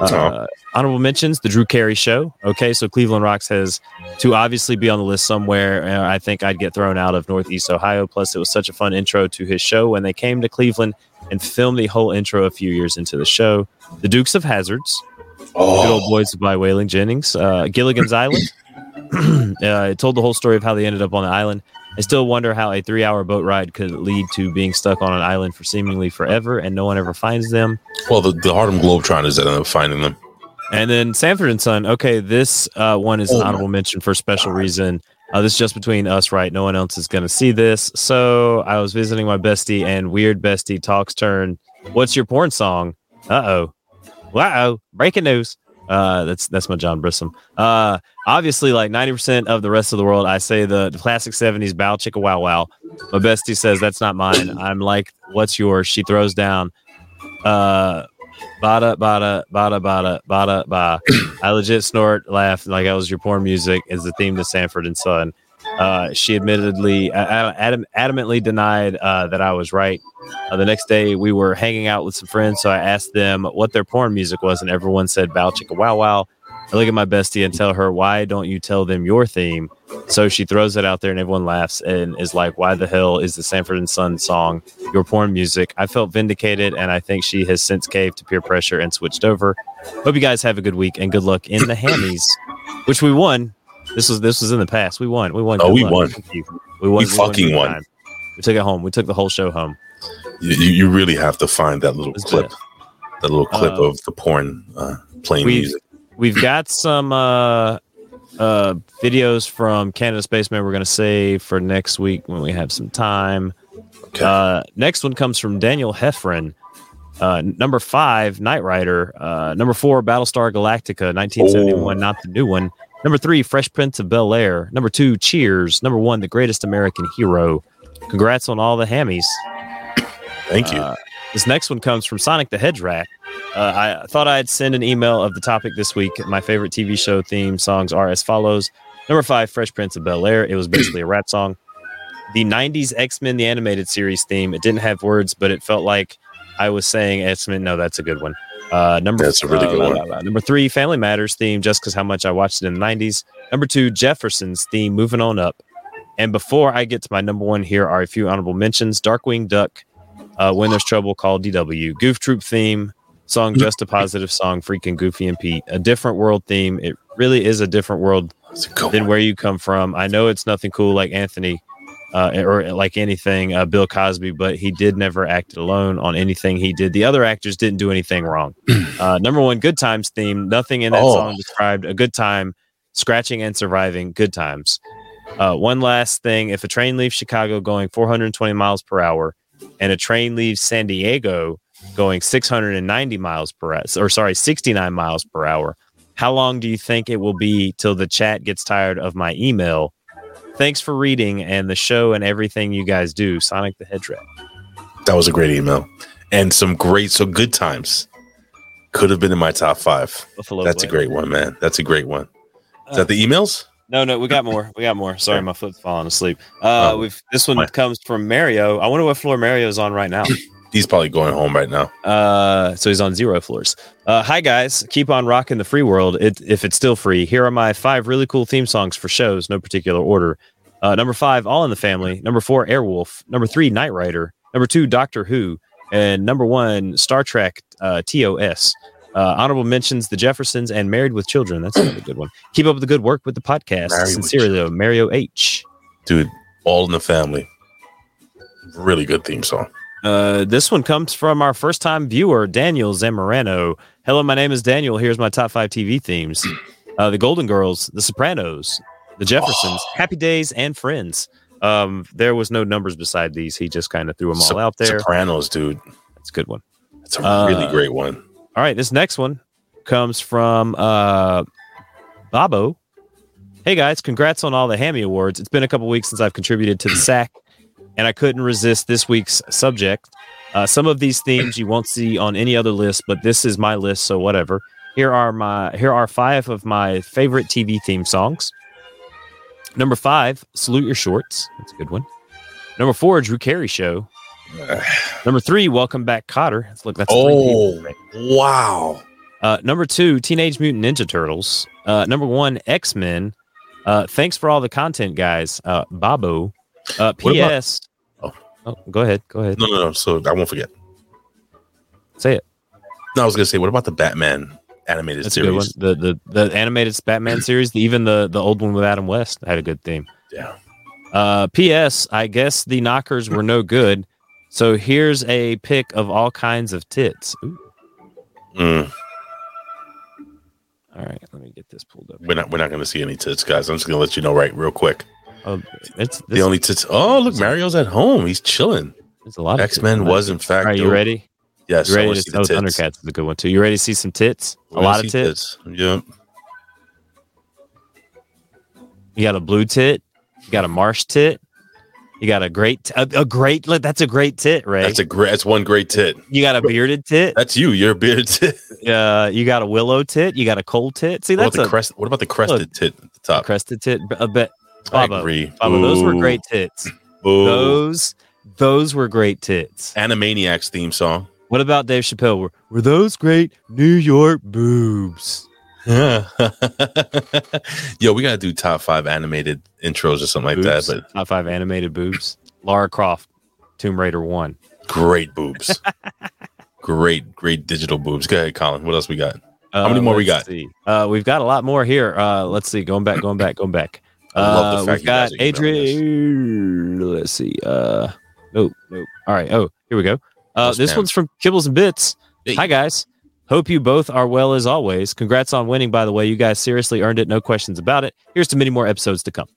Uh, honorable mentions: The Drew Carey Show. Okay, so Cleveland Rocks has to obviously be on the list somewhere. And I think I'd get thrown out of Northeast Ohio. Plus, it was such a fun intro to his show when they came to Cleveland and filmed the whole intro a few years into the show. The Dukes of Hazards. Oh. Good old boys by Waylon Jennings. Uh, Gilligan's Island. uh, it told the whole story of how they ended up on the island. I still wonder how a three-hour boat ride could lead to being stuck on an island for seemingly forever and no one ever finds them. Well, the, the Harlem Globetrotters ended up finding them. And then Sanford and Son. Okay, this uh, one is an honorable mention for a special reason. Uh, this is just between us, right? No one else is going to see this. So I was visiting my bestie, and weird bestie talks turn. What's your porn song? Uh oh. Wow. Breaking news. Uh, that's that's my John Brissom. Uh, obviously, like ninety percent of the rest of the world, I say the, the classic seventies bow chicka wow wow. My bestie says that's not mine. I'm like, what's yours? She throws down. Uh, bada bada bada bada bada ba. I legit snort, laugh like I was your porn music is the theme to Sanford and Son. Uh, she admittedly uh, adam- adamantly denied uh, that I was right. Uh, the next day, we were hanging out with some friends, so I asked them what their porn music was, and everyone said "Bow Chicka Wow Wow." I look at my bestie and tell her, "Why don't you tell them your theme?" So she throws it out there, and everyone laughs and is like, "Why the hell is the Sanford and Son song your porn music?" I felt vindicated, and I think she has since caved to peer pressure and switched over. Hope you guys have a good week and good luck in the hammies, which we won. This was this was in the past. We won. We won. Oh, Good we luck. won. Thank you. We won. We fucking big won. time. We took it home. We took the whole show home. You, you you really have to find that little clip, that little clip Uh, of the porn uh, playing we've, music. We've got some uh, uh, videos from Canada Spaceman we're going to save for next week when we have some time. Uh, next one comes from Daniel Heffron. Uh, number five, Knight Rider. Uh, number four, Battlestar Galactica, 1971, not the new one. Number three, Fresh Prince of Bel Air. Number two, Cheers. Number one, The Greatest American Hero. Congrats on all the hammies. Thank uh, you. this next one comes from Sonic the Hedgehog. Uh, I thought I'd send an email of the topic this week. My favorite TV show theme songs are as follows. Number five, Fresh Prince of Bel Air. It was basically a rap song. The 90s X Men, the animated series theme. It didn't have words, but it felt like I was saying X Men. No, that's a good one. Uh, number That's a really uh, good la, one. la, la. Number three, Family Matters theme, just because how much I watched it in the 90s. Number two, Jefferson's theme, moving on up. And before I get to my number one, here are a few honorable mentions Darkwing Duck, uh, When There's Trouble, Call DW, Goof Troop theme, song Just a Positive Song, Freaking Goofy and Pete, a different world theme. It really is a different world than where you come from. I know it's nothing cool like Anthony uh, or like anything uh, Bill Cosby, but he did never act alone on anything he did. The other actors didn't do anything wrong. Uh, number one, Good Times theme. Nothing in that Oh. song described a good time, scratching and surviving. Good times. Uh, one last thing: if a train leaves Chicago going 420 miles per hour, and a train leaves San Diego going 690 miles per hour, or sorry, 69 miles per hour, how long do you think it will be till the chat gets tired of my email? Thanks for reading and the show and everything you guys do. Sonic the Hedgehog. That was a great email, and some great so good times. Could have been in my top five. Buffalo That's a Wild. great one, man. That's a great one. Is Uh, that the emails? No, no, we got more. We got more. Sorry, my foot's falling asleep. Uh, Oh. we've this one comes from Mario. I wonder what floor Mario's on right now. He's probably going home right now. Uh, so he's on zero floors. Uh, hi guys, keep on rocking the free world. It, if it's still free, here are my five really cool theme songs for shows, no particular order. Uh, number five, All in the Family. Number four, Airwolf. Number three, Knight Rider. Number two, Doctor Who. And number one, Star Trek uh, TOS. Uh, honorable mentions: The Jeffersons and Married with Children. That's another good one. Keep up the good work with the podcast. Married with Sincerely, Mario H. Dude, All in the Family. Really good theme song. Uh, this one comes from our first time viewer, Daniel Zamorano. Hello, my name is Daniel. Here's my top five TV themes uh, The Golden Girls, The Sopranos, The Jeffersons, Happy Days, and Friends. Um, there was no numbers beside these. He just kind of threw them all Sop- out there. Sopranos, dude. That's a good one. That's a Uh, really great one. All right, this next one comes from uh, Babo. Hey guys, congrats on all the Hammy Awards. It's been a couple weeks since I've contributed to the SAC, and I couldn't resist this week's subject. Uh, some of these themes you won't see on any other list, but this is my list, so whatever. Here are my here are five of my favorite TV theme songs. Number five, salute your shorts. That's a good one. Number four, Drew Carey show. Number three, Welcome Back Cotter. Let's look. That's three Oh, people. wow. Uh, number two, Teenage Mutant Ninja Turtles. Uh, number one, X Men. Uh, thanks for all the content, guys. Uh, Babo. Uh, What about- P.S. oh. go ahead. Go ahead. No, no, no. So I won't forget. Say it. No, I was gonna say, what about the Batman animated That's a good one. series? The the the animated Batman series, even the the old one with Adam West had a good theme. Yeah. Uh, P.S. I guess the knockers were no good. So here's a pic of all kinds of tits. Ooh. Mm, All right, let me get this pulled up. We're not we're not gonna see any tits, guys. I'm just gonna let you know right real quick. Oh, it's the only tits. Oh, look, Mario's at home. He's chilling. There's a lot. X Men was in fact. Are you dope. ready? Yes. You I ready to wanna see oh, Thundercats is a good one too. You ready to see some tits? I a wanna lot see of tits. Yep. You got a blue tit. You got a marsh tit. You got a great t- a, a great. look, That's a great tit, Ray. That's a great. That's one great tit. You got a bearded tit. That's you. You're a bearded tit. Uh, you got a willow tit. You got a cold tit. See, What about that's the a crest- what about the crested tit at the top? Crested tit. A bit. I Baba, agree. Baba, those were Boo. great tits. Boo. Those those were great tits. Animaniacs theme song. What about Dave Chappelle? Were, were those great New York boobs? Yo, we gotta do top five animated intros or something like boobs? that. Top five animated boobs. Lara Croft, Tomb Raider one. But great boobs. great, great digital boobs. Go ahead, Colin. What else we got? How many Uh, more we got? let's see. Uh, we've got a lot more here. Uh, let's see. Going back, going back, going back. I love the Uh, fact we've you guys got are Adrian. Let's see. Uh, nope, nope. All right. Oh, here we go. Uh, Yes, this ma'am. one's from Kibbles and Bits. Hey. Hi guys. Hope you both are well as always. Congrats on winning, by the way. You guys seriously earned it. No questions about it. Here's to many more episodes to come.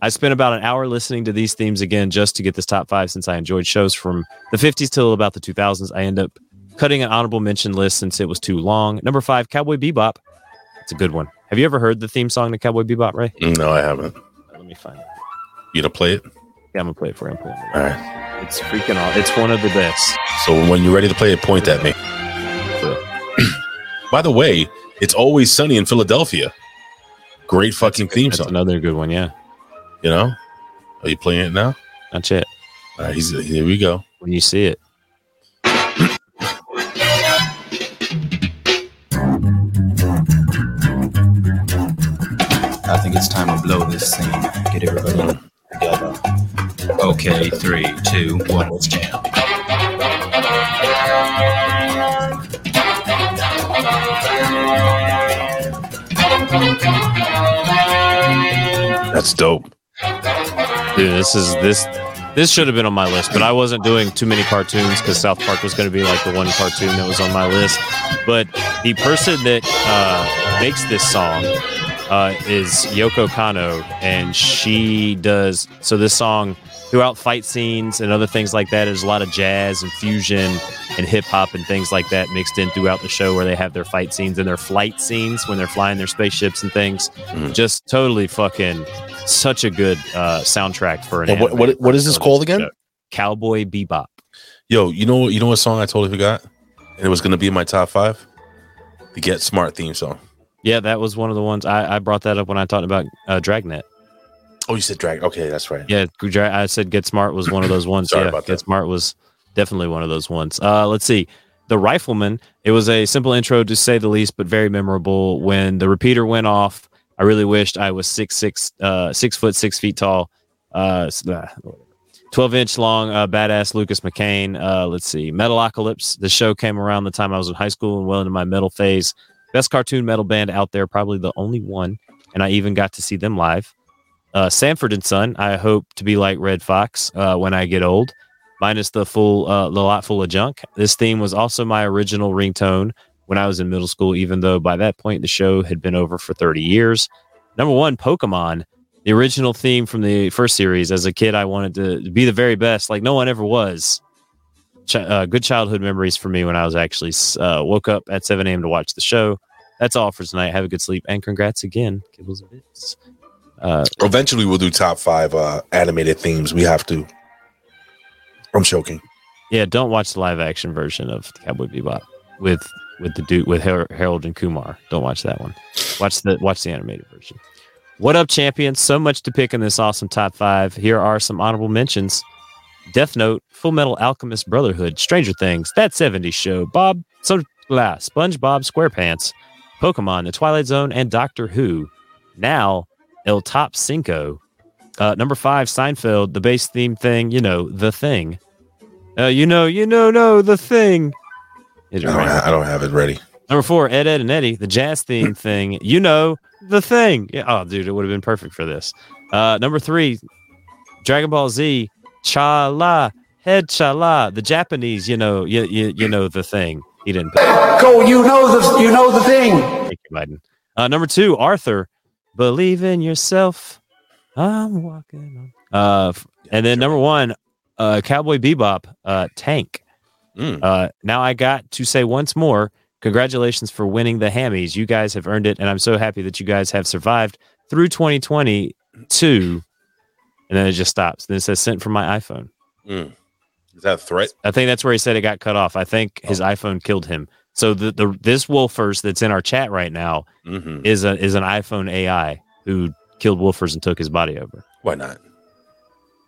I spent about an hour listening to these themes again just to get this top five since I enjoyed shows from the 50s till about the 2000s. I end up cutting an honorable mention list since it was too long. Number five, Cowboy Bebop. It's a good one. Have you ever heard the theme song to Cowboy Bebop, Ray? No, I haven't. Let me find it. You gonna play it? Yeah, I'm gonna play it for him. Play it. All right. It's freaking aw It's one of the best. So when you're ready to play it, point at me. By the way, it's always sunny in Philadelphia. Great fucking theme That's song. another good one. Yeah, You know? Are you playing it now? that's it. All right, he's, here we go. When you see it, I think it's time to blow this thing. Get everybody together. Okay, three, two, one, let's jam. That's dope. dude. This is this. This should have been on my list, but I wasn't doing too many cartoons because South Park was going to be like the one cartoon that was on my list. But the person that uh, makes this song uh, is Yoko Kano, and she does so. This song throughout fight scenes and other things like that, there's a lot of jazz and fusion and hip hop and things like that mixed in throughout the show where they have their fight scenes and their flight scenes when they're flying their spaceships and things. Mm-hmm. Just totally fucking such a good uh, soundtrack for an. And what- anime. what- what is this called again? Cowboy Bebop. Yo, you know you know what song I totally forgot? And it was gonna be in my top five? The Get Smart theme song. Yeah, that was one of the ones I, I brought that up when I talked about uh, Dragnet. Oh, you said drag. Okay, that's right. Yeah, Dra- I said Get Smart was one of those ones. Sorry yeah, about Get Smart was definitely one of those ones. Uh, let's see. The Rifleman. It was a simple intro to say the least, but very memorable. When the repeater went off, I really wished I was six six uh, six foot six feet tall, uh, s- uh, twelve inch long, uh, badass Lucas McCain. Uh, let's see, Metalocalypse. The show came around the time I was in high school and well into my metal phase. Best cartoon metal band out there, probably the only one, and I even got to see them live uh, Sanford and Son. I hope to be like Red Fox uh, when I get old, minus the full, uh, the lot full of junk. This theme was also my original ringtone when I was in middle school, even though by that point the show had been over for 30 years. Number one, Pokemon. The original theme from the first series. As a kid, I wanted to be the very best, like no one ever was. Ch- uh, good childhood memories for me when I was actually uh, woke up at 7 a.m. to watch the show. That's all for tonight. Have a good sleep and congrats again, Kibbles and Bits. Uh, Eventually we'll do top five uh animated themes. We have to. I'm choking. Yeah, don't watch the live action version of Cowboy Bebop with with the dude with Har- Harold and Kumar. Don't watch that one. Watch the watch the animated version. What up, champions? So much to pick in this awesome top five. Here are some honorable mentions. Death Note, Full Metal Alchemist Brotherhood, Stranger Things, That 70s Show, Bob, so, blah, SpongeBob SquarePants, Pokemon, The Twilight Zone, and Doctor Who. Now, El Top Cinco. Uh, number five, Seinfeld, the bass theme thing, you know, The Thing. Uh, you know, you know, no, The Thing. I don't, ha- I don't have it ready. Number four, Ed, Ed, and Eddie, the jazz theme thing. You know, the thing. Yeah, oh, dude, it would have been perfect for this. Uh, number three, Dragon Ball Z, Cha La, Head Cha La, the Japanese, you know, you, you, you know, the thing. He didn't put Go, you know the you know the thing. Thank you, Biden. Uh, number two, Arthur, believe in yourself. I'm walking on. Uh, f- and then number one, uh, Cowboy Bebop, uh, Tank. Uh, now I got to say once more, congratulations for winning the hammies. You guys have earned it, and I'm so happy that you guys have survived through 2022. And then it just stops. Then it says sent from my iPhone. Mm. Is that a threat? I think that's where he said it got cut off. I think his iPhone killed him. So the, the this Wolfers that's in our chat right now Mhm. is a is an iPhone AI who killed Wolfers and took his body over. Why not?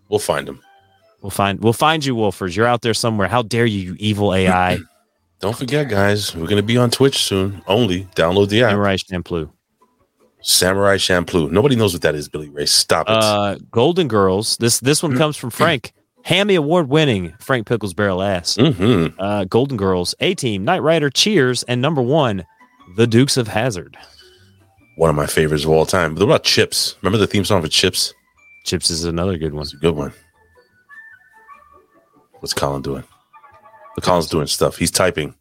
We'll find him. We'll find we'll find you, Wolfers. You're out there somewhere. How dare you, you evil AI? Don't forget, guys, we're gonna be on Twitch soon. Only download the app. Samurai Champloo. Samurai Champloo. Nobody knows what that is, Billy Ray. Stop it. Uh, Golden Girls. This this one comes from Frank. Hammy Award winning Frank Pickles Barrel Ass. Mm-hmm. Uh, Golden Girls, A Team, Knight Rider, Cheers, and number one, The Dukes of Hazard. one of my favorites of all time. But what about Chips? Remember the theme song for Chips? Chips is another good one. It's a good one. What's Colin doing? But Colin's doing stuff. He's typing.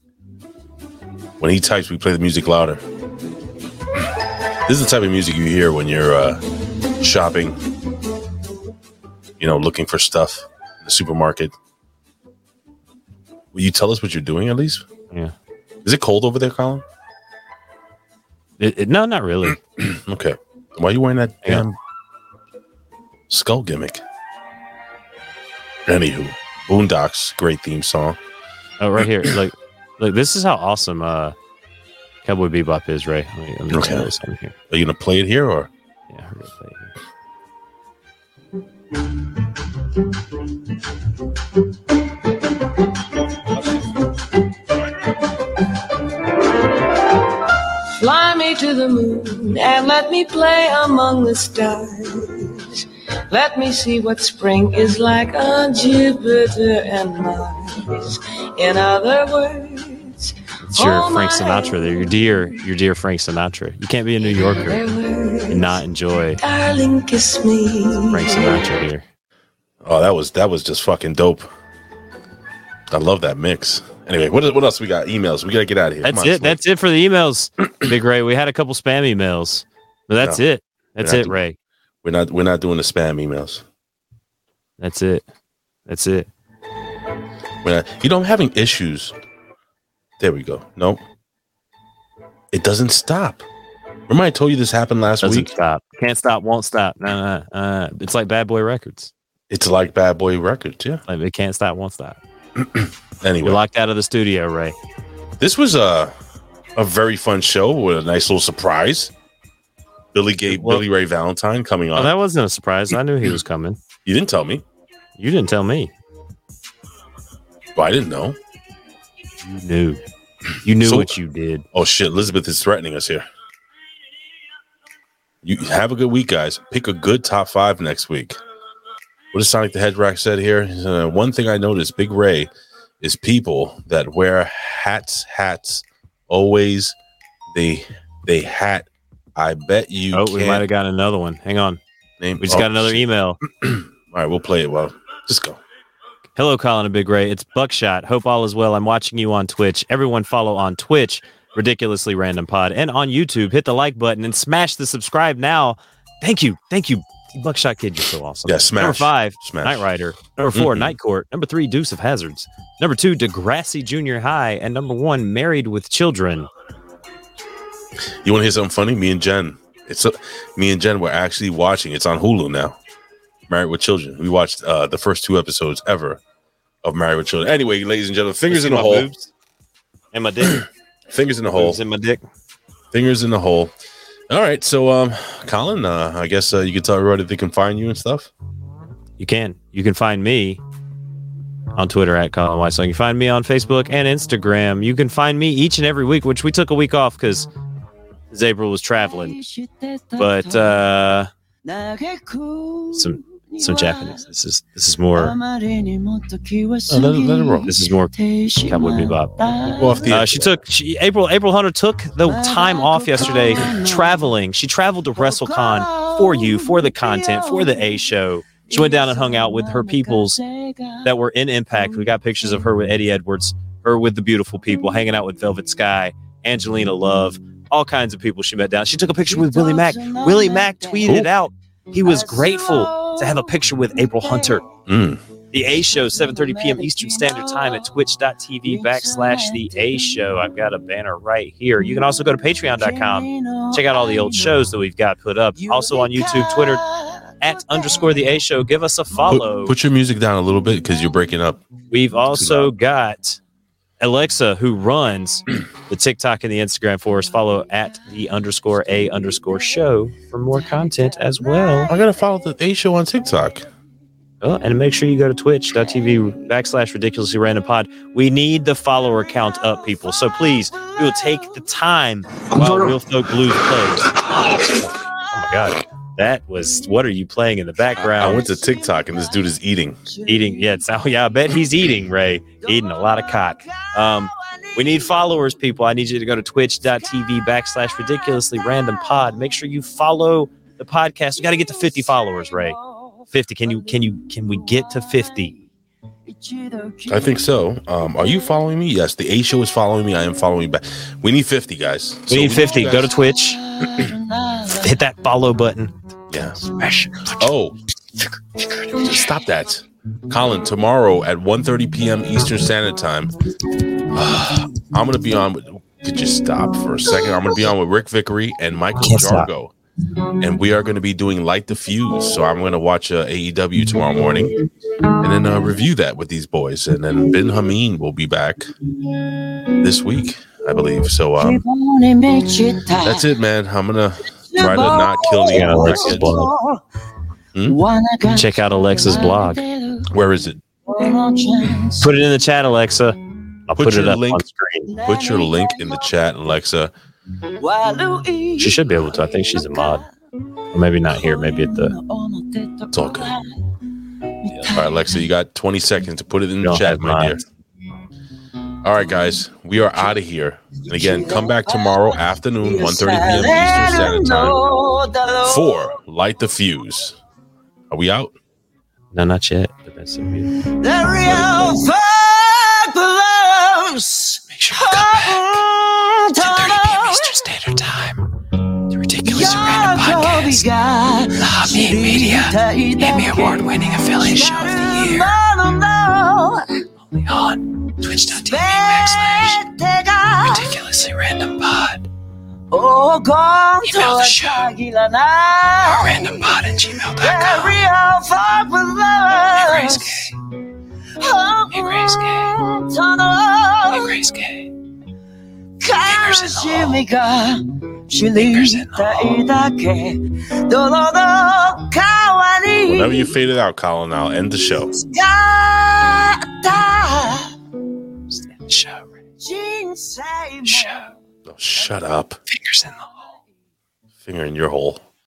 When he types, we play the music louder. This is the type of music you hear when you're uh, shopping, you know, looking for stuff in the supermarket. Will you tell us what you're doing at least? Yeah. Is it cold over there, Colin? It, it- no, not really. okay. Why are you wearing that Hang on. damn skull gimmick? Anywho, Boondocks, great theme song. Oh, right here. Like, like this is how awesome uh, Cowboy Bebop is, Ray. Let me, let me Okay. tell this one here. Are you gonna play it here or? Yeah, we're gonna play it here. Fly me to the moon and let me play among the stars. Let me see what spring is like on Jupiter and Mars. In other words, It's your all Frank my Sinatra there. Your dear, your dear Frank Sinatra. You can't be a New Yorker and not enjoy darling, kiss me. Frank Sinatra here. Oh, that was that was just fucking dope. I love that mix. Anyway, what, what else we got? Emails. We gotta get out of here. That's Come on, it. Slick. That's it for the emails, Big Ray. We had a couple spam emails, but that's No. it. That's We're it, not Ray. We're not we're not doing the spam emails. That's it. That's it. We're not, you know, I'm having issues. There we go. Nope. It doesn't stop. Remember I told you this happened last Doesn't week? stop. Can't stop. Won't stop. Nah, nah, nah. It's like Bad Boy Records. It's like Bad Boy Records, yeah. Like it can't stop. Won't stop. Anyway. You're locked out of the studio, Ray. This was a a very fun show with a nice little surprise. Billy gave Well- Billy Ray Valentine coming Oh, on. that wasn't a surprise. I knew he was coming. you didn't tell me. You didn't tell me. Well, I didn't know. You knew. You knew So- what you did. Oh shit, Elizabeth is threatening us here. You have a good week, guys. Pick a good top five next week. What does Sonic the Hedgehog said here? He said, "Uh, one thing I noticed, Big Ray, is people that wear hats, hats always they they hat. I bet you. oh, we can't might have got another one. Hang on. name- We just oh, got another shit. email. All right, we'll play it. Well, just go. Hello, Colin and Big Ray. It's Buckshot. Hope all is well. I'm watching you on Twitch. Everyone follow on Twitch, Ridiculously Random Pod, and on YouTube. Hit the like button and smash the subscribe now. Thank you. Thank you. Buckshot Kid, you're so awesome. Yeah, smash. Number five, Smash. Knight Rider. Number 4 Mhm. Night Court. Number three, Deuce of Hazards. Number two, Degrassi Junior High. And number one, Married with Children. You want to hear something funny? Me and Jen. It's a, me and Jen were actually watching. It's on Hulu now. Married with Children. We watched uh, the first two episodes ever of Married with Children. Anyway, ladies and gentlemen, fingers See in the my hole. boobs? And my dick. Fingers in the hole. Boobs in my dick. Fingers in the hole. All right. So, um, Colin, uh, I guess uh, you can tell everybody they can find you and stuff. You can. You can find me on Twitter at Colin Whitesong. You can find me on Facebook and Instagram. You can find me each and every week, which we took a week off because April was traveling. But uh, some some Japanese. This is this is more. This is more Cowboy Bebop. Uh, she took she, April April Hunter took the time off yesterday traveling. She traveled to WrestleCon for you for the content for the A show. She went down and hung out with her peoples that were in Impact. We got pictures of her with Eddie Edwards, her with the beautiful people, hanging out with Velvet Sky, Angelina Love, all kinds of people she met down. She took a picture with Willie Mack. Willie Mack tweeted Ooh. out he was grateful to have a picture with April Hunter. Mm. The A Show, 7.30 p.m. Eastern Standard Time at twitch.tv backslash The A Show. I've got a banner right here. You can also go to patreon.com, check out all the old shows that we've got put up. Also on YouTube, Twitter, at underscore The A Show. Give us a follow. Put, put your music down a little bit because you're breaking up. We've also got Alexa, who runs the TikTok and the Instagram for us. Follow at the underscore a underscore show for more content as well. I gotta follow the A show on TikTok. Oh, and make sure you go to twitch.tv backslash ridiculously random pod. We need the follower count up, people. So please, we will take the time while Real Folk Blues plays. Oh my God. That was what are you playing in the background? I went to TikTok and this dude is eating. Eating, yeah. It's, oh, yeah. I bet he's eating, Ray. Eating a lot of cock. Um, we need followers, people. I need you to go to twitch.tv backslash ridiculously random pod. Make sure you follow the podcast. We got to get to 50 followers, Ray. 50. Can you, can you, can we get to 50? I think so. Um, are you following me? Yes, the A show is following me. I am following back. We need 50 guys. So We need 50. you Go to guys- Twitch, hit that follow button. Yeah. Oh, stop that. Colin, tomorrow at 1.30 p.m. Eastern Standard Time, I'm going to be on with... Could you stop for a second? I'm going to be on with Rick Vickery and Michael Can't stop. Jargo. And we are going to be doing Light the Fuse. So I'm going to watch uh, AEW tomorrow morning and then uh, review that with these boys. And then Ben Hameen will be back this week, I believe. So um, that's it, man. I'm going to try to not kill me. Yeah, Alexa's blog. Check out Alexa's blog. Where is it? Put it in the chat, Alexa. I'll put, Put it your up link- on screen. Put your link in the chat, Alexa. She should be able to. I think she's a mod. Or maybe not here. Maybe at the. It's all good. All right, Alexa, you got 20 seconds to put it in the don't chat, have my dear. All right, guys, we are out of here. And again, come back tomorrow afternoon, 1.30 p.m. Eastern Standard Time for Light the Fuse. Are we out? No, not yet. But that's the music. The real fuck blows. Make sure you come back. 10:30 p.m. Eastern Standard Time. The ridiculous random podcast. Love Me Media. Emmy award-winning affiliate show of the year. Only on twitch.tv backslash ridiculously random pod. Oh, gone Email the show. Random pod at gmail.com. The real fuck blows. Hey, Grace Gay. Hey, Grace Gay. Fingers in the hole. Fingers in the hole. Whenever you fade it out, Colin, I'll end the show. Show. Show. Oh, shut up. Fingers in the hole. Finger in your hole.